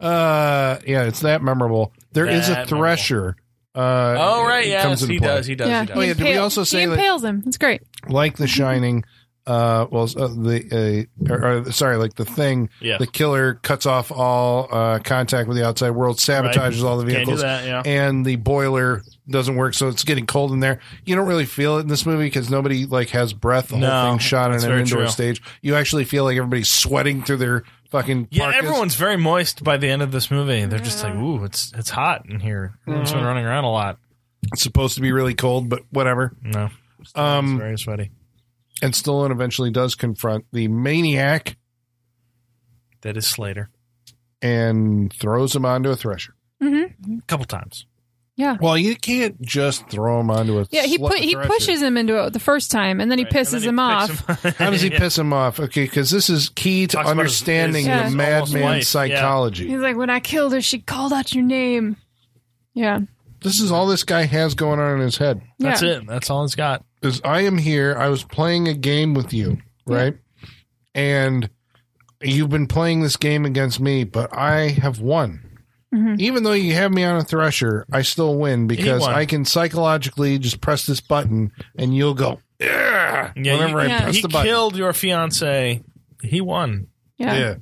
[SPEAKER 2] Uh, yeah, it's that memorable. There is
[SPEAKER 3] That
[SPEAKER 2] a thresher. Uh,
[SPEAKER 3] oh right.
[SPEAKER 2] it
[SPEAKER 3] Yes,
[SPEAKER 2] into
[SPEAKER 3] he
[SPEAKER 2] play.
[SPEAKER 3] does. He does.
[SPEAKER 4] yeah.
[SPEAKER 3] He does.
[SPEAKER 2] Oh, yeah, did we
[SPEAKER 4] impale-
[SPEAKER 2] also say
[SPEAKER 4] he
[SPEAKER 2] that-
[SPEAKER 4] impales him? It's great.
[SPEAKER 2] Like The Shining. Uh, well, uh, the uh, or, or, sorry, like the thing.
[SPEAKER 3] Yeah.
[SPEAKER 2] The killer cuts off all uh, contact with the outside world, sabotages all the
[SPEAKER 3] Can't do
[SPEAKER 2] vehicles,
[SPEAKER 3] that. Yeah.
[SPEAKER 2] and the boiler doesn't work, so it's getting cold in there. You don't really feel it in this movie because nobody like has breath. The
[SPEAKER 3] No,
[SPEAKER 2] whole thing shot on
[SPEAKER 3] that's
[SPEAKER 2] an
[SPEAKER 3] very
[SPEAKER 2] indoor
[SPEAKER 3] true.
[SPEAKER 2] stage. You actually feel like everybody's sweating through their fucking.
[SPEAKER 3] Yeah,
[SPEAKER 2] parkas.
[SPEAKER 3] everyone's very moist by the end of this movie. They're just like, "Ooh, it's it's hot in here." Everyone's been running around a lot.
[SPEAKER 2] It's supposed to be really cold, but whatever.
[SPEAKER 3] No, it's
[SPEAKER 2] Um,
[SPEAKER 3] very sweaty.
[SPEAKER 2] and Stallone eventually does confront the maniac
[SPEAKER 3] That is Slater.
[SPEAKER 2] and throws him onto a thresher.
[SPEAKER 3] A couple times.
[SPEAKER 2] Well, you can't just throw him onto a
[SPEAKER 4] Yeah, he
[SPEAKER 2] slut
[SPEAKER 4] put he
[SPEAKER 2] thresher.
[SPEAKER 4] pushes him into it the first time, and then he
[SPEAKER 3] Right.
[SPEAKER 4] pisses
[SPEAKER 3] And then
[SPEAKER 4] him off.
[SPEAKER 3] picks him-
[SPEAKER 2] How does he
[SPEAKER 3] Yeah.
[SPEAKER 2] piss him off? Okay, because this is key to
[SPEAKER 3] Talks about his-
[SPEAKER 2] understanding
[SPEAKER 4] his-
[SPEAKER 2] the
[SPEAKER 4] his
[SPEAKER 3] almost wife, yeah.
[SPEAKER 2] madman's psychology.
[SPEAKER 4] He's like, when I killed her, she called out your name. Yeah,
[SPEAKER 2] This is all this guy has going on in his head.
[SPEAKER 3] That's
[SPEAKER 4] yeah.
[SPEAKER 3] it. That's all he's got.
[SPEAKER 2] Is I am here. I was playing a game with you, right? And you've been playing this game against me, but I have won.
[SPEAKER 4] Mhm.
[SPEAKER 2] Even though you have me on a thresher, I still win because
[SPEAKER 3] won.
[SPEAKER 2] I can psychologically just press this button and you'll go. Yeah,
[SPEAKER 3] Yeah,
[SPEAKER 2] whenever
[SPEAKER 3] he,
[SPEAKER 2] I
[SPEAKER 4] Yeah.
[SPEAKER 2] press
[SPEAKER 3] he
[SPEAKER 2] the button.
[SPEAKER 3] killed your fiance. He won.
[SPEAKER 4] Yeah.
[SPEAKER 2] yeah.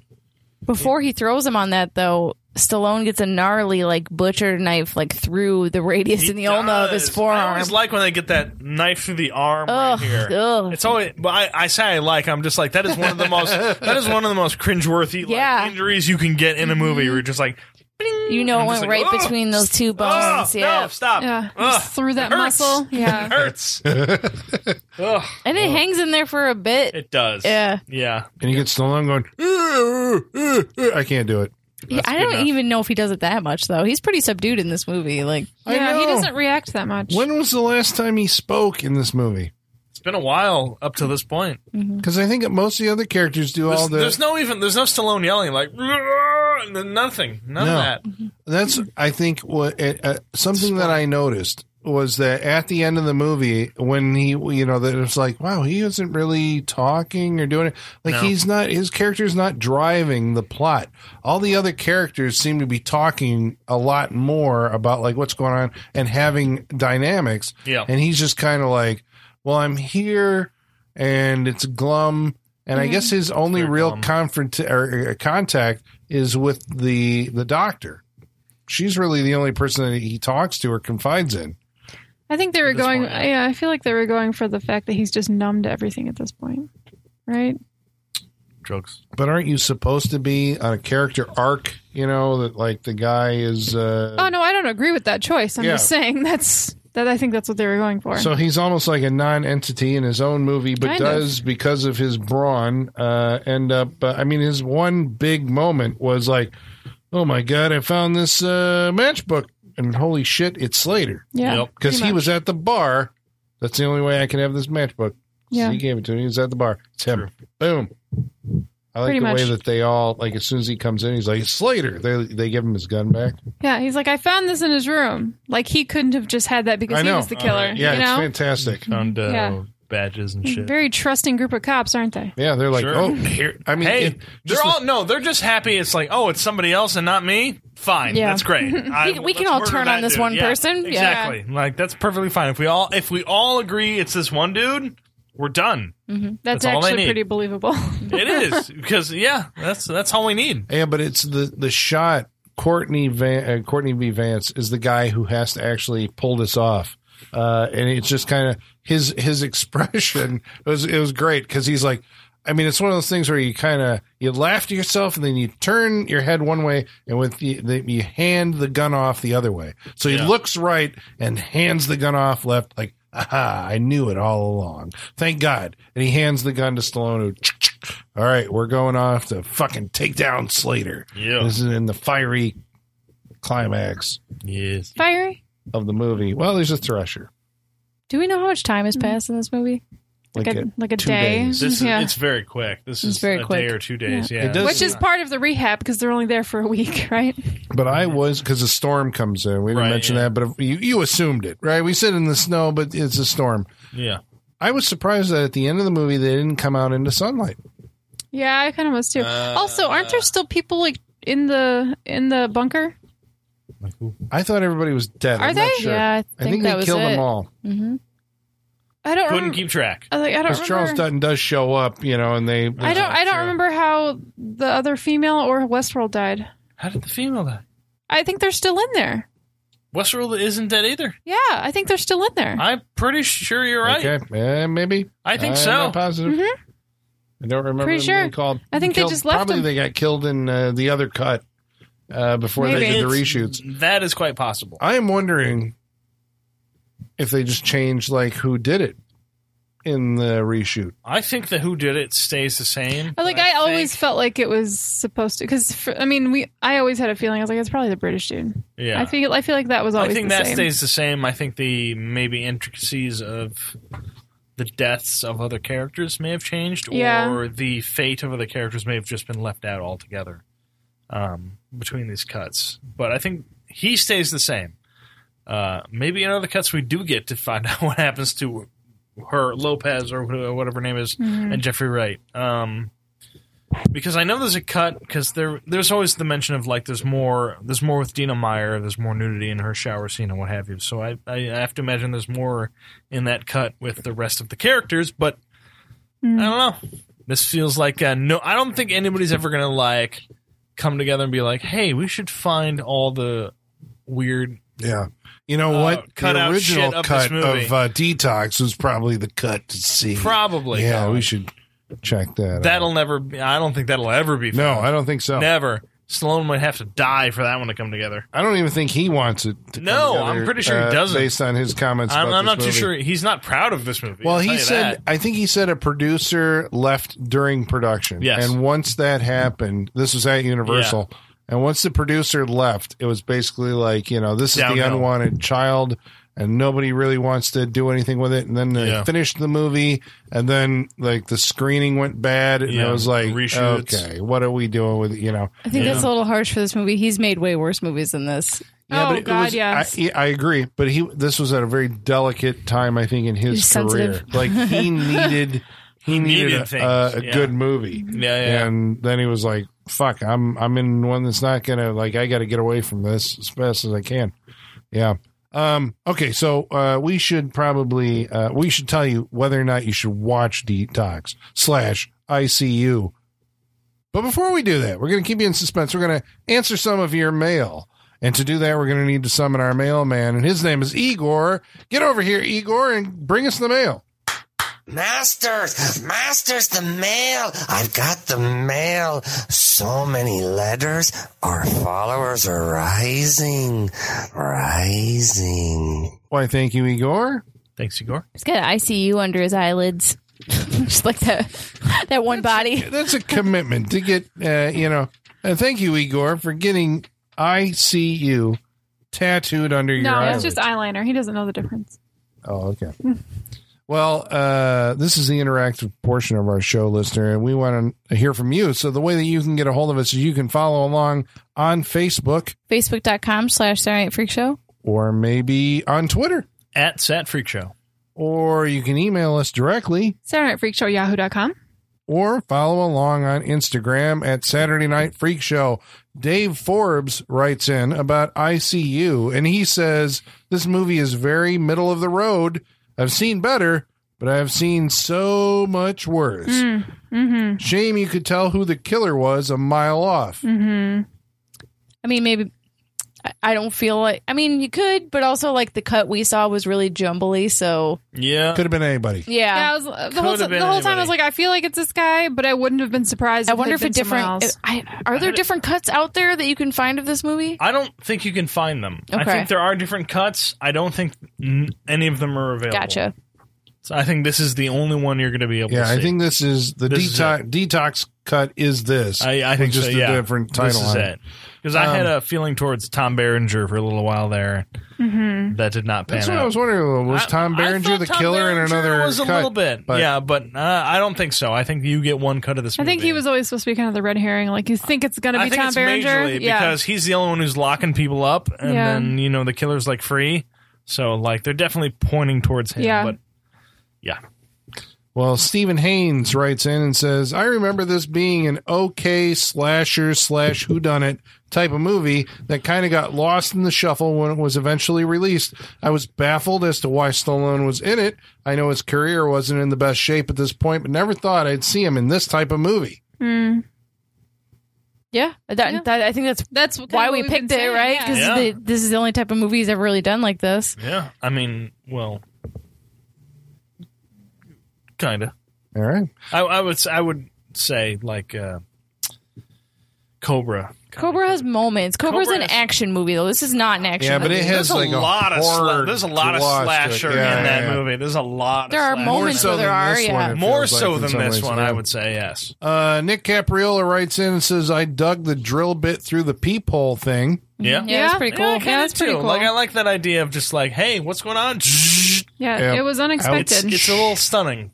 [SPEAKER 5] Before he throws him on that, though, Stallone gets a gnarly, like, butcher knife, like, through the radius
[SPEAKER 3] He
[SPEAKER 5] and the ulna of his
[SPEAKER 3] does. I
[SPEAKER 5] forearm.
[SPEAKER 3] always like when they get that knife through the arm
[SPEAKER 5] Ugh,
[SPEAKER 3] right here.
[SPEAKER 5] ugh.
[SPEAKER 3] It's always, but I, I say I like. I'm just like that is one of the most that is one of the most cringeworthy like,
[SPEAKER 5] Yeah.
[SPEAKER 3] injuries you can get in a movie. Where you're just like,
[SPEAKER 5] You know, it
[SPEAKER 3] I'm
[SPEAKER 5] went
[SPEAKER 3] just like,
[SPEAKER 5] right
[SPEAKER 3] "Ugh,
[SPEAKER 5] between those two
[SPEAKER 3] oh,
[SPEAKER 5] bones. yeah.
[SPEAKER 3] no, stop,
[SPEAKER 4] Yeah,
[SPEAKER 3] Ugh,
[SPEAKER 4] just through that
[SPEAKER 3] it hurts.
[SPEAKER 4] muscle. Yeah,
[SPEAKER 3] it hurts. Ugh,
[SPEAKER 5] And it hangs in there for a bit.
[SPEAKER 3] it does.
[SPEAKER 5] Yeah.
[SPEAKER 3] yeah.
[SPEAKER 2] and you get Stallone going. "Ugh, ugh, ugh." I can't do it.
[SPEAKER 5] Yeah, I
[SPEAKER 3] good
[SPEAKER 5] don't
[SPEAKER 3] enough.
[SPEAKER 5] even know if he does it that much, though. He's pretty subdued in this movie. Like,
[SPEAKER 2] I
[SPEAKER 4] yeah. He
[SPEAKER 2] know.
[SPEAKER 4] doesn't react that much.
[SPEAKER 2] When was the last time he spoke in this movie?
[SPEAKER 3] It's been a while up to this point.
[SPEAKER 2] Because I think most of the other characters do all
[SPEAKER 3] There's,
[SPEAKER 2] the.
[SPEAKER 3] there's no even there's no Stallone yelling like "Ugh," and then nothing, none
[SPEAKER 2] No.
[SPEAKER 3] of that.
[SPEAKER 2] That's I think what it, uh, something that I noticed was that at the end of the movie when he you know that it's like wow he isn't really talking or doing it like
[SPEAKER 3] No.
[SPEAKER 2] he's not his character's not driving the plot all the other characters seem to be talking a lot more about like what's going on and having dynamics
[SPEAKER 3] Yeah.
[SPEAKER 2] and he's just kind of like well i'm here and it's glum and i guess his only
[SPEAKER 3] Mm-hmm. Very
[SPEAKER 2] real
[SPEAKER 3] glum.
[SPEAKER 2] confront or uh, contact is with the the doctor she's really the only person that he talks to or confides in
[SPEAKER 4] I think they were
[SPEAKER 3] At this
[SPEAKER 4] going.
[SPEAKER 3] point, yeah.
[SPEAKER 4] yeah, I feel like they were going for the fact that he's just numb to everything at this point, right?
[SPEAKER 3] Drugs.
[SPEAKER 2] but aren't you supposed to be on a character arc you know that like the guy is uh
[SPEAKER 4] Oh no, I don't agree with that choice. I'm
[SPEAKER 2] Yeah.
[SPEAKER 4] just saying that's that. I think that's what they were going for.
[SPEAKER 2] So he's almost like a non-entity in his own movie, but
[SPEAKER 4] Kind of.
[SPEAKER 2] does because of his brawn uh, end up. Uh, I mean, his one big moment was like, "Oh my god, I found this uh, matchbook, and holy shit, it's Slater!"
[SPEAKER 4] yeah,
[SPEAKER 3] Yep.
[SPEAKER 2] Because
[SPEAKER 4] Pretty
[SPEAKER 2] he
[SPEAKER 4] much.
[SPEAKER 2] was at the bar. That's the only way I can have this matchbook.
[SPEAKER 4] Yeah.
[SPEAKER 2] So he gave it to me. He was at the bar. It's him. Boom. I like
[SPEAKER 4] Pretty
[SPEAKER 2] the way
[SPEAKER 4] much.
[SPEAKER 2] that they all like as soon as he comes in, he's like, "It's Slater." They they give him his gun back.
[SPEAKER 4] yeah. He's like, I found this in his room. Like he couldn't have just had that because
[SPEAKER 2] I
[SPEAKER 4] he
[SPEAKER 2] know.
[SPEAKER 4] was the killer.
[SPEAKER 3] Alright.
[SPEAKER 2] Yeah,
[SPEAKER 4] you
[SPEAKER 2] it's
[SPEAKER 4] know,
[SPEAKER 2] fantastic.
[SPEAKER 5] Mm-hmm.
[SPEAKER 3] Found uh,
[SPEAKER 4] Yeah.
[SPEAKER 3] badges and shit.
[SPEAKER 4] very trusting group of cops, aren't they?
[SPEAKER 2] Yeah, they're like,
[SPEAKER 3] Sure.
[SPEAKER 2] "Oh, here." I mean,
[SPEAKER 3] Hey,
[SPEAKER 2] it-
[SPEAKER 3] they're
[SPEAKER 2] just the-
[SPEAKER 3] all no. They're just happy. It's like, oh, it's somebody else and not me. Fine,
[SPEAKER 5] Yeah.
[SPEAKER 3] that's great. I-
[SPEAKER 5] We- we can
[SPEAKER 3] let's
[SPEAKER 5] all
[SPEAKER 3] murder
[SPEAKER 5] turn
[SPEAKER 3] that
[SPEAKER 5] on this
[SPEAKER 3] dude.
[SPEAKER 5] one
[SPEAKER 3] Yeah,
[SPEAKER 5] person. Yeah.
[SPEAKER 3] Exactly. Like that's perfectly fine. If we all if we all agree it's this one dude, we're done.
[SPEAKER 4] That's,
[SPEAKER 3] That's all I
[SPEAKER 4] actually
[SPEAKER 3] need.
[SPEAKER 4] pretty believable.
[SPEAKER 5] Mm-hmm.
[SPEAKER 3] It is because yeah, that's that's all we need.
[SPEAKER 2] Yeah, but it's the the shot. Courtney Van, uh, Courtney B. Vance is the guy who has to actually pull this off, uh, and it's just kind of his his expression it was it was great because he's like, I mean, it's one of those things where you kind of you laugh to yourself and then you turn your head one way and with the, the you hand the gun off the other way, so he
[SPEAKER 3] Yeah.
[SPEAKER 2] looks right and hands the gun off left, like aha, I knew it all along, thank God, and he hands the gun to Stallone. Who, all right, we're going off to fucking take down Slater.
[SPEAKER 3] Yeah.
[SPEAKER 2] This is in the fiery climax
[SPEAKER 3] Yes.
[SPEAKER 4] Fiery.
[SPEAKER 2] of the movie. Well, there's a thresher.
[SPEAKER 5] Do we know how much time has
[SPEAKER 3] Mm-hmm.
[SPEAKER 5] passed in this movie? Like, a,
[SPEAKER 6] a-
[SPEAKER 4] like a
[SPEAKER 6] two
[SPEAKER 4] day.
[SPEAKER 6] days.
[SPEAKER 3] This is
[SPEAKER 4] Yeah.
[SPEAKER 3] it's very quick. This
[SPEAKER 5] It's
[SPEAKER 3] is
[SPEAKER 5] very
[SPEAKER 3] a
[SPEAKER 5] quick.
[SPEAKER 3] day or two days. Yeah,
[SPEAKER 6] It does-
[SPEAKER 4] Which is part of the rehab because they're only there for a week, right?
[SPEAKER 2] But I was because a storm comes in. We didn't
[SPEAKER 3] Right,
[SPEAKER 2] mention
[SPEAKER 3] yeah.
[SPEAKER 2] that, but if- you you assumed it, right? We sit in the snow, but it's a storm.
[SPEAKER 3] yeah.
[SPEAKER 2] I was surprised that at the end of the movie they didn't come out into sunlight.
[SPEAKER 4] Yeah, I kind of was too.
[SPEAKER 3] Uh,
[SPEAKER 4] also, aren't there still people like in the in the bunker?
[SPEAKER 2] I thought everybody was dead.
[SPEAKER 4] Are
[SPEAKER 2] I'm not
[SPEAKER 4] they?
[SPEAKER 2] sure.
[SPEAKER 5] Yeah, I
[SPEAKER 2] I think,
[SPEAKER 5] think that
[SPEAKER 2] they
[SPEAKER 5] was
[SPEAKER 2] killed
[SPEAKER 5] it.
[SPEAKER 2] them all.
[SPEAKER 5] Mm-hmm.
[SPEAKER 4] I don't
[SPEAKER 3] Couldn't
[SPEAKER 4] remember.
[SPEAKER 3] keep track.
[SPEAKER 4] I, like, I don't
[SPEAKER 2] Because
[SPEAKER 4] remember.
[SPEAKER 2] Charles Dutton does show up, you know, and they.
[SPEAKER 4] I don't. I don't
[SPEAKER 3] True.
[SPEAKER 4] remember how the other female or Westworld died.
[SPEAKER 3] How did the female die?
[SPEAKER 4] I think they're still in there.
[SPEAKER 3] Westworld isn't dead either.
[SPEAKER 4] Yeah, I think they're still in there.
[SPEAKER 3] I'm pretty sure you're right.
[SPEAKER 2] Okay, eh, maybe.
[SPEAKER 3] I think
[SPEAKER 2] I'm
[SPEAKER 3] so.
[SPEAKER 2] not positive.
[SPEAKER 4] Mhm.
[SPEAKER 2] I don't remember.
[SPEAKER 4] Pretty
[SPEAKER 2] them being
[SPEAKER 4] sure.
[SPEAKER 2] Called.
[SPEAKER 4] I think they
[SPEAKER 2] killed-
[SPEAKER 4] just left
[SPEAKER 2] Probably
[SPEAKER 4] them.
[SPEAKER 2] they got killed in uh, the other cut uh, before they
[SPEAKER 4] Maybe.
[SPEAKER 2] did the
[SPEAKER 3] It's-
[SPEAKER 2] reshoots.
[SPEAKER 3] That is quite possible.
[SPEAKER 2] I am wondering if they just changed like who did it in the reshoot.
[SPEAKER 3] I think the who did it stays the same.
[SPEAKER 4] I, like I,
[SPEAKER 3] think-
[SPEAKER 4] always felt like it was supposed to, because I mean, we. I always had a feeling I was like, it's probably the British dude.
[SPEAKER 3] Yeah.
[SPEAKER 4] I feel. I feel like that was always.
[SPEAKER 3] I think
[SPEAKER 4] the
[SPEAKER 3] that
[SPEAKER 4] same.
[SPEAKER 3] stays the same. I think the maybe intricacies of the deaths of other characters may have changed,
[SPEAKER 4] Yeah.
[SPEAKER 3] or the fate of other characters may have just been left out altogether um, between these cuts. But I think he stays the same. Uh, maybe in other cuts we do get to find out what happens to her Lopez or wh- whatever her name is,
[SPEAKER 4] Mhm.
[SPEAKER 3] and Jeffrey Wright. Um, because I know there's a cut because there there's always the mention of like there's more there's more with Dina Meyer there's more nudity in her shower scene and what have you so I, I have to imagine there's more in that cut with the rest of the characters but
[SPEAKER 4] Mm.
[SPEAKER 3] I don't know this feels like uh, no I don't think anybody's ever gonna like come together and be like hey we should find all the weird
[SPEAKER 2] Yeah. You know
[SPEAKER 3] Uh,
[SPEAKER 2] what?
[SPEAKER 3] cut
[SPEAKER 2] the
[SPEAKER 3] out
[SPEAKER 2] original
[SPEAKER 3] shit of
[SPEAKER 2] cut
[SPEAKER 3] this movie.
[SPEAKER 2] of uh, Detox was probably the cut to see.
[SPEAKER 3] probably
[SPEAKER 2] yeah, we should check that. out.
[SPEAKER 3] that'll never be, I don't think that'll ever be
[SPEAKER 2] No,
[SPEAKER 3] found.
[SPEAKER 2] I don't think so.
[SPEAKER 3] never Stallone might have to die for that one to come together.
[SPEAKER 2] I don't even think he wants it. To come
[SPEAKER 3] No,
[SPEAKER 2] together,
[SPEAKER 3] I'm pretty sure he
[SPEAKER 2] uh,
[SPEAKER 3] doesn't.
[SPEAKER 2] Based on his comments,
[SPEAKER 3] I'm,
[SPEAKER 2] about
[SPEAKER 3] I'm
[SPEAKER 2] this
[SPEAKER 3] not too
[SPEAKER 2] movie.
[SPEAKER 3] sure. He's not proud of this movie.
[SPEAKER 2] Well,
[SPEAKER 3] I'll tell
[SPEAKER 2] he
[SPEAKER 3] you
[SPEAKER 2] said,
[SPEAKER 3] that.
[SPEAKER 2] I think he said a producer left during production.
[SPEAKER 3] Yes.
[SPEAKER 2] And once that happened, this was at Universal. And once the producer left, it was basically like, you know, this is the
[SPEAKER 3] Downhill.
[SPEAKER 2] unwanted child and nobody really wants to do anything with it. And then they
[SPEAKER 3] Yeah.
[SPEAKER 2] finished the movie and then like the screening went bad. And I
[SPEAKER 3] Yeah.
[SPEAKER 2] was like,
[SPEAKER 3] Reshoots.
[SPEAKER 2] okay, what are we doing with it? You know,
[SPEAKER 5] I think
[SPEAKER 3] Yeah.
[SPEAKER 5] that's a little harsh for this movie. He's made way worse movies than this.
[SPEAKER 4] Oh,
[SPEAKER 2] it
[SPEAKER 4] God,
[SPEAKER 2] was-
[SPEAKER 4] yes.
[SPEAKER 2] I, yeah, I agree. But he, this was at a very delicate time, I think, in his
[SPEAKER 5] He's
[SPEAKER 2] career.
[SPEAKER 5] sensitive.
[SPEAKER 2] Like he needed, he needed,
[SPEAKER 3] Needed
[SPEAKER 2] a,
[SPEAKER 3] things,
[SPEAKER 2] a- a
[SPEAKER 3] yeah.
[SPEAKER 2] good movie,
[SPEAKER 3] yeah, yeah, yeah.
[SPEAKER 2] and then he was like, "Fuck, I'm I'm in one that's not gonna like I got to get away from this as fast as I can." Yeah. Um. Okay. So uh, we should probably uh, we should tell you whether or not you should watch Detox slash ICU. But before we do that, we're going to keep you in suspense. We're going to answer some of your mail. And to do that, we're going to need to summon our mailman, and his name is Igor. Get over here, Igor, and bring us the mail.
[SPEAKER 7] Masters, masters, the mail. I've got the mail. So many letters. Our followers are rising, rising.
[SPEAKER 2] Why, thank you, Igor.
[SPEAKER 3] Thanks, Igor.
[SPEAKER 5] He's got an ICU under his eyelids, just like that that one body.
[SPEAKER 2] that's a commitment to get uh, you know and thank you igor for getting i see you tattooed under your
[SPEAKER 4] no,
[SPEAKER 2] eyelids.
[SPEAKER 4] it's just eyeliner. He doesn't know the difference.
[SPEAKER 2] oh okay well uh, this is the interactive portion of our show listener and we want to hear from you so the way that you can get a hold of us is you can follow along on facebook
[SPEAKER 5] Facebook.com slash Saturday Night Freak Show.
[SPEAKER 2] or maybe on twitter
[SPEAKER 3] At Sat Freak Show.
[SPEAKER 2] or you can email us directly
[SPEAKER 4] Saturday Night Freak Show Yahoo.com.
[SPEAKER 2] or follow along on Instagram at Saturday Night Freak Show. Dave Forbes writes in about ICU, and he says this movie is very middle of the road. I've seen better, but I've seen so much worse.
[SPEAKER 3] Mm,
[SPEAKER 4] Mm-hmm.
[SPEAKER 2] Shame you could tell who the killer was a mile off.
[SPEAKER 4] Mm-hmm.
[SPEAKER 5] I mean, maybe I- I don't feel like. I mean, you could, but also like the cut we saw was really jumbly. So
[SPEAKER 3] Yeah.
[SPEAKER 2] Could have been anybody.
[SPEAKER 5] yeah,
[SPEAKER 4] Yeah, I was, the whole
[SPEAKER 3] Could have
[SPEAKER 4] the
[SPEAKER 3] been
[SPEAKER 4] whole time I was
[SPEAKER 3] anybody.
[SPEAKER 4] like, I feel like it's this guy, but I wouldn't have been surprised.
[SPEAKER 5] I wonder if a
[SPEAKER 4] it someone
[SPEAKER 5] different
[SPEAKER 4] Else.
[SPEAKER 5] I, are there different cuts out there that you can find of this movie?
[SPEAKER 3] I don't think you can find them. I
[SPEAKER 5] Okay.
[SPEAKER 3] think there are different cuts. I don't think n- any of them are available.
[SPEAKER 5] Gotcha.
[SPEAKER 3] So I think this is the only one you're going to be able
[SPEAKER 2] Yeah,
[SPEAKER 3] to see.
[SPEAKER 2] I think this is the
[SPEAKER 3] This is
[SPEAKER 2] detox, detox cut is this?
[SPEAKER 3] I, I
[SPEAKER 2] With
[SPEAKER 3] think
[SPEAKER 2] just a
[SPEAKER 3] so, yeah.
[SPEAKER 2] different title. Um,
[SPEAKER 3] This is
[SPEAKER 2] on
[SPEAKER 3] it. Because I had a feeling towards Tom Berenger for a little while there
[SPEAKER 5] Mm-hmm.
[SPEAKER 3] that did not pan
[SPEAKER 2] That's what
[SPEAKER 3] out.
[SPEAKER 2] I was wondering. Was
[SPEAKER 3] I-
[SPEAKER 2] Tom
[SPEAKER 3] I
[SPEAKER 2] Berenger
[SPEAKER 3] thought
[SPEAKER 2] the
[SPEAKER 3] Tom
[SPEAKER 2] killer in
[SPEAKER 3] Berenger
[SPEAKER 2] another
[SPEAKER 3] was a
[SPEAKER 2] cut?
[SPEAKER 3] little bit,
[SPEAKER 2] But-
[SPEAKER 3] yeah, but uh, I don't think so. I think you get one cut of this.
[SPEAKER 4] I think
[SPEAKER 3] movie.
[SPEAKER 4] he was always supposed to be kind of the red herring. Like you think it's gonna be
[SPEAKER 3] I think
[SPEAKER 4] Tom
[SPEAKER 3] it's
[SPEAKER 4] Berenger,
[SPEAKER 3] majorly because he's the only one who's locking people up, and
[SPEAKER 4] Yeah.
[SPEAKER 3] then you know the killer's like free, so like they're definitely pointing towards him.
[SPEAKER 4] Yeah.
[SPEAKER 3] but yeah,
[SPEAKER 2] Well, Stephen Haynes writes in and says, I remember this being an okay slasher slash whodunit type of movie that kind of got lost in the shuffle when it was eventually released. I was baffled as to why Stallone was in it. I know his career wasn't in the best shape at this point, but never thought I'd see him in this type of movie.
[SPEAKER 5] Yeah, that,
[SPEAKER 4] Yeah.
[SPEAKER 5] That, I think that's
[SPEAKER 4] That's
[SPEAKER 5] why we picked it, right? Because
[SPEAKER 3] Yeah.
[SPEAKER 5] this is the only type of movie he's ever really done like this.
[SPEAKER 3] yeah. I mean, well, kind of.
[SPEAKER 2] All right.
[SPEAKER 3] I, I would s- I would say like uh, Cobra.
[SPEAKER 5] Cobra has moments. Cobra's
[SPEAKER 3] Cobra
[SPEAKER 5] an
[SPEAKER 3] has-
[SPEAKER 5] action movie though. This is not an action.
[SPEAKER 2] Yeah, but
[SPEAKER 5] movie.
[SPEAKER 2] it has
[SPEAKER 3] there's
[SPEAKER 2] like
[SPEAKER 3] a lot of sla-
[SPEAKER 2] hard
[SPEAKER 3] there's a lot of
[SPEAKER 2] gloss to it.
[SPEAKER 3] slasher
[SPEAKER 2] Yeah,
[SPEAKER 3] in
[SPEAKER 2] yeah,
[SPEAKER 3] that
[SPEAKER 2] yeah.
[SPEAKER 3] movie. There's a lot.
[SPEAKER 5] There
[SPEAKER 3] of
[SPEAKER 5] are
[SPEAKER 3] slasher.
[SPEAKER 2] More
[SPEAKER 5] Moments
[SPEAKER 2] so
[SPEAKER 5] where
[SPEAKER 2] than
[SPEAKER 5] there are,
[SPEAKER 2] this
[SPEAKER 5] yeah.
[SPEAKER 2] one. it
[SPEAKER 3] more
[SPEAKER 2] feels like
[SPEAKER 3] so
[SPEAKER 2] in
[SPEAKER 3] than
[SPEAKER 2] some
[SPEAKER 3] this
[SPEAKER 2] ways,
[SPEAKER 3] one.
[SPEAKER 2] yeah.
[SPEAKER 3] I would say yes.
[SPEAKER 2] Uh, Nick Capriola writes in and says, I dug the drill bit through the peephole thing.
[SPEAKER 3] Yeah.
[SPEAKER 5] Mm-hmm. yeah, that's pretty cool.
[SPEAKER 4] Yeah,
[SPEAKER 5] Yeah,
[SPEAKER 4] kinda
[SPEAKER 5] that's pretty
[SPEAKER 3] too.
[SPEAKER 5] cool.
[SPEAKER 3] Like I like that idea of just like, hey, what's going on?
[SPEAKER 4] Yeah,
[SPEAKER 2] Yeah.
[SPEAKER 4] it was
[SPEAKER 3] It's,
[SPEAKER 4] unexpected.
[SPEAKER 3] it's a little stunning.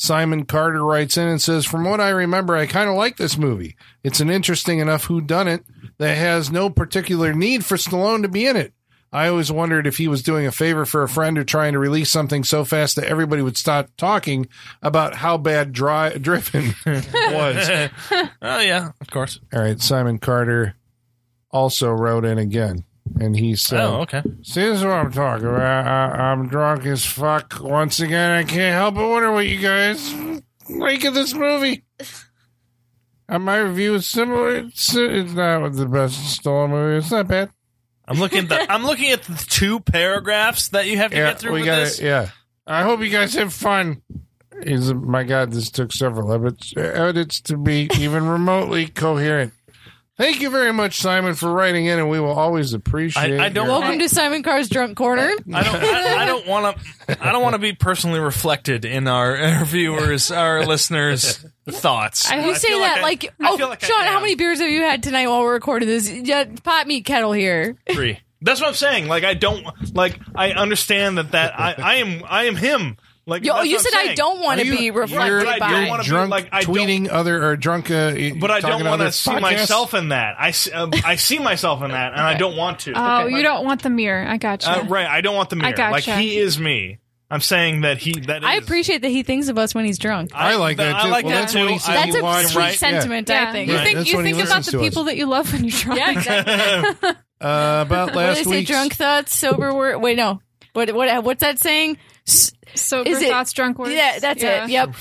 [SPEAKER 2] Simon Carter writes in and says, "From what I remember, I kind of like this movie. It's an interesting enough whodunit that has no particular need for Stallone to be in it. I always wondered if he was doing a favor for a friend or trying to release something so fast that everybody would stop talking about how bad dry, Driven was."
[SPEAKER 3] oh yeah, of course.
[SPEAKER 2] All right, Simon Carter also wrote in again, and he said,
[SPEAKER 3] oh okay.
[SPEAKER 2] See, this is what I'm talking about. I, I, I'm drunk as fuck. Once again, I can't help but wonder what you guys make of this movie. And my review is similar. It's, it's not the best Stallone movie. It's not bad.
[SPEAKER 3] I'm looking at the I'm looking at the two paragraphs that you have to
[SPEAKER 2] Yeah,
[SPEAKER 3] get through
[SPEAKER 2] we
[SPEAKER 3] with
[SPEAKER 2] got
[SPEAKER 3] this.
[SPEAKER 2] it. Yeah. I hope you guys have fun. Is my God, this took several edits, edits to be even remotely coherent. Thank you very much, Simon, for writing in, and we will always appreciate.
[SPEAKER 3] I- I don't
[SPEAKER 2] your-
[SPEAKER 5] Welcome to Simon Carr's drunk corner.
[SPEAKER 3] I don't. I, I don't want to. I don't want to be personally reflected in our, our viewers, our listeners' thoughts.
[SPEAKER 5] you say
[SPEAKER 3] feel
[SPEAKER 5] that
[SPEAKER 3] I-
[SPEAKER 5] like,
[SPEAKER 3] I
[SPEAKER 5] oh,
[SPEAKER 3] feel like I
[SPEAKER 5] Sean, how
[SPEAKER 3] am.
[SPEAKER 5] many beers have you had tonight while we're recording this? Yeah, pot meat kettle here.
[SPEAKER 3] Three. That's what I'm saying. Like I don't. Like I understand that. That I, I am. I am him. Like
[SPEAKER 5] Yo,
[SPEAKER 3] that's
[SPEAKER 5] you
[SPEAKER 3] what
[SPEAKER 5] said
[SPEAKER 3] I'm
[SPEAKER 5] I
[SPEAKER 3] saying.
[SPEAKER 5] don't want to
[SPEAKER 2] You're-
[SPEAKER 5] be
[SPEAKER 2] you're
[SPEAKER 5] reflected
[SPEAKER 3] right,
[SPEAKER 5] by.
[SPEAKER 3] you're wanna be
[SPEAKER 2] drunk
[SPEAKER 3] like- I don't-
[SPEAKER 2] tweeting other or drunk. Uh,
[SPEAKER 3] But I don't
[SPEAKER 2] want to
[SPEAKER 3] see myself in that. I see, um, I see myself in that, and I don't want to.
[SPEAKER 4] oh,
[SPEAKER 5] Okay.
[SPEAKER 4] you don't want the mirror. I got you.
[SPEAKER 3] Uh, right. I don't want the mirror. Like
[SPEAKER 4] gotcha.
[SPEAKER 3] he is me. I'm saying that he. That
[SPEAKER 5] I
[SPEAKER 3] is-
[SPEAKER 5] appreciate that he thinks of us when he's drunk.
[SPEAKER 2] I like that
[SPEAKER 3] I
[SPEAKER 2] too.
[SPEAKER 3] like
[SPEAKER 2] Well,
[SPEAKER 3] that
[SPEAKER 2] that's
[SPEAKER 3] too.
[SPEAKER 2] what he
[SPEAKER 3] I-
[SPEAKER 2] said.
[SPEAKER 5] That's
[SPEAKER 2] You
[SPEAKER 5] a
[SPEAKER 2] want-
[SPEAKER 5] sweet
[SPEAKER 3] right, yeah.
[SPEAKER 5] sentiment, I think.
[SPEAKER 4] You
[SPEAKER 2] Right,
[SPEAKER 4] think
[SPEAKER 2] that's
[SPEAKER 4] you
[SPEAKER 2] when he
[SPEAKER 4] think about
[SPEAKER 2] listens
[SPEAKER 4] the
[SPEAKER 2] to us.
[SPEAKER 4] people that you love when you're drunk.
[SPEAKER 5] Yeah, exactly.
[SPEAKER 2] Uh, about
[SPEAKER 5] what do
[SPEAKER 2] last
[SPEAKER 5] they say?
[SPEAKER 2] week.
[SPEAKER 5] Drunk thoughts, sober word. Wait, no. What? What? What's that saying? S-
[SPEAKER 4] Sober
[SPEAKER 5] Is it-
[SPEAKER 4] thoughts, drunk words.
[SPEAKER 5] Yeah, that's it. Yep,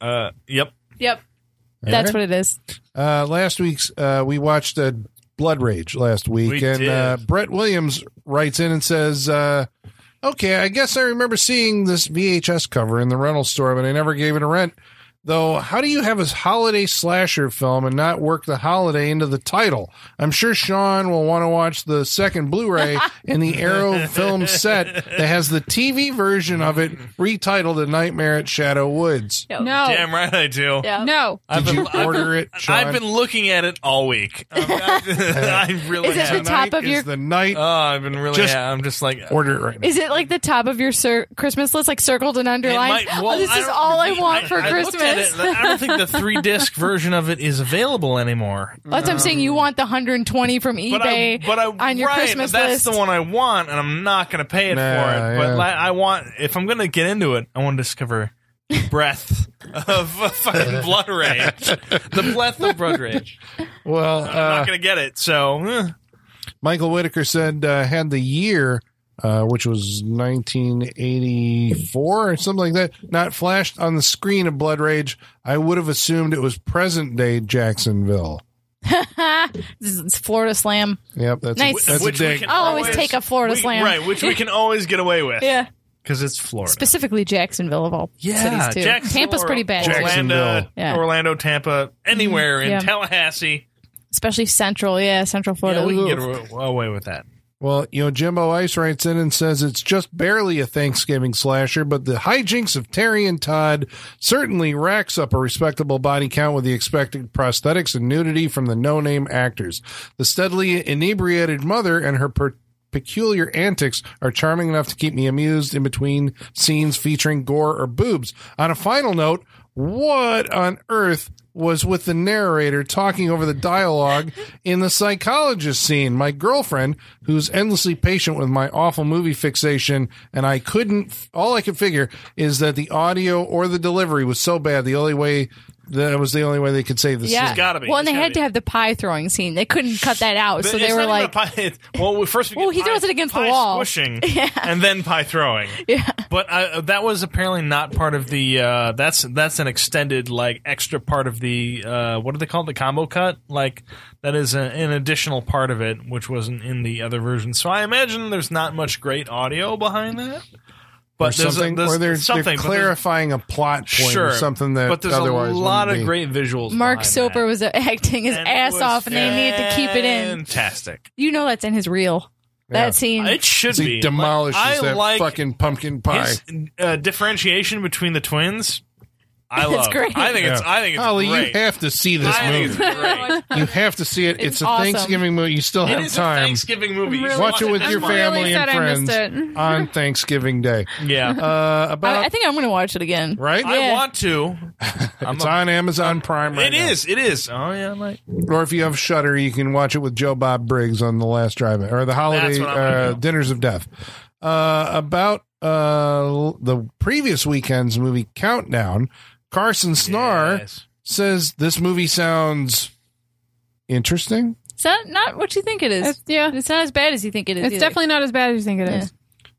[SPEAKER 3] Uh, yep.
[SPEAKER 5] yep. That's what it is.
[SPEAKER 2] Uh, last week's uh, we watched uh, Blood Rage last week,
[SPEAKER 3] We
[SPEAKER 2] and
[SPEAKER 3] did.
[SPEAKER 2] Uh, Brett Williams writes in and says, uh, "Okay, I guess I remember seeing this VHS cover in the rental store, but I never gave it a rent. Though, how do you have a holiday slasher film and not work the holiday into the title? I'm sure Sean will want to watch the second Blu-ray in the Arrow film set that has the TV version of it retitled "A Nightmare at Shadow Woods."
[SPEAKER 5] Yep.
[SPEAKER 4] No.
[SPEAKER 3] Damn right I do.
[SPEAKER 5] Oh. Yeah.
[SPEAKER 4] No.
[SPEAKER 2] Did
[SPEAKER 3] I've been,
[SPEAKER 2] you
[SPEAKER 3] I've been-
[SPEAKER 2] order it, Sean?
[SPEAKER 3] I've been looking at it all week. I, I, I really
[SPEAKER 5] Is it the
[SPEAKER 3] have.
[SPEAKER 5] time? top
[SPEAKER 2] Tonight
[SPEAKER 5] of
[SPEAKER 2] is
[SPEAKER 5] your-
[SPEAKER 2] the night.
[SPEAKER 3] Oh, I've been really.
[SPEAKER 2] Just-
[SPEAKER 3] yeah, I'm just like.
[SPEAKER 2] Order it right now.
[SPEAKER 5] Is it like the top of your cir- Christmas list, like circled and underlined? oh, this is all I want for
[SPEAKER 3] looked at
[SPEAKER 5] Christmas.
[SPEAKER 3] it, and I don't think the three disc version of it is available anymore.
[SPEAKER 5] That's what I'm saying. You want the 120 from eBay
[SPEAKER 3] Um, But I, but I,
[SPEAKER 5] on your
[SPEAKER 3] right,
[SPEAKER 5] Christmas
[SPEAKER 3] that's
[SPEAKER 5] list.
[SPEAKER 3] the one I want, and I'm not going to pay it
[SPEAKER 2] Nah,
[SPEAKER 3] for it. But
[SPEAKER 2] yeah.
[SPEAKER 3] li- I want, if I'm going to get into it, I want to discover breath of uh, fucking blood rage, the breath of blood rage.
[SPEAKER 2] Well,
[SPEAKER 3] I'm
[SPEAKER 2] uh,
[SPEAKER 3] not going to get it, so eh.
[SPEAKER 2] Michael Whitaker said uh, had the year, uh, which was 1984 or something like that, not flashed on the screen of Blood Rage, I would have assumed it was present day Jacksonville.
[SPEAKER 5] This is Florida Slam.
[SPEAKER 2] Yep, that's
[SPEAKER 5] Nice.
[SPEAKER 2] a, that's
[SPEAKER 3] which
[SPEAKER 2] a
[SPEAKER 3] we
[SPEAKER 2] dig.
[SPEAKER 3] can
[SPEAKER 5] I'll always
[SPEAKER 3] always
[SPEAKER 5] take a Florida
[SPEAKER 3] we-
[SPEAKER 5] Slam.
[SPEAKER 3] right? Which we can always get away with,
[SPEAKER 5] Yeah.
[SPEAKER 3] because it's Florida.
[SPEAKER 5] Specifically Jacksonville of all
[SPEAKER 3] Yeah,
[SPEAKER 5] cities too.
[SPEAKER 3] Jacksonville
[SPEAKER 5] Tampa's
[SPEAKER 3] or-
[SPEAKER 5] pretty bad,
[SPEAKER 2] Jack-
[SPEAKER 3] Orlando,
[SPEAKER 2] Jacksonville.
[SPEAKER 5] Yeah.
[SPEAKER 3] Orlando, Tampa, anywhere in
[SPEAKER 5] Yeah.
[SPEAKER 3] Tallahassee.
[SPEAKER 5] especially Central. Yeah, Central Florida.
[SPEAKER 3] Yeah, we can
[SPEAKER 5] Ooh.
[SPEAKER 3] get away- away with that.
[SPEAKER 2] Well, you know, Jimbo Ice writes in and says it's just barely a Thanksgiving slasher, but the hijinks of Terry and Todd certainly racks up a respectable body count with the expected prosthetics and nudity from the no name actors. The steadily inebriated mother and her per- peculiar antics are charming enough to keep me amused in between scenes featuring gore or boobs. On a final note, what on earth was with the narrator talking over the dialogue in the psychologist scene? My girlfriend, who's endlessly patient with my awful movie fixation, and I couldn't, all I could figure is that the audio or the delivery was so bad, the only way. That was the only way they could save this.
[SPEAKER 5] yeah,
[SPEAKER 3] It's gotta be.
[SPEAKER 5] Well, and
[SPEAKER 3] It's
[SPEAKER 5] they
[SPEAKER 3] gotta
[SPEAKER 5] had
[SPEAKER 3] be.
[SPEAKER 5] to have the pie throwing scene. They couldn't cut that out, so
[SPEAKER 3] But
[SPEAKER 5] they
[SPEAKER 3] it's
[SPEAKER 5] were
[SPEAKER 3] not even
[SPEAKER 5] like,
[SPEAKER 3] a pie, it's- well, we- first we
[SPEAKER 5] Well,
[SPEAKER 3] get
[SPEAKER 5] he
[SPEAKER 3] pie-
[SPEAKER 5] throws it against the
[SPEAKER 3] pie
[SPEAKER 5] wall.
[SPEAKER 3] squishing, and then pie throwing. Yeah, but uh, that was apparently not part of the. Uh, that's that's an extended like extra part of the. Uh, what do they call it? The combo cut. Like that is a, an additional part of it, which wasn't in the other version. So I imagine there's not much great audio behind that. But
[SPEAKER 2] or
[SPEAKER 3] there's a-
[SPEAKER 2] something,
[SPEAKER 3] there's
[SPEAKER 2] or they're,
[SPEAKER 3] something
[SPEAKER 2] they're
[SPEAKER 3] but there's-
[SPEAKER 2] clarifying a plot point
[SPEAKER 3] Sure,
[SPEAKER 2] or something that
[SPEAKER 3] but there's
[SPEAKER 2] otherwise
[SPEAKER 3] a lot
[SPEAKER 2] wouldn't
[SPEAKER 3] of
[SPEAKER 2] be.
[SPEAKER 3] great visuals.
[SPEAKER 5] Mark
[SPEAKER 3] behind
[SPEAKER 5] Soper
[SPEAKER 3] that.
[SPEAKER 5] was acting his
[SPEAKER 3] And it
[SPEAKER 5] ass
[SPEAKER 3] was
[SPEAKER 5] off, and they needed to keep it in.
[SPEAKER 3] Fantastic.
[SPEAKER 5] You know that's in his reel.
[SPEAKER 2] Yeah.
[SPEAKER 5] That scene.
[SPEAKER 3] It should
[SPEAKER 2] He
[SPEAKER 3] be
[SPEAKER 2] demolishes
[SPEAKER 3] Like, I
[SPEAKER 2] that
[SPEAKER 3] like
[SPEAKER 2] fucking pumpkin pie.
[SPEAKER 3] his, uh, differentiation between the twins. I
[SPEAKER 5] It's
[SPEAKER 3] love.
[SPEAKER 5] great.
[SPEAKER 3] I think it's.
[SPEAKER 2] Yeah.
[SPEAKER 3] I think it's
[SPEAKER 2] Holly,
[SPEAKER 3] great.
[SPEAKER 2] you have to see this
[SPEAKER 3] I think it's
[SPEAKER 2] movie.
[SPEAKER 3] great.
[SPEAKER 2] You have to see it. It's,
[SPEAKER 5] It's
[SPEAKER 2] a
[SPEAKER 5] awesome.
[SPEAKER 2] Thanksgiving movie. You still
[SPEAKER 3] it
[SPEAKER 2] have
[SPEAKER 3] is a
[SPEAKER 2] time.
[SPEAKER 3] Thanksgiving movie. You should
[SPEAKER 4] Really
[SPEAKER 2] Watch it with
[SPEAKER 4] I'm
[SPEAKER 2] your
[SPEAKER 3] this month.
[SPEAKER 2] family
[SPEAKER 4] really sad
[SPEAKER 2] and
[SPEAKER 4] I missed
[SPEAKER 2] friends Uh,
[SPEAKER 4] it.
[SPEAKER 2] on Thanksgiving Day.
[SPEAKER 3] Yeah.
[SPEAKER 2] Uh, about
[SPEAKER 5] I, I think I'm going to watch it again.
[SPEAKER 2] right?
[SPEAKER 3] I
[SPEAKER 5] Yeah.
[SPEAKER 3] want to. I'm
[SPEAKER 2] it's
[SPEAKER 3] a-
[SPEAKER 2] on Amazon Prime right
[SPEAKER 3] It is. It is. Oh yeah. I might.
[SPEAKER 2] now. Or if you have Shutter, you can watch it with Joe Bob Briggs on the Last Drive or the Holiday
[SPEAKER 3] what I'm gonna
[SPEAKER 2] uh,
[SPEAKER 3] do.
[SPEAKER 2] Dinners of Death. Uh, about uh, the previous weekend's movie Countdown, Carson Snar
[SPEAKER 3] Yes.
[SPEAKER 2] says this movie sounds interesting.
[SPEAKER 5] It's not, not what you think it is.
[SPEAKER 4] It's- yeah,
[SPEAKER 5] It's not as bad as you think it is.
[SPEAKER 4] it's
[SPEAKER 5] either.
[SPEAKER 4] definitely not as bad as you think it
[SPEAKER 5] Yeah.
[SPEAKER 4] is.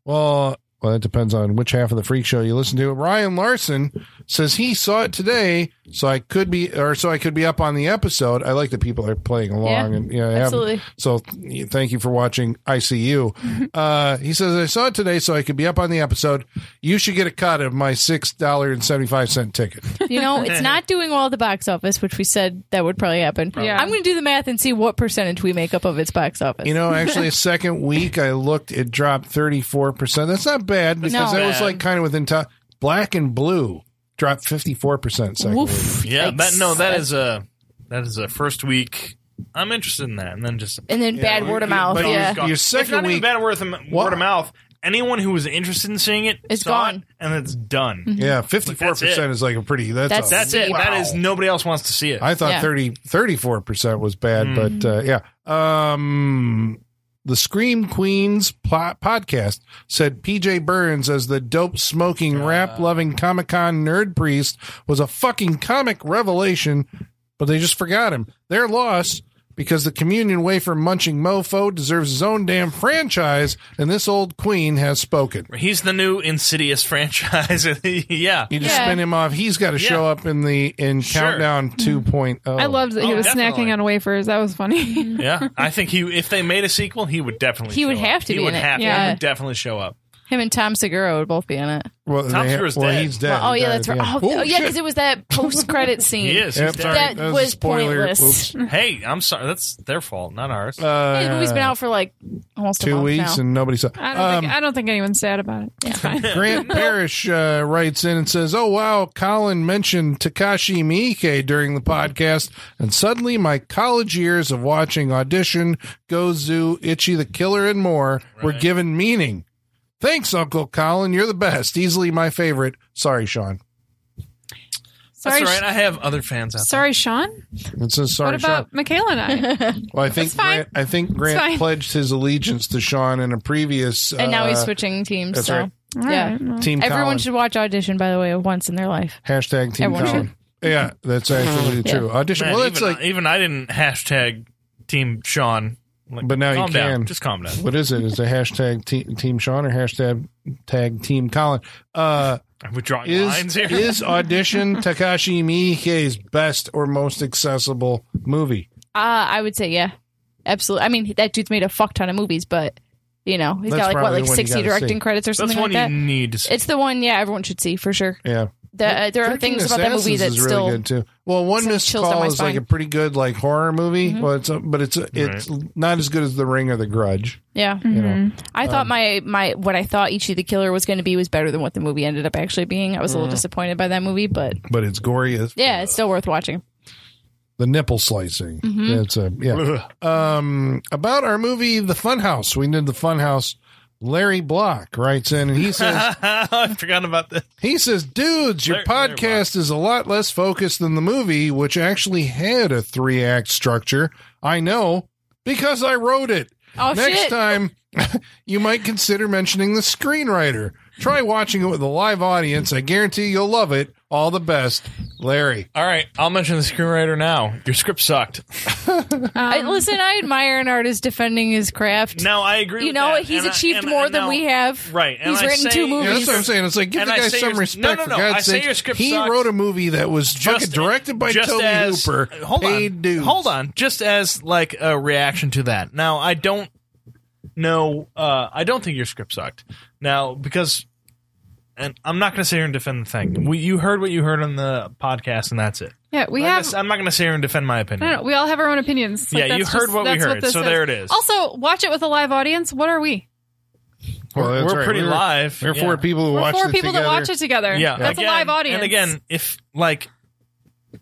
[SPEAKER 2] Well, well, that depends on which half of the freak show you listen to. Ryan Larson says he saw it today, so I could be or so I could be up on the episode. I like that people are playing along
[SPEAKER 5] Yeah,
[SPEAKER 2] and you know, have-
[SPEAKER 5] absolutely.
[SPEAKER 2] so th- thank you for watching ICU. uh, he says I saw it today, so I could be up on the episode. You should get a cut of my six dollar and seventy five cent ticket.
[SPEAKER 5] You know, it's not doing well at the box office, which we said that would probably happen.
[SPEAKER 4] Yeah.
[SPEAKER 5] I'm going to do the math and see what percentage we make up of its box office.
[SPEAKER 2] You know, actually, a second week I looked, it dropped 34%. That's not bad because
[SPEAKER 5] not
[SPEAKER 2] that was
[SPEAKER 3] bad.
[SPEAKER 2] like kind of within top. Black and blue dropped 54% second week.
[SPEAKER 5] Woof.
[SPEAKER 3] Yeah.
[SPEAKER 5] Yikes.
[SPEAKER 3] That no. That is a. That is a first week. I'm interested in that, and then just
[SPEAKER 5] And then bad
[SPEAKER 2] Yeah,
[SPEAKER 5] word of
[SPEAKER 2] you-
[SPEAKER 5] mouth.
[SPEAKER 2] but
[SPEAKER 5] Yeah.
[SPEAKER 2] Your second
[SPEAKER 3] it's not
[SPEAKER 2] week-
[SPEAKER 3] even bad word of, m-
[SPEAKER 2] Wha-
[SPEAKER 3] word of mouth. Anyone who was interested in seeing it
[SPEAKER 5] It's
[SPEAKER 3] saw
[SPEAKER 5] gone. Mm-hmm.
[SPEAKER 3] it, and it's done.
[SPEAKER 2] Yeah, 54%
[SPEAKER 3] it.
[SPEAKER 2] is like a pretty, that's,
[SPEAKER 5] That's-
[SPEAKER 2] a-
[SPEAKER 3] That's it.
[SPEAKER 5] Wow.
[SPEAKER 3] That is nobody else wants to see it.
[SPEAKER 2] I thought
[SPEAKER 5] Yeah.
[SPEAKER 2] thirty thirty four 30, 34% was bad, but
[SPEAKER 3] Mm-hmm.
[SPEAKER 2] uh, yeah. Um, the Scream Queens plot podcast said PJ Burns as the dope smoking, rap loving Comic Con nerd priest was a fucking comic revelation, but they just forgot him. They're lost because the communion wafer munching mofo deserves his own damn franchise, and this old queen has spoken.
[SPEAKER 3] He's the new Insidious franchise. yeah.
[SPEAKER 2] You just
[SPEAKER 5] Yeah. Mm-hmm.
[SPEAKER 2] spin him off. He's got to
[SPEAKER 3] Yeah.
[SPEAKER 2] show up in the in
[SPEAKER 3] Sure.
[SPEAKER 2] countdown 2.0.
[SPEAKER 4] I loved that he
[SPEAKER 3] Oh,
[SPEAKER 4] was
[SPEAKER 3] definitely.
[SPEAKER 4] snacking on wafers. That was funny.
[SPEAKER 3] Yeah. I think he if they made a sequel, he would definitely
[SPEAKER 5] He would
[SPEAKER 3] show up.
[SPEAKER 5] have to
[SPEAKER 3] He
[SPEAKER 5] be
[SPEAKER 3] would
[SPEAKER 5] in it.
[SPEAKER 3] have to.
[SPEAKER 5] Yeah.
[SPEAKER 3] He would definitely show up.
[SPEAKER 5] Him and Tom Segura would both be in it.
[SPEAKER 2] Well,
[SPEAKER 3] Tom
[SPEAKER 2] they ha-
[SPEAKER 3] Segura's
[SPEAKER 2] well,
[SPEAKER 3] dead.
[SPEAKER 2] he's dead.
[SPEAKER 5] oh,
[SPEAKER 2] He
[SPEAKER 5] yeah,
[SPEAKER 2] died
[SPEAKER 5] that's
[SPEAKER 2] at
[SPEAKER 5] right.
[SPEAKER 2] the
[SPEAKER 5] Oh,
[SPEAKER 2] end.
[SPEAKER 5] oh, yeah,
[SPEAKER 2] shit.
[SPEAKER 5] because it was that post credit scene.
[SPEAKER 3] He is.
[SPEAKER 2] Yep,
[SPEAKER 3] He's dead.
[SPEAKER 2] sorry,
[SPEAKER 5] That
[SPEAKER 2] a
[SPEAKER 5] was
[SPEAKER 2] spoiler.
[SPEAKER 5] pointless.
[SPEAKER 2] Oops.
[SPEAKER 3] Hey, I'm sorry. That's their fault, not ours.
[SPEAKER 2] Uh,
[SPEAKER 5] Yeah, the movie's been out for like almost a
[SPEAKER 2] two
[SPEAKER 5] month
[SPEAKER 2] weeks
[SPEAKER 5] now.
[SPEAKER 2] and nobody saw.
[SPEAKER 4] I don't,
[SPEAKER 2] Um,
[SPEAKER 4] think, I don't think anyone's sad about it. It's fine.
[SPEAKER 2] Grant Parrish uh, writes in and says, "Oh wow, Colin mentioned Takashi Miike during the podcast, and suddenly my college years of watching Audition, Gozu, Itchy the Killer, and more were given meaning." Thanks, Uncle Colin. You're the best. Easily my favorite. Sorry, Sean.
[SPEAKER 4] Sorry,
[SPEAKER 3] that's all
[SPEAKER 4] Sh-
[SPEAKER 3] right. I have other fans out there.
[SPEAKER 4] sorry, Sean.
[SPEAKER 2] It says sorry,
[SPEAKER 4] What about
[SPEAKER 2] Sean.
[SPEAKER 4] Michaela and I?
[SPEAKER 2] Well, I think
[SPEAKER 4] It's fine.
[SPEAKER 2] Grant, I think
[SPEAKER 4] It's
[SPEAKER 2] Grant
[SPEAKER 4] fine.
[SPEAKER 2] pledged his allegiance to Sean in a previous.
[SPEAKER 5] And now he's
[SPEAKER 2] uh,
[SPEAKER 5] switching teams.
[SPEAKER 2] that's
[SPEAKER 5] so
[SPEAKER 2] right.
[SPEAKER 4] All
[SPEAKER 5] Yeah.
[SPEAKER 4] right, well.
[SPEAKER 2] Team
[SPEAKER 5] everyone
[SPEAKER 2] Colin.
[SPEAKER 5] should watch audition by the way once in their life.
[SPEAKER 2] Hashtag Team
[SPEAKER 5] Everyone
[SPEAKER 2] Colin. Yeah, that's absolutely true. Audition.
[SPEAKER 3] Uh-huh. Man,
[SPEAKER 2] well,
[SPEAKER 3] even,
[SPEAKER 2] it's like,
[SPEAKER 3] even I didn't hashtag Team Sean. Like,
[SPEAKER 2] But now you
[SPEAKER 3] calm down.
[SPEAKER 2] can.
[SPEAKER 3] Just calm down.
[SPEAKER 2] what is it? Is it hashtag team, team Sean or hashtag tag Team Colin? Uh,
[SPEAKER 3] We're drawing lines
[SPEAKER 2] is
[SPEAKER 3] here.
[SPEAKER 2] is audition Takashi Miike's best or most accessible movie?
[SPEAKER 5] Uh, I would say yeah, absolutely. I mean that dude's made a fuck ton of movies, but you know he's
[SPEAKER 2] That's
[SPEAKER 5] got like what
[SPEAKER 2] probably
[SPEAKER 5] like
[SPEAKER 2] the one you
[SPEAKER 5] sixty
[SPEAKER 2] gotta
[SPEAKER 5] directing
[SPEAKER 2] see.
[SPEAKER 5] credits or
[SPEAKER 3] that's
[SPEAKER 5] something
[SPEAKER 3] one
[SPEAKER 5] like that.
[SPEAKER 3] you need to see.
[SPEAKER 5] It's the one yeah everyone should see for sure.
[SPEAKER 2] Yeah,
[SPEAKER 5] The, uh, there are
[SPEAKER 2] 13
[SPEAKER 5] things about that movie
[SPEAKER 2] Assassins
[SPEAKER 5] that
[SPEAKER 2] is really
[SPEAKER 5] still
[SPEAKER 2] good too. Well, one
[SPEAKER 5] Sends
[SPEAKER 2] missed
[SPEAKER 5] chills down
[SPEAKER 2] call
[SPEAKER 5] my
[SPEAKER 2] is like a
[SPEAKER 5] spine. Mm-hmm.
[SPEAKER 2] pretty good like horror movie. Well, it's a, but it's a, it's not as good as The Ring or The Grudge.
[SPEAKER 5] Yeah.
[SPEAKER 2] You know, Um,
[SPEAKER 5] I thought my my what I thought Ichi the Killer was going to be was better than what the movie ended up actually being. I was a
[SPEAKER 2] Mm.
[SPEAKER 5] little disappointed by that movie, but
[SPEAKER 2] but it's gory as
[SPEAKER 5] yeah, it's still worth watching.
[SPEAKER 2] the nipple slicing.
[SPEAKER 5] Mm-hmm.
[SPEAKER 2] That's a yeah. um, about our movie, The Funhouse. We did The Funhouse. Larry Block writes in and he says,
[SPEAKER 3] I forgot about this.
[SPEAKER 2] He says, dudes, your
[SPEAKER 3] Larry- Larry
[SPEAKER 2] podcast is a lot less focused than the movie, which actually had a three act structure. I know because I wrote it.
[SPEAKER 5] Oh,
[SPEAKER 2] Next
[SPEAKER 5] shit.
[SPEAKER 2] time, you might consider mentioning the screenwriter. Try watching it with a live audience. I guarantee you'll love it. All the best, Larry.
[SPEAKER 3] All right, I'll mention the screenwriter now. Your script sucked.
[SPEAKER 5] I, listen, I admire an artist defending his craft.
[SPEAKER 3] No, I agree.
[SPEAKER 5] you
[SPEAKER 3] with
[SPEAKER 5] know,
[SPEAKER 3] that,
[SPEAKER 5] he's
[SPEAKER 3] and I-
[SPEAKER 5] achieved
[SPEAKER 3] and-
[SPEAKER 5] more
[SPEAKER 3] and
[SPEAKER 5] than
[SPEAKER 3] now-
[SPEAKER 5] we have.
[SPEAKER 3] Right, and
[SPEAKER 5] he's
[SPEAKER 3] I
[SPEAKER 5] written
[SPEAKER 3] say-
[SPEAKER 5] two
[SPEAKER 3] Yeah,
[SPEAKER 5] movies.
[SPEAKER 2] Yeah, that's what I'm saying. It's like give
[SPEAKER 3] And
[SPEAKER 2] the
[SPEAKER 3] I
[SPEAKER 2] guy
[SPEAKER 3] say
[SPEAKER 2] some
[SPEAKER 3] your-
[SPEAKER 2] respect.
[SPEAKER 3] no, no,
[SPEAKER 2] for
[SPEAKER 3] no.
[SPEAKER 2] God's
[SPEAKER 3] I say
[SPEAKER 2] sake.
[SPEAKER 3] your script
[SPEAKER 2] he
[SPEAKER 3] sucked.
[SPEAKER 2] wrote a movie that was fucking directed by
[SPEAKER 3] just
[SPEAKER 2] Toby
[SPEAKER 3] as-
[SPEAKER 2] Hooper.
[SPEAKER 3] Hold
[SPEAKER 2] paid
[SPEAKER 3] on,
[SPEAKER 2] dudes.
[SPEAKER 3] hold on. Just as like a reaction to that. Now, I don't know. Uh, I don't think your script sucked. Now, because, and I'm not going to sit here and defend the thing. We, you heard what you heard on the podcast, and that's it.
[SPEAKER 4] Yeah, we
[SPEAKER 3] I'm not
[SPEAKER 4] have.
[SPEAKER 3] gonna- I'm not going to sit here and defend my
[SPEAKER 4] I don't
[SPEAKER 3] opinion.
[SPEAKER 4] know. We all have our own opinions.
[SPEAKER 3] Yeah, you
[SPEAKER 4] that's
[SPEAKER 3] heard what we
[SPEAKER 4] that's
[SPEAKER 3] heard,
[SPEAKER 4] this
[SPEAKER 3] so there it is.
[SPEAKER 4] Also, watch it with a live audience. What are we?
[SPEAKER 2] Well,
[SPEAKER 3] We're-
[SPEAKER 2] that's
[SPEAKER 3] we're pretty
[SPEAKER 2] We were-
[SPEAKER 3] live.
[SPEAKER 2] There are four
[SPEAKER 3] Yeah.
[SPEAKER 2] people who
[SPEAKER 4] We're
[SPEAKER 2] watched
[SPEAKER 4] four
[SPEAKER 2] it
[SPEAKER 4] people
[SPEAKER 2] together.
[SPEAKER 4] that watch it together.
[SPEAKER 3] Yeah,
[SPEAKER 4] that's
[SPEAKER 3] Again-
[SPEAKER 4] a live audience.
[SPEAKER 3] And again, if like,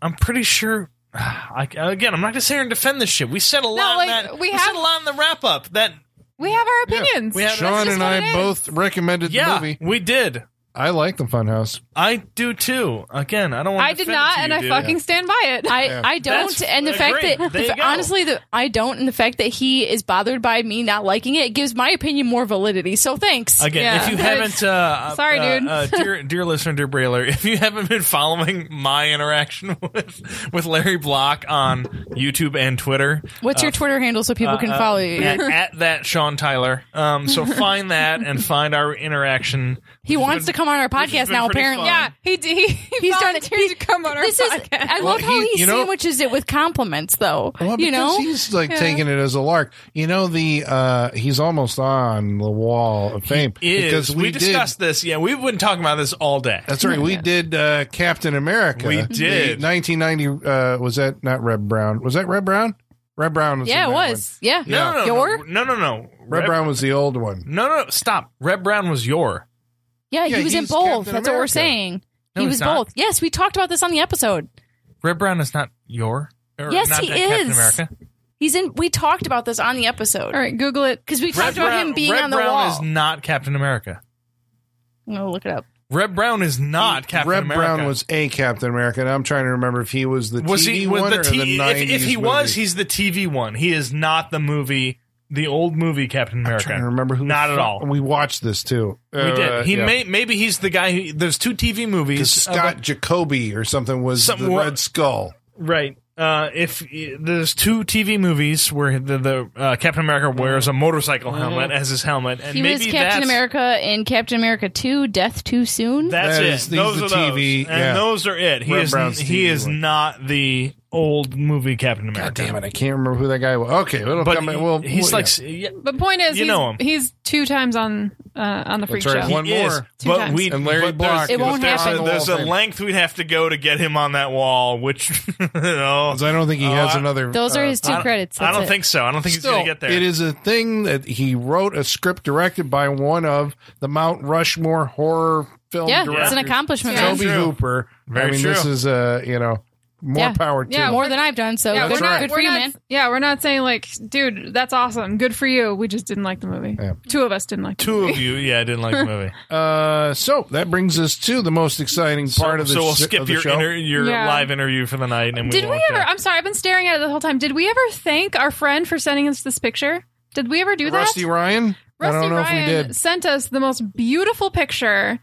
[SPEAKER 3] I'm pretty sure. I, again, I'm not going to sit here and defend this shit. We said a lot. in
[SPEAKER 4] like,
[SPEAKER 3] that,
[SPEAKER 4] we
[SPEAKER 3] said
[SPEAKER 4] have-
[SPEAKER 3] a lot in the wrap up. That
[SPEAKER 4] we have our
[SPEAKER 2] Yeah.
[SPEAKER 4] opinions.
[SPEAKER 3] We have-
[SPEAKER 4] That's
[SPEAKER 2] Sean
[SPEAKER 4] just
[SPEAKER 2] and
[SPEAKER 4] what
[SPEAKER 2] I
[SPEAKER 4] it is.
[SPEAKER 2] both recommended the
[SPEAKER 3] yeah,
[SPEAKER 2] movie.
[SPEAKER 3] we did.
[SPEAKER 2] I like the Funhouse.
[SPEAKER 3] I do too. Again, I don't want.
[SPEAKER 4] I did not, and I fucking stand by it.
[SPEAKER 5] I,
[SPEAKER 2] Yeah.
[SPEAKER 5] I don't,
[SPEAKER 3] That's-
[SPEAKER 5] and the
[SPEAKER 3] uh,
[SPEAKER 5] fact
[SPEAKER 3] great.
[SPEAKER 5] that
[SPEAKER 3] There you go.
[SPEAKER 5] honestly, the, I don't, and the fact that he is bothered by me not liking it gives my opinion more validity. So thanks.
[SPEAKER 3] Again,
[SPEAKER 4] Yeah.
[SPEAKER 3] if you haven't, uh,
[SPEAKER 4] Sorry,
[SPEAKER 3] uh,
[SPEAKER 4] dude.
[SPEAKER 3] uh, dear, dear listener, dear Brailer, if you haven't been following my interaction with with Larry Block on YouTube and Twitter,
[SPEAKER 5] What's your Twitter handle so people can
[SPEAKER 3] uh,
[SPEAKER 5] follow you?
[SPEAKER 3] at, at that Sean Tyler. Um, so find that and find our interaction.
[SPEAKER 5] he wants to come on our
[SPEAKER 3] which has
[SPEAKER 5] podcast
[SPEAKER 3] been
[SPEAKER 5] now.
[SPEAKER 3] pretty fun.
[SPEAKER 5] Apparently,
[SPEAKER 4] yeah, he did. He,
[SPEAKER 5] He's done it.
[SPEAKER 4] volunteered
[SPEAKER 5] He-
[SPEAKER 4] to come on our
[SPEAKER 5] this is.
[SPEAKER 4] podcast.
[SPEAKER 5] I
[SPEAKER 2] Well,
[SPEAKER 5] love how
[SPEAKER 2] he-
[SPEAKER 5] he,
[SPEAKER 2] you know-
[SPEAKER 5] sandwiches it with compliments, though.
[SPEAKER 2] Well,
[SPEAKER 5] you
[SPEAKER 2] because
[SPEAKER 5] know,
[SPEAKER 2] he's like taking it as a lark. You know the uh he's almost on the wall of fame
[SPEAKER 3] Is
[SPEAKER 2] because
[SPEAKER 3] we,
[SPEAKER 2] we, did.
[SPEAKER 3] discussed this? Yeah, we've been talking about this all day.
[SPEAKER 2] That's right. We did uh Captain America.
[SPEAKER 3] We
[SPEAKER 2] The
[SPEAKER 3] did.
[SPEAKER 2] 1990. uh Was that not Red Brown? Was that Red Brown? Red Brown was.
[SPEAKER 5] yeah,
[SPEAKER 2] in
[SPEAKER 5] it
[SPEAKER 2] that
[SPEAKER 5] was. Yeah,
[SPEAKER 3] no, no, no,
[SPEAKER 5] your
[SPEAKER 3] no, no, no, no.
[SPEAKER 2] one. Red, Brown was the old one.
[SPEAKER 3] No, no, stop. Red Brown was your.
[SPEAKER 5] yeah,
[SPEAKER 2] Yeah,
[SPEAKER 5] he was in
[SPEAKER 2] he's
[SPEAKER 5] both.
[SPEAKER 2] Captain
[SPEAKER 5] That's what we're
[SPEAKER 2] America.
[SPEAKER 5] saying.
[SPEAKER 3] No,
[SPEAKER 5] he
[SPEAKER 3] he's
[SPEAKER 5] was
[SPEAKER 3] not.
[SPEAKER 5] both. Yes, we talked about this on the episode.
[SPEAKER 3] Red Brown is not your. Or
[SPEAKER 5] Yes,
[SPEAKER 3] not
[SPEAKER 5] he
[SPEAKER 3] that Captain
[SPEAKER 5] is.
[SPEAKER 3] America.
[SPEAKER 5] He's in. We talked about this on the episode.
[SPEAKER 4] All right, Google it.
[SPEAKER 5] Because we talked
[SPEAKER 3] Red
[SPEAKER 5] about
[SPEAKER 3] Brown-
[SPEAKER 5] him being
[SPEAKER 3] Red
[SPEAKER 5] on the
[SPEAKER 3] Brown
[SPEAKER 5] wall.
[SPEAKER 3] is not Captain America.
[SPEAKER 5] I'm gonna look it up.
[SPEAKER 3] Red Brown is not Captain
[SPEAKER 2] Red
[SPEAKER 3] America.
[SPEAKER 2] Brown was a Captain America, and I'm trying to remember if he was the
[SPEAKER 3] Was
[SPEAKER 2] TV
[SPEAKER 3] he was
[SPEAKER 2] one
[SPEAKER 3] the
[SPEAKER 2] or the
[SPEAKER 3] T-
[SPEAKER 2] 90s
[SPEAKER 3] if, if he was,
[SPEAKER 2] movie?
[SPEAKER 3] he's the TV one. He is not the movie, the old movie Captain America.
[SPEAKER 2] trying to remember who. the
[SPEAKER 3] Not at
[SPEAKER 2] fuck-
[SPEAKER 3] all.
[SPEAKER 2] We watched this too.
[SPEAKER 3] We
[SPEAKER 2] Uh,
[SPEAKER 3] did. He
[SPEAKER 2] yeah.
[SPEAKER 3] may maybe he's the guy. who There's two TV movies.
[SPEAKER 2] Scott Jacoby or something was
[SPEAKER 3] Some-
[SPEAKER 2] the
[SPEAKER 3] what-
[SPEAKER 2] Red Skull.
[SPEAKER 3] Right. Uh, if there's two TV movies where the, the uh, Captain America wears a motorcycle helmet as his helmet, and
[SPEAKER 5] Mm-hmm. He
[SPEAKER 3] maybe
[SPEAKER 5] was Captain
[SPEAKER 3] that's-
[SPEAKER 5] America in Captain America 2, Death Too Soon.
[SPEAKER 3] That's
[SPEAKER 2] That
[SPEAKER 3] it.
[SPEAKER 2] is- he's
[SPEAKER 3] those
[SPEAKER 2] the
[SPEAKER 3] are
[SPEAKER 2] TV
[SPEAKER 3] those,
[SPEAKER 2] yeah.
[SPEAKER 3] and those are it. He
[SPEAKER 2] Red
[SPEAKER 3] is
[SPEAKER 2] Brown's
[SPEAKER 3] he
[SPEAKER 2] TV
[SPEAKER 3] is
[SPEAKER 2] one.
[SPEAKER 3] not the old movie Captain America.
[SPEAKER 2] God damn it! I can't remember who that guy was. Okay, it'll
[SPEAKER 3] But
[SPEAKER 2] come. in- Well,
[SPEAKER 3] he's
[SPEAKER 2] well,
[SPEAKER 3] like
[SPEAKER 2] yeah.
[SPEAKER 3] yeah,
[SPEAKER 4] The point is,
[SPEAKER 3] You
[SPEAKER 4] he's,
[SPEAKER 3] know him.
[SPEAKER 4] he's two times on uh, on the freak
[SPEAKER 2] right.
[SPEAKER 4] show.
[SPEAKER 2] One
[SPEAKER 3] he is,
[SPEAKER 2] more.
[SPEAKER 4] Two
[SPEAKER 3] but
[SPEAKER 4] times.
[SPEAKER 3] we
[SPEAKER 2] And Larry
[SPEAKER 3] but
[SPEAKER 2] Block
[SPEAKER 3] there's-
[SPEAKER 5] It
[SPEAKER 2] is
[SPEAKER 5] won't
[SPEAKER 2] on
[SPEAKER 5] happen.
[SPEAKER 2] the
[SPEAKER 3] There's
[SPEAKER 2] Wall
[SPEAKER 3] a
[SPEAKER 2] of Fame.
[SPEAKER 3] length we'd have to go to get him on that wall, which you know,
[SPEAKER 2] I don't think he has
[SPEAKER 3] Oh, I-
[SPEAKER 2] another.
[SPEAKER 5] Those are
[SPEAKER 2] uh,
[SPEAKER 5] his two
[SPEAKER 3] I don't-
[SPEAKER 5] credits.
[SPEAKER 3] I
[SPEAKER 5] That's
[SPEAKER 3] don't
[SPEAKER 5] it.
[SPEAKER 3] think so. I don't think he's
[SPEAKER 2] Still,
[SPEAKER 3] gonna get there.
[SPEAKER 2] it is a thing that he wrote a script directed by one of the Mount Rushmore horror film
[SPEAKER 5] Yeah,
[SPEAKER 2] directors,
[SPEAKER 5] it's an accomplishment.
[SPEAKER 4] Yeah.
[SPEAKER 5] man.
[SPEAKER 2] Toby
[SPEAKER 3] True.
[SPEAKER 2] Hooper. I
[SPEAKER 3] Very
[SPEAKER 2] mean, this
[SPEAKER 3] true.
[SPEAKER 2] is uh, you know more
[SPEAKER 5] Yeah.
[SPEAKER 2] power to.
[SPEAKER 4] Yeah,
[SPEAKER 2] him.
[SPEAKER 5] More than I've done, so
[SPEAKER 4] yeah,
[SPEAKER 5] good,
[SPEAKER 4] we're not,
[SPEAKER 5] good for
[SPEAKER 4] we're
[SPEAKER 5] you,
[SPEAKER 4] not-
[SPEAKER 5] man.
[SPEAKER 4] Yeah, we're not saying like, dude, that's awesome. Good for you. We just didn't like the movie.
[SPEAKER 2] Yeah.
[SPEAKER 4] Two of us didn't like.
[SPEAKER 3] Two of you, yeah, I didn't like the movie.
[SPEAKER 2] Uh, so that brings us to the most exciting part
[SPEAKER 3] so,
[SPEAKER 2] of the
[SPEAKER 3] so we'll
[SPEAKER 2] sh-
[SPEAKER 3] skip
[SPEAKER 2] of the
[SPEAKER 3] your
[SPEAKER 2] show.
[SPEAKER 3] inter- your
[SPEAKER 4] Yeah.
[SPEAKER 3] live interview for the night, and we
[SPEAKER 4] Did we
[SPEAKER 3] won't, uh,
[SPEAKER 4] ever? I'm sorry, I've been staring at it the whole time. Did we ever thank our friend for sending us this picture? Did we ever do that?
[SPEAKER 2] Rusty Ryan.
[SPEAKER 4] Rusty
[SPEAKER 2] I don't know
[SPEAKER 4] Ryan
[SPEAKER 2] if we did.
[SPEAKER 4] sent us the most beautiful picture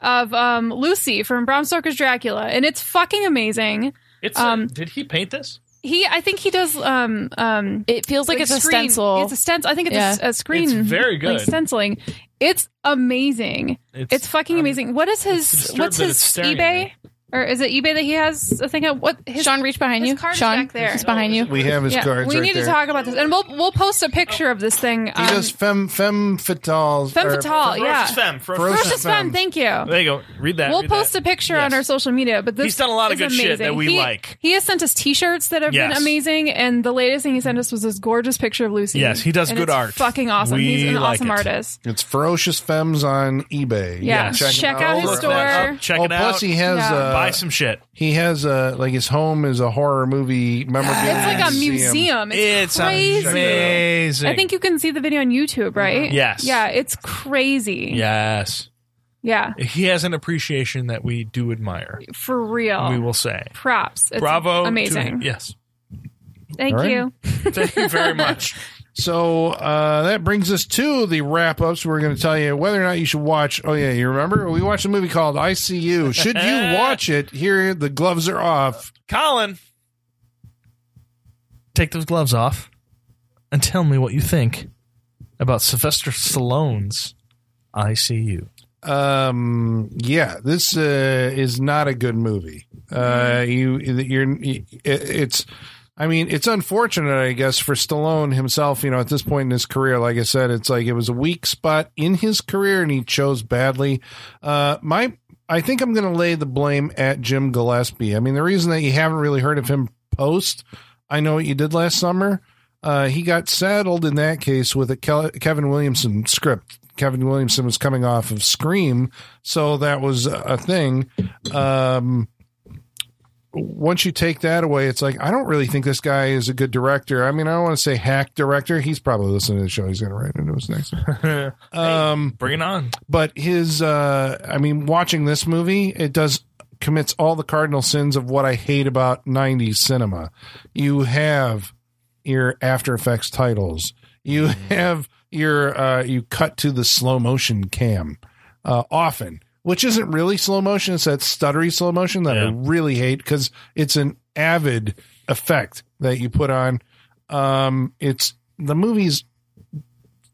[SPEAKER 4] of um, Lucy from Bram Stoker's Dracula, and it's fucking amazing.
[SPEAKER 3] It's uh,
[SPEAKER 4] Um,
[SPEAKER 3] did he paint this?
[SPEAKER 4] He, I think he does. Um, um,
[SPEAKER 5] It feels like, it's a
[SPEAKER 4] screen-
[SPEAKER 5] stencil.
[SPEAKER 4] It's a stencil. I think it's a
[SPEAKER 5] Yeah.
[SPEAKER 4] s- a, screen.
[SPEAKER 3] It's very good.
[SPEAKER 4] Like stenciling. It's amazing. It's fucking
[SPEAKER 3] I'm-
[SPEAKER 4] amazing. What is
[SPEAKER 3] it's
[SPEAKER 4] his?
[SPEAKER 3] disturbed
[SPEAKER 4] What's
[SPEAKER 3] that
[SPEAKER 4] his
[SPEAKER 3] it's staring at
[SPEAKER 4] eBay? or is it eBay that he has a thing at? What his
[SPEAKER 5] Sean, reach behind
[SPEAKER 4] his
[SPEAKER 5] you.
[SPEAKER 4] card is
[SPEAKER 5] Sean,
[SPEAKER 4] back there.
[SPEAKER 5] he's behind you.
[SPEAKER 2] We have his
[SPEAKER 4] Yeah,
[SPEAKER 2] cards.
[SPEAKER 4] we
[SPEAKER 2] right
[SPEAKER 4] need
[SPEAKER 2] there.
[SPEAKER 4] to talk about this, and we'll we'll post a picture of this thing. um,
[SPEAKER 2] He does femme femme fatale.
[SPEAKER 4] femme
[SPEAKER 2] or-
[SPEAKER 4] fatale, yeah.
[SPEAKER 3] Ferocious Femme. Ferocious
[SPEAKER 2] Ferocious
[SPEAKER 3] Femme.
[SPEAKER 4] Precious Femme, thank you.
[SPEAKER 3] There you go. Read that.
[SPEAKER 4] We'll
[SPEAKER 3] read
[SPEAKER 4] post
[SPEAKER 3] that.
[SPEAKER 4] a picture on
[SPEAKER 3] Yes.
[SPEAKER 4] our social media, but this
[SPEAKER 3] He's done a lot of
[SPEAKER 4] is
[SPEAKER 3] good shit that
[SPEAKER 4] amazing.
[SPEAKER 3] we
[SPEAKER 4] He-
[SPEAKER 3] like.
[SPEAKER 4] He has sent us T-shirts that have
[SPEAKER 3] Yes.
[SPEAKER 4] been amazing, and the latest thing he sent us was this gorgeous picture of Lucy.
[SPEAKER 3] Yes, he does
[SPEAKER 4] And
[SPEAKER 3] good
[SPEAKER 4] it's
[SPEAKER 3] art.
[SPEAKER 4] Fucking awesome.
[SPEAKER 3] We
[SPEAKER 4] He's an
[SPEAKER 3] like
[SPEAKER 4] awesome
[SPEAKER 3] it.
[SPEAKER 4] artist.
[SPEAKER 2] It's ferocious femmes on eBay.
[SPEAKER 4] Yeah,
[SPEAKER 3] Yes.
[SPEAKER 4] check,
[SPEAKER 2] him
[SPEAKER 4] out, his
[SPEAKER 2] Look
[SPEAKER 3] Look that
[SPEAKER 4] store.
[SPEAKER 3] up. Check
[SPEAKER 2] oh,
[SPEAKER 3] it out.
[SPEAKER 2] plus he has
[SPEAKER 4] Yeah.
[SPEAKER 2] uh,
[SPEAKER 3] Buy some shit.
[SPEAKER 2] he has uh like his home is a horror movie memorabilia.
[SPEAKER 4] It's like a museum. Um, It's,
[SPEAKER 3] It's
[SPEAKER 4] crazy.
[SPEAKER 3] amazing.
[SPEAKER 4] I think you can see the video on YouTube, right?
[SPEAKER 3] Yes.
[SPEAKER 4] Yeah, it's crazy.
[SPEAKER 3] Yes.
[SPEAKER 4] Yeah,
[SPEAKER 3] He has an appreciation that we do admire.
[SPEAKER 4] for real.
[SPEAKER 3] We will say.
[SPEAKER 4] Props. Oh. It's
[SPEAKER 3] Bravo. to
[SPEAKER 4] Amazing.
[SPEAKER 3] him. yes.
[SPEAKER 4] Thank
[SPEAKER 2] All right.
[SPEAKER 4] you.
[SPEAKER 3] Thank you very much.
[SPEAKER 2] So uh, that brings us to the wrap ups. We're going to tell you whether or not you should watch. Oh yeah, you remember we watched a movie called ICU. Should you watch it? Here, the gloves are off.
[SPEAKER 3] Colin, take those gloves off and tell me what you think about Sylvester Stallone's ICU.
[SPEAKER 2] Um, yeah, this uh, is not a good movie. Uh, you, you're, it- it's. I mean, it's unfortunate, I guess, for Stallone himself. You know, at this point in his career, like I said, it's like it was a weak spot in his career, and he chose badly. Uh, my, I think I'm going to lay the blame at Jim Gillespie. I mean, the reason that you haven't really heard of him post, I know what you did last summer. Uh, he got saddled in that case with a Ke- Kevin Williamson script. Kevin Williamson was coming off of Scream, so that was a a thing. Um, once you take that away, it's like I don't really think this guy is a good director. I mean, I don't want to say hack director. He's probably listening to the show. He's going to write into his next. Um,
[SPEAKER 3] Bring it on.
[SPEAKER 2] but his, uh, I mean, watching this movie, it does commits all the cardinal sins of what I hate about '90s cinema. You have your After Effects titles. You have your uh, you cut to the slow motion cam uh, often, which isn't really slow motion. It's that stuttery slow motion that I
[SPEAKER 3] Yeah.
[SPEAKER 2] really hate because it's an avid effect that you put on. Um, it's the movie's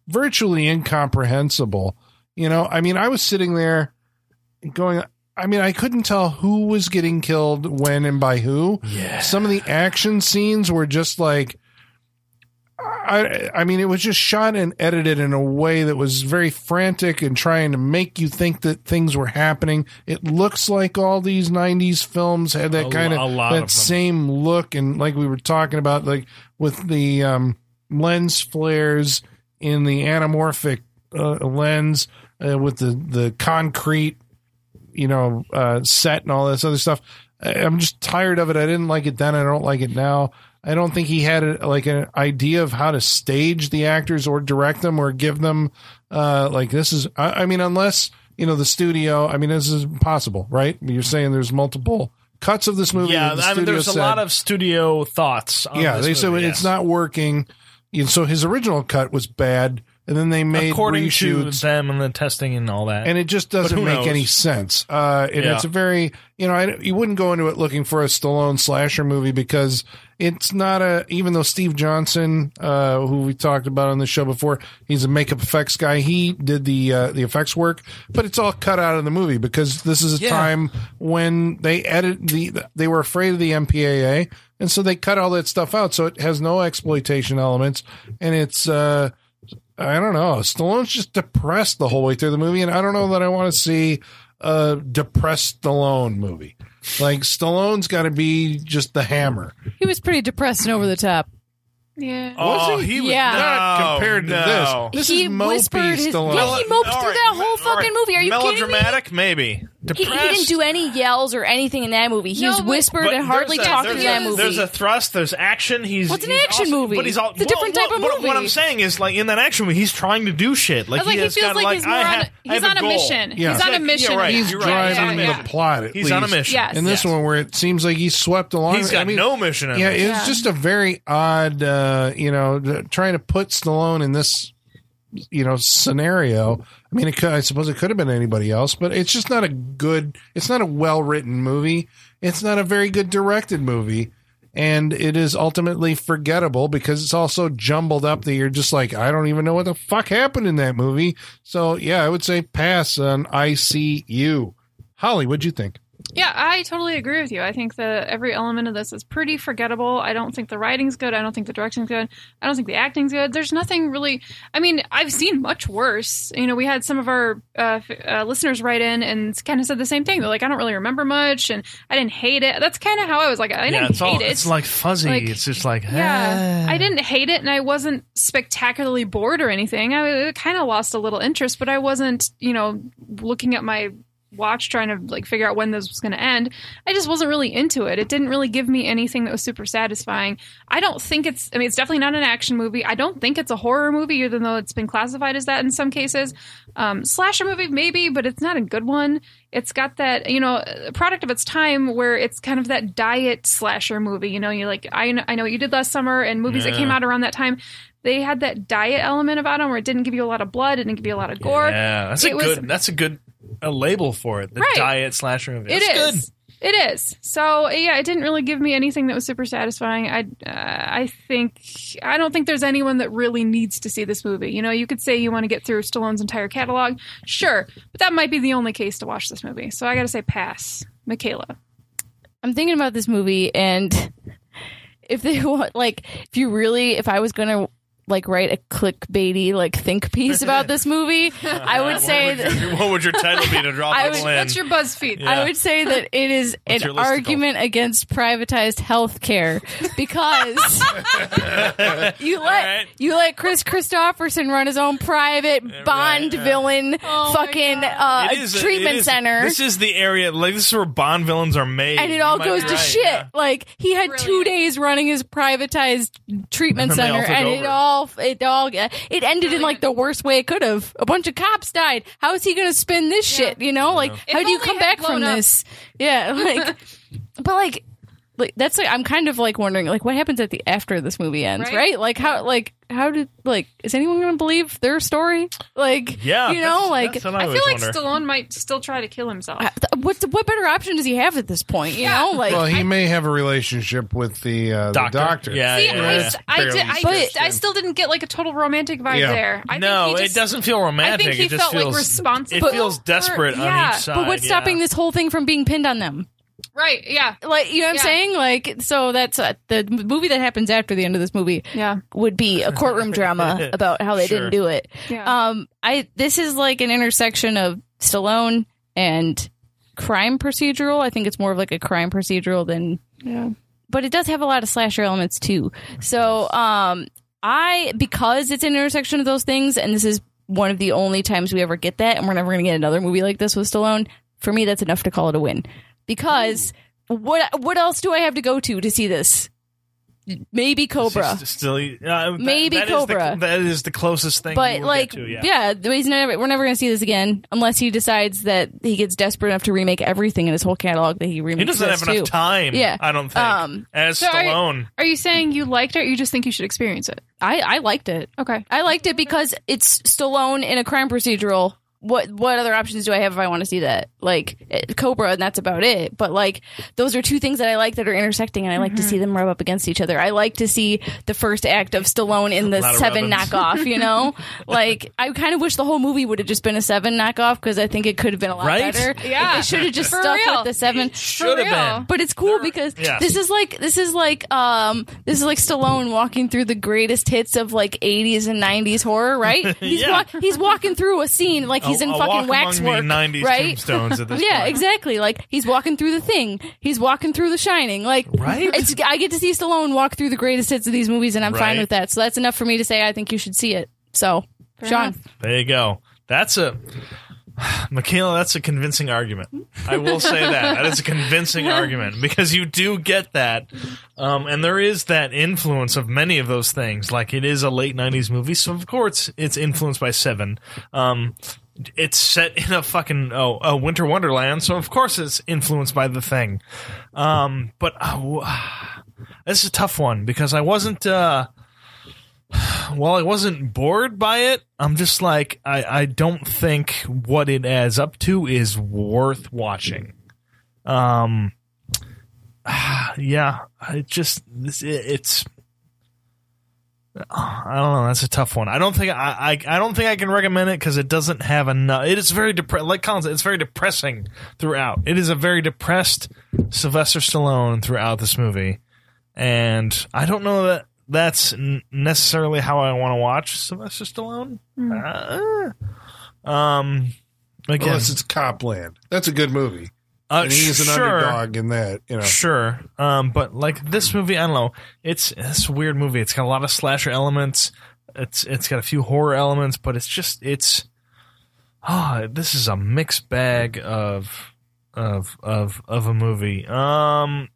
[SPEAKER 2] virtually incomprehensible. You know, I mean, I was sitting there going. I mean, I couldn't tell who was getting killed when and by who
[SPEAKER 3] Yeah.
[SPEAKER 2] some of the action scenes were just like I I mean it was just shot and edited in a way that was very frantic and trying to make you think that things were happening. It looks like all these 90s films had that
[SPEAKER 3] A
[SPEAKER 2] kind
[SPEAKER 3] lo- a
[SPEAKER 2] of
[SPEAKER 3] lot
[SPEAKER 2] that
[SPEAKER 3] of them.
[SPEAKER 2] same look and like we were talking about like with the um lens flares in the anamorphic uh, lens uh, with the the concrete you know, uh, set and all this other stuff. I- I'm just tired of it. I didn't like it then. I don't like it now. I don't think he had a, like an idea of how to stage the actors or direct them or give them uh, like this is. I, I mean, unless you know the studio. I mean, this is impossible, right? You're saying there's multiple cuts of this movie. that
[SPEAKER 3] Yeah,
[SPEAKER 2] the
[SPEAKER 3] I mean,
[SPEAKER 2] studio
[SPEAKER 3] there's a
[SPEAKER 2] said-
[SPEAKER 3] lot of studio thoughts. On
[SPEAKER 2] yeah.
[SPEAKER 3] this
[SPEAKER 2] They said
[SPEAKER 3] movie,
[SPEAKER 2] it's
[SPEAKER 3] yes.
[SPEAKER 2] not working. And so his original cut was bad, and then they made
[SPEAKER 3] according
[SPEAKER 2] reshoots
[SPEAKER 3] to them and the testing and all that.
[SPEAKER 2] and it just doesn't
[SPEAKER 3] who
[SPEAKER 2] make
[SPEAKER 3] knows?
[SPEAKER 2] any sense. Uh, and
[SPEAKER 3] Yeah.
[SPEAKER 2] it's a very you know I, you wouldn't go into it looking for a Stallone slasher movie because it's not a even though Steve Johnson, uh, who we talked about on the show before, he's a makeup effects guy. He did the uh, the effects work, but it's all cut out of the movie because this is a
[SPEAKER 3] Yeah.
[SPEAKER 2] time when they edit the they were afraid of the MPAA. And so they cut all that stuff out, so it has no exploitation elements, and it's uh, I don't know. Stallone's just depressed the whole way through the movie, and I don't know that I want to see a depressed Stallone movie. Like Stallone's got to be just the hammer.
[SPEAKER 5] He was pretty depressed and over the top.
[SPEAKER 4] Yeah.
[SPEAKER 3] oh,
[SPEAKER 2] Was
[SPEAKER 3] he,
[SPEAKER 2] he?
[SPEAKER 3] was
[SPEAKER 5] Yeah.
[SPEAKER 3] no,
[SPEAKER 2] compared to
[SPEAKER 3] no.
[SPEAKER 2] this. This
[SPEAKER 5] he
[SPEAKER 2] is mopey
[SPEAKER 5] whispered his,
[SPEAKER 2] Stallone.
[SPEAKER 5] Yeah, he moped
[SPEAKER 3] All
[SPEAKER 5] through
[SPEAKER 3] right,
[SPEAKER 5] that whole
[SPEAKER 3] all right.
[SPEAKER 5] fucking movie. Are you kidding me?
[SPEAKER 3] melodramatic? Maybe.
[SPEAKER 5] He,
[SPEAKER 3] Depressed.
[SPEAKER 5] he didn't do any yells or anything in that movie. He
[SPEAKER 4] No,
[SPEAKER 5] was
[SPEAKER 4] but-
[SPEAKER 5] whispered
[SPEAKER 3] But
[SPEAKER 5] and hardly
[SPEAKER 3] there's a-
[SPEAKER 5] talked in
[SPEAKER 3] there's
[SPEAKER 5] that
[SPEAKER 3] a-
[SPEAKER 5] movie.
[SPEAKER 3] There's a thrust. There's action. He's
[SPEAKER 5] Well, it's an
[SPEAKER 3] he's
[SPEAKER 5] action
[SPEAKER 3] also-
[SPEAKER 5] movie.
[SPEAKER 3] But he's all
[SPEAKER 5] It's a different
[SPEAKER 3] well,
[SPEAKER 5] type of
[SPEAKER 3] well, What, what
[SPEAKER 5] movie.
[SPEAKER 3] I'm saying is, like in that action movie, he's trying to do shit. Like,
[SPEAKER 4] It's like he
[SPEAKER 3] has
[SPEAKER 4] feels
[SPEAKER 3] got,
[SPEAKER 4] like, he's more
[SPEAKER 3] I
[SPEAKER 4] on
[SPEAKER 3] have,
[SPEAKER 4] a, he's
[SPEAKER 3] I have
[SPEAKER 4] on a
[SPEAKER 3] goal.
[SPEAKER 4] mission.
[SPEAKER 2] Yeah.
[SPEAKER 4] He's on
[SPEAKER 3] Yeah,
[SPEAKER 4] a mission.
[SPEAKER 3] you're right.
[SPEAKER 2] He's
[SPEAKER 3] You're right.
[SPEAKER 2] driving
[SPEAKER 4] Yeah, yeah.
[SPEAKER 2] the plot. At
[SPEAKER 3] He's
[SPEAKER 2] least.
[SPEAKER 3] on a mission.
[SPEAKER 4] Yes.
[SPEAKER 2] In this
[SPEAKER 3] Yes.
[SPEAKER 2] one, where it seems like he's swept along.
[SPEAKER 3] He's got
[SPEAKER 2] I mean,
[SPEAKER 3] no mission. In
[SPEAKER 2] Yeah,
[SPEAKER 3] this.
[SPEAKER 2] it's
[SPEAKER 4] Yeah.
[SPEAKER 2] just a very odd, uh, you know, th- trying to put Stallone in this, you know, scenario. I mean, it could, I suppose it could have been anybody else, but it's just not a good. It's not a well written movie. It's not a very good directed movie, and it is ultimately forgettable because it's all so jumbled up that you're just like, I don't even know what the fuck happened in that movie. So yeah, I would say pass on ICU. Holly, what'd you think?
[SPEAKER 4] Yeah, I totally agree with you. I think that every element of this is pretty forgettable. I don't think the writing's good. I don't think the direction's good. I don't think the acting's good. There's nothing really. I mean, I've seen much worse. You know, we had some of our uh, f- uh, listeners write in and kind of said the same thing. They're like, I don't really remember much, and I didn't hate it. That's kind of how I was like, I didn't
[SPEAKER 3] yeah, it's
[SPEAKER 4] hate
[SPEAKER 3] all
[SPEAKER 4] it.
[SPEAKER 3] it's like fuzzy.
[SPEAKER 4] like-
[SPEAKER 3] it's just like
[SPEAKER 4] Yeah,
[SPEAKER 3] "Ah."
[SPEAKER 4] I didn't hate it, and I wasn't spectacularly bored or anything. I kind of lost a little interest, but I wasn't, you know, looking at my watch trying to like figure out when this was going to end. I just wasn't really into it. It didn't really give me anything that was super satisfying. I don't think it's. I mean, it's definitely not an action movie. I don't think it's a horror movie, even though it's been classified as that in some cases. Um, slasher movie, maybe, but it's not a good one. It's got that you know uh, product of its time where it's kind of that diet slasher movie. You know, you're like I kn- I know what you did last summer and movies that came
[SPEAKER 3] Yeah.
[SPEAKER 4] out around that time. They had that diet element about them where it didn't give you a lot of blood, it didn't give you a lot of gore.
[SPEAKER 3] Yeah, that's
[SPEAKER 4] it
[SPEAKER 3] a
[SPEAKER 4] was-
[SPEAKER 3] good. That's a good a label for it. The
[SPEAKER 4] Right.
[SPEAKER 3] diet slasher movie.
[SPEAKER 4] It
[SPEAKER 3] That's
[SPEAKER 4] is. It is. So yeah, it didn't really give me anything that was super satisfying. I uh, I think I don't think there's anyone that really needs to see this movie. You know, you could say you want to get through Stallone's entire catalog, sure, but that might be the only case to watch this movie. So I got to say pass, Michaela.
[SPEAKER 5] I'm thinking about this movie, and if they want, like, if you really, if I was gonna like write a clickbaity like think piece about this movie, I would say
[SPEAKER 3] Good.
[SPEAKER 5] that.
[SPEAKER 3] what would your title be to draw
[SPEAKER 5] I
[SPEAKER 3] people
[SPEAKER 5] would-
[SPEAKER 3] in?
[SPEAKER 4] What's your BuzzFeed?
[SPEAKER 5] I would say that it is
[SPEAKER 3] What's your
[SPEAKER 5] an
[SPEAKER 3] listicle?
[SPEAKER 5] argument against privatized health care because you let
[SPEAKER 3] right.
[SPEAKER 5] you let Chris Christopherson run his own private Bond
[SPEAKER 3] yeah.
[SPEAKER 5] villain
[SPEAKER 4] Oh my
[SPEAKER 5] fucking uh,
[SPEAKER 3] It is a-
[SPEAKER 5] treatment
[SPEAKER 3] it is-
[SPEAKER 5] center.
[SPEAKER 3] This is the area. Like this is where Bond villains are made.
[SPEAKER 5] and it all
[SPEAKER 3] You might
[SPEAKER 5] goes
[SPEAKER 3] be
[SPEAKER 5] to
[SPEAKER 3] right,
[SPEAKER 5] shit.
[SPEAKER 3] yeah.
[SPEAKER 5] Like he had two
[SPEAKER 4] Brilliant.
[SPEAKER 5] days running his privatized treatment
[SPEAKER 3] And then they all
[SPEAKER 5] center,
[SPEAKER 3] took
[SPEAKER 5] and it
[SPEAKER 3] over.
[SPEAKER 5] all it all uh, it ended in like the worst way it could have. A bunch of cops died. How is he going to spin this shit? You know, like
[SPEAKER 4] If
[SPEAKER 5] how do you
[SPEAKER 4] only
[SPEAKER 5] come
[SPEAKER 4] it had
[SPEAKER 5] back from
[SPEAKER 4] blown up.
[SPEAKER 5] this? Yeah, like but like. Like, that's like I'm kind of like wondering like what happens at the after this movie ends, right?
[SPEAKER 4] Right?
[SPEAKER 5] Like how like how did like is anyone going to believe their story? Like
[SPEAKER 3] Yeah,
[SPEAKER 5] you
[SPEAKER 3] that's-
[SPEAKER 5] know like
[SPEAKER 3] that's what
[SPEAKER 4] I
[SPEAKER 3] always
[SPEAKER 4] feel like
[SPEAKER 3] wonder.
[SPEAKER 4] Stallone might still try to kill himself.
[SPEAKER 5] uh, th- what what better option does he have at this point? You know like
[SPEAKER 2] Well, he may have a relationship with the, uh,
[SPEAKER 3] doctor.
[SPEAKER 2] the doctor.
[SPEAKER 3] Yeah,
[SPEAKER 4] See,
[SPEAKER 3] yeah,
[SPEAKER 4] I,
[SPEAKER 3] yeah.
[SPEAKER 4] s- I,
[SPEAKER 2] barely
[SPEAKER 4] did, I,
[SPEAKER 2] But-
[SPEAKER 4] just- I still didn't get like a total romantic vibe
[SPEAKER 2] Yeah.
[SPEAKER 4] there. I
[SPEAKER 3] no,
[SPEAKER 4] think he
[SPEAKER 3] it
[SPEAKER 4] just-
[SPEAKER 3] doesn't feel romantic.
[SPEAKER 4] I think he
[SPEAKER 3] it just
[SPEAKER 4] felt
[SPEAKER 3] feels
[SPEAKER 4] like responsible.
[SPEAKER 3] It feels
[SPEAKER 4] for-
[SPEAKER 3] desperate on
[SPEAKER 4] yeah,
[SPEAKER 3] each side.
[SPEAKER 5] But what's stopping
[SPEAKER 3] yeah.
[SPEAKER 5] this whole thing from being pinned on them?
[SPEAKER 4] Right? Yeah.
[SPEAKER 5] Like, you know what I'm
[SPEAKER 4] Yeah.
[SPEAKER 5] saying? Like, so that's uh, the movie that happens after the end of this movie
[SPEAKER 4] Yeah.
[SPEAKER 5] would be a courtroom drama about how they
[SPEAKER 3] Sure.
[SPEAKER 5] didn't do it.
[SPEAKER 4] Yeah.
[SPEAKER 5] Um, I this is like an intersection of Stallone and crime procedural. I think it's more of like a crime procedural than
[SPEAKER 4] yeah.
[SPEAKER 5] but it does have a lot of slasher elements too. So, um, I because it's an intersection of those things, and this is one of the only times we ever get that, and we're never going to get another movie like this with Stallone. For me, that's enough to call it a win because what what else do I have to go to to see this? Maybe Cobra.
[SPEAKER 3] It's just Still, uh, that-
[SPEAKER 5] Maybe
[SPEAKER 3] that is the-
[SPEAKER 5] Cobra.
[SPEAKER 3] that is the closest thing.
[SPEAKER 5] but
[SPEAKER 3] we'll
[SPEAKER 5] like,
[SPEAKER 3] get to,
[SPEAKER 5] yeah,
[SPEAKER 3] yeah.
[SPEAKER 5] the- he's never, we're never going to see this again unless he decides that he gets desperate enough to remake everything in his whole catalog that he remakes.
[SPEAKER 3] he doesn't
[SPEAKER 5] this
[SPEAKER 3] have enough
[SPEAKER 5] too.
[SPEAKER 3] time.
[SPEAKER 5] Yeah.
[SPEAKER 3] I don't think.
[SPEAKER 5] Um,
[SPEAKER 3] As
[SPEAKER 4] so are-
[SPEAKER 3] Stallone,
[SPEAKER 4] Are you saying you liked it? Or you just think you should experience it?
[SPEAKER 5] I I liked it.
[SPEAKER 4] Okay.
[SPEAKER 5] I liked it because it's Stallone in a crime procedural. What what other options do I have if I want to see that? Like eh, Cobra, and that's about it. But like those are two things that I like that are intersecting, and I like to see them rub up against each other. I like to see the first act of Stallone in the
[SPEAKER 3] lot of
[SPEAKER 5] Seven
[SPEAKER 3] rubbins.
[SPEAKER 5] knockoff. You know, like I kind of wish the whole movie would have just been a Seven knockoff because I think it could have been a lot
[SPEAKER 3] Right?
[SPEAKER 5] better.
[SPEAKER 4] Yeah.
[SPEAKER 5] they should have just
[SPEAKER 4] For
[SPEAKER 5] stuck
[SPEAKER 4] real.
[SPEAKER 5] with the Seven.
[SPEAKER 3] should
[SPEAKER 4] real.
[SPEAKER 3] have been.
[SPEAKER 5] But it's cool because
[SPEAKER 3] yes.
[SPEAKER 5] this is like this is like um this is like Stallone walking through the greatest hits of like 80s and 90s horror, right? He's
[SPEAKER 3] Yeah.
[SPEAKER 5] wa- he's walking through a scene like he's
[SPEAKER 3] A-
[SPEAKER 5] in
[SPEAKER 3] a walk
[SPEAKER 5] fucking
[SPEAKER 3] among
[SPEAKER 5] waxwork,
[SPEAKER 3] the 90s
[SPEAKER 5] right?
[SPEAKER 3] tombstones at this
[SPEAKER 5] Yeah,
[SPEAKER 3] point.
[SPEAKER 5] exactly. Like he's walking through the thing. He's walking through The Shining. Like
[SPEAKER 3] Right?
[SPEAKER 5] it's I get to see Stallone walk through the greatest hits of these movies and I'm
[SPEAKER 3] Right.
[SPEAKER 5] fine with that. So that's enough for me to say I think you should see it. So, Sean,
[SPEAKER 4] enough.
[SPEAKER 3] There you go. That's a Michaela, that's a convincing argument. I will say that. That is a convincing argument because you do get that. Um, and there is that influence of many of those things. Like it is a late 90s movie, so of course it's influenced by Seven. Um, it's set in a fucking oh, a winter wonderland, so of course it's influenced by the thing. Um, but oh, this is a tough one because I wasn't uh, while I wasn't bored by it, I'm just like I, I don't think what it adds up to is worth watching. Um, yeah, it just this- it, it's I don't know. That's a tough one. I don't think I I, I don't think I can recommend it because it doesn't have enough. It is very depre- like Collins. said, It's very depressing throughout. It is a very depressed Sylvester Stallone throughout this movie, and I don't know that that's n- necessarily how I want to watch Sylvester Stallone. Uh, um, again,
[SPEAKER 2] Unless it's Copland. That's a good movie.
[SPEAKER 3] uh,
[SPEAKER 2] and he's an
[SPEAKER 3] sure.
[SPEAKER 2] underdog in that, you know.
[SPEAKER 3] Sure. Um, but like this movie, I don't know. It's it's a weird movie. It's got a lot of slasher elements. It's it's got a few horror elements, but it's just it's ah, this is a mixed bag of of of of a movie. Um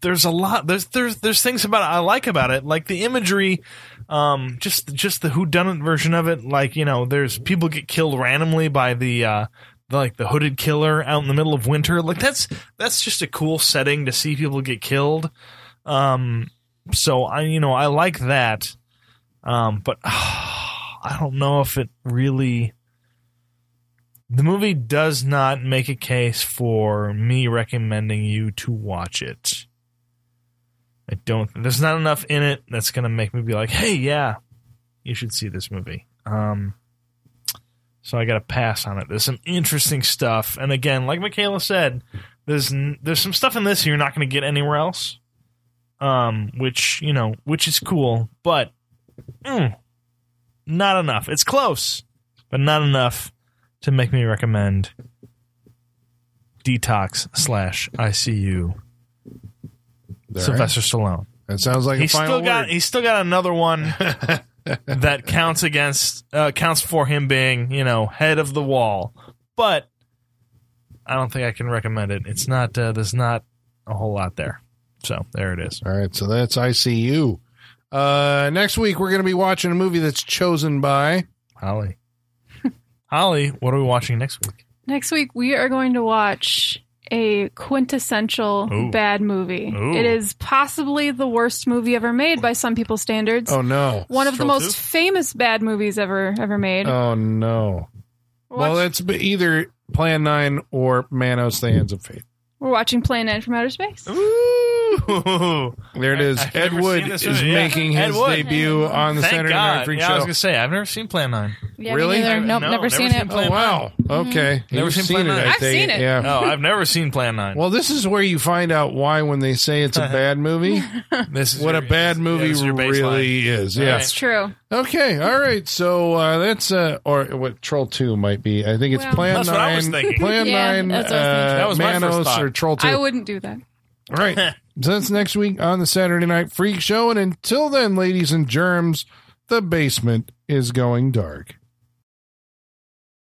[SPEAKER 3] there's a lot there's there's there's things about it I like about it, like the imagery, um just just the whodunit version of it, like, you know, there's people get killed randomly by the uh like the hooded killer out in the middle of winter. Like that's that's just a cool setting to see people get killed. Um, so I you know I like that, um, but I don't know if it really. The movie does not make a case for me recommending you to watch it. I don't. There's not enough in it that's gonna make me be like, "Hey, yeah, you should see this movie." Um, so I got to pass on it. There's some interesting stuff, and again, like Michaela said, there's n- there's some stuff in this you're not going to get anywhere else, um, which you know, which is cool, but mm, not enough. It's close, but not enough to make me recommend Detox slash ICU
[SPEAKER 2] All right.
[SPEAKER 3] Sylvester Stallone.
[SPEAKER 2] That sounds like
[SPEAKER 3] He's
[SPEAKER 2] a final
[SPEAKER 3] still got
[SPEAKER 2] word.
[SPEAKER 3] he's still got another one that counts against uh, counts for him being you know head of the wall, but I don't think I can recommend it. It's not uh, there's not a whole lot there, so there it is.
[SPEAKER 2] All right, so that's ICU. Uh, next week we're going to be watching a movie that's chosen by
[SPEAKER 3] Holly, Holly, what are we watching next week?
[SPEAKER 4] Next week, we are going to watch a quintessential
[SPEAKER 3] Ooh.
[SPEAKER 4] bad movie.
[SPEAKER 3] Ooh.
[SPEAKER 4] It is possibly the worst movie ever made by some people's standards.
[SPEAKER 2] Oh no.
[SPEAKER 4] One of the
[SPEAKER 3] Troll
[SPEAKER 4] most
[SPEAKER 3] two?
[SPEAKER 4] famous bad movies ever ever made.
[SPEAKER 2] Oh no.
[SPEAKER 4] we're,
[SPEAKER 2] Well,
[SPEAKER 4] watch-
[SPEAKER 2] that's be- either Plan 9 or Manos the Hands of Fate.
[SPEAKER 4] we're watching Plan 9 from Outer Space.
[SPEAKER 3] Ooh,
[SPEAKER 2] There it is.
[SPEAKER 3] I've
[SPEAKER 2] Ed
[SPEAKER 3] never
[SPEAKER 2] Wood
[SPEAKER 3] seen this
[SPEAKER 2] is
[SPEAKER 3] movie, yeah.
[SPEAKER 2] making
[SPEAKER 3] Ed
[SPEAKER 2] his
[SPEAKER 3] Wood.
[SPEAKER 2] debut on the
[SPEAKER 3] thank
[SPEAKER 2] Saturday Night
[SPEAKER 3] God!
[SPEAKER 2] Freak
[SPEAKER 3] yeah, I was
[SPEAKER 2] Show.
[SPEAKER 3] gonna say I've never seen Plan Nine.
[SPEAKER 5] Yeah, me
[SPEAKER 2] Really?
[SPEAKER 5] neither.
[SPEAKER 3] I-
[SPEAKER 5] Nope,
[SPEAKER 3] no,
[SPEAKER 5] never,
[SPEAKER 3] never
[SPEAKER 5] seen,
[SPEAKER 3] seen
[SPEAKER 5] it.
[SPEAKER 3] Plan Mm-hmm.
[SPEAKER 2] oh wow. Okay.
[SPEAKER 3] Never
[SPEAKER 2] You've
[SPEAKER 3] seen Plan 9.
[SPEAKER 2] I
[SPEAKER 4] I've
[SPEAKER 2] think.
[SPEAKER 4] seen it.
[SPEAKER 2] Yeah.
[SPEAKER 3] No, I've never seen Plan Nine.
[SPEAKER 2] Well, this is where you find out why when they say it's a bad movie,
[SPEAKER 3] this is
[SPEAKER 2] what a
[SPEAKER 3] your-
[SPEAKER 2] bad
[SPEAKER 3] yeah,
[SPEAKER 2] movie
[SPEAKER 3] this is your baseline.
[SPEAKER 2] really is. Yeah.
[SPEAKER 4] That's true.
[SPEAKER 2] Okay. All right. So uh, that's uh, or what Troll Two might be. I think it's
[SPEAKER 4] Well-
[SPEAKER 2] Plan
[SPEAKER 3] That's what
[SPEAKER 2] Nine.
[SPEAKER 3] I was thinking.
[SPEAKER 2] Plan
[SPEAKER 5] Yeah,
[SPEAKER 2] Nine.
[SPEAKER 5] that's what I was thinking.
[SPEAKER 2] uh,
[SPEAKER 3] That was my first
[SPEAKER 2] Manos
[SPEAKER 3] thought.
[SPEAKER 2] or Troll Two.
[SPEAKER 4] I wouldn't do that.
[SPEAKER 2] All right. so that's next week on the Saturday Night Freak Show, and until then, ladies and germs, the basement is going dark.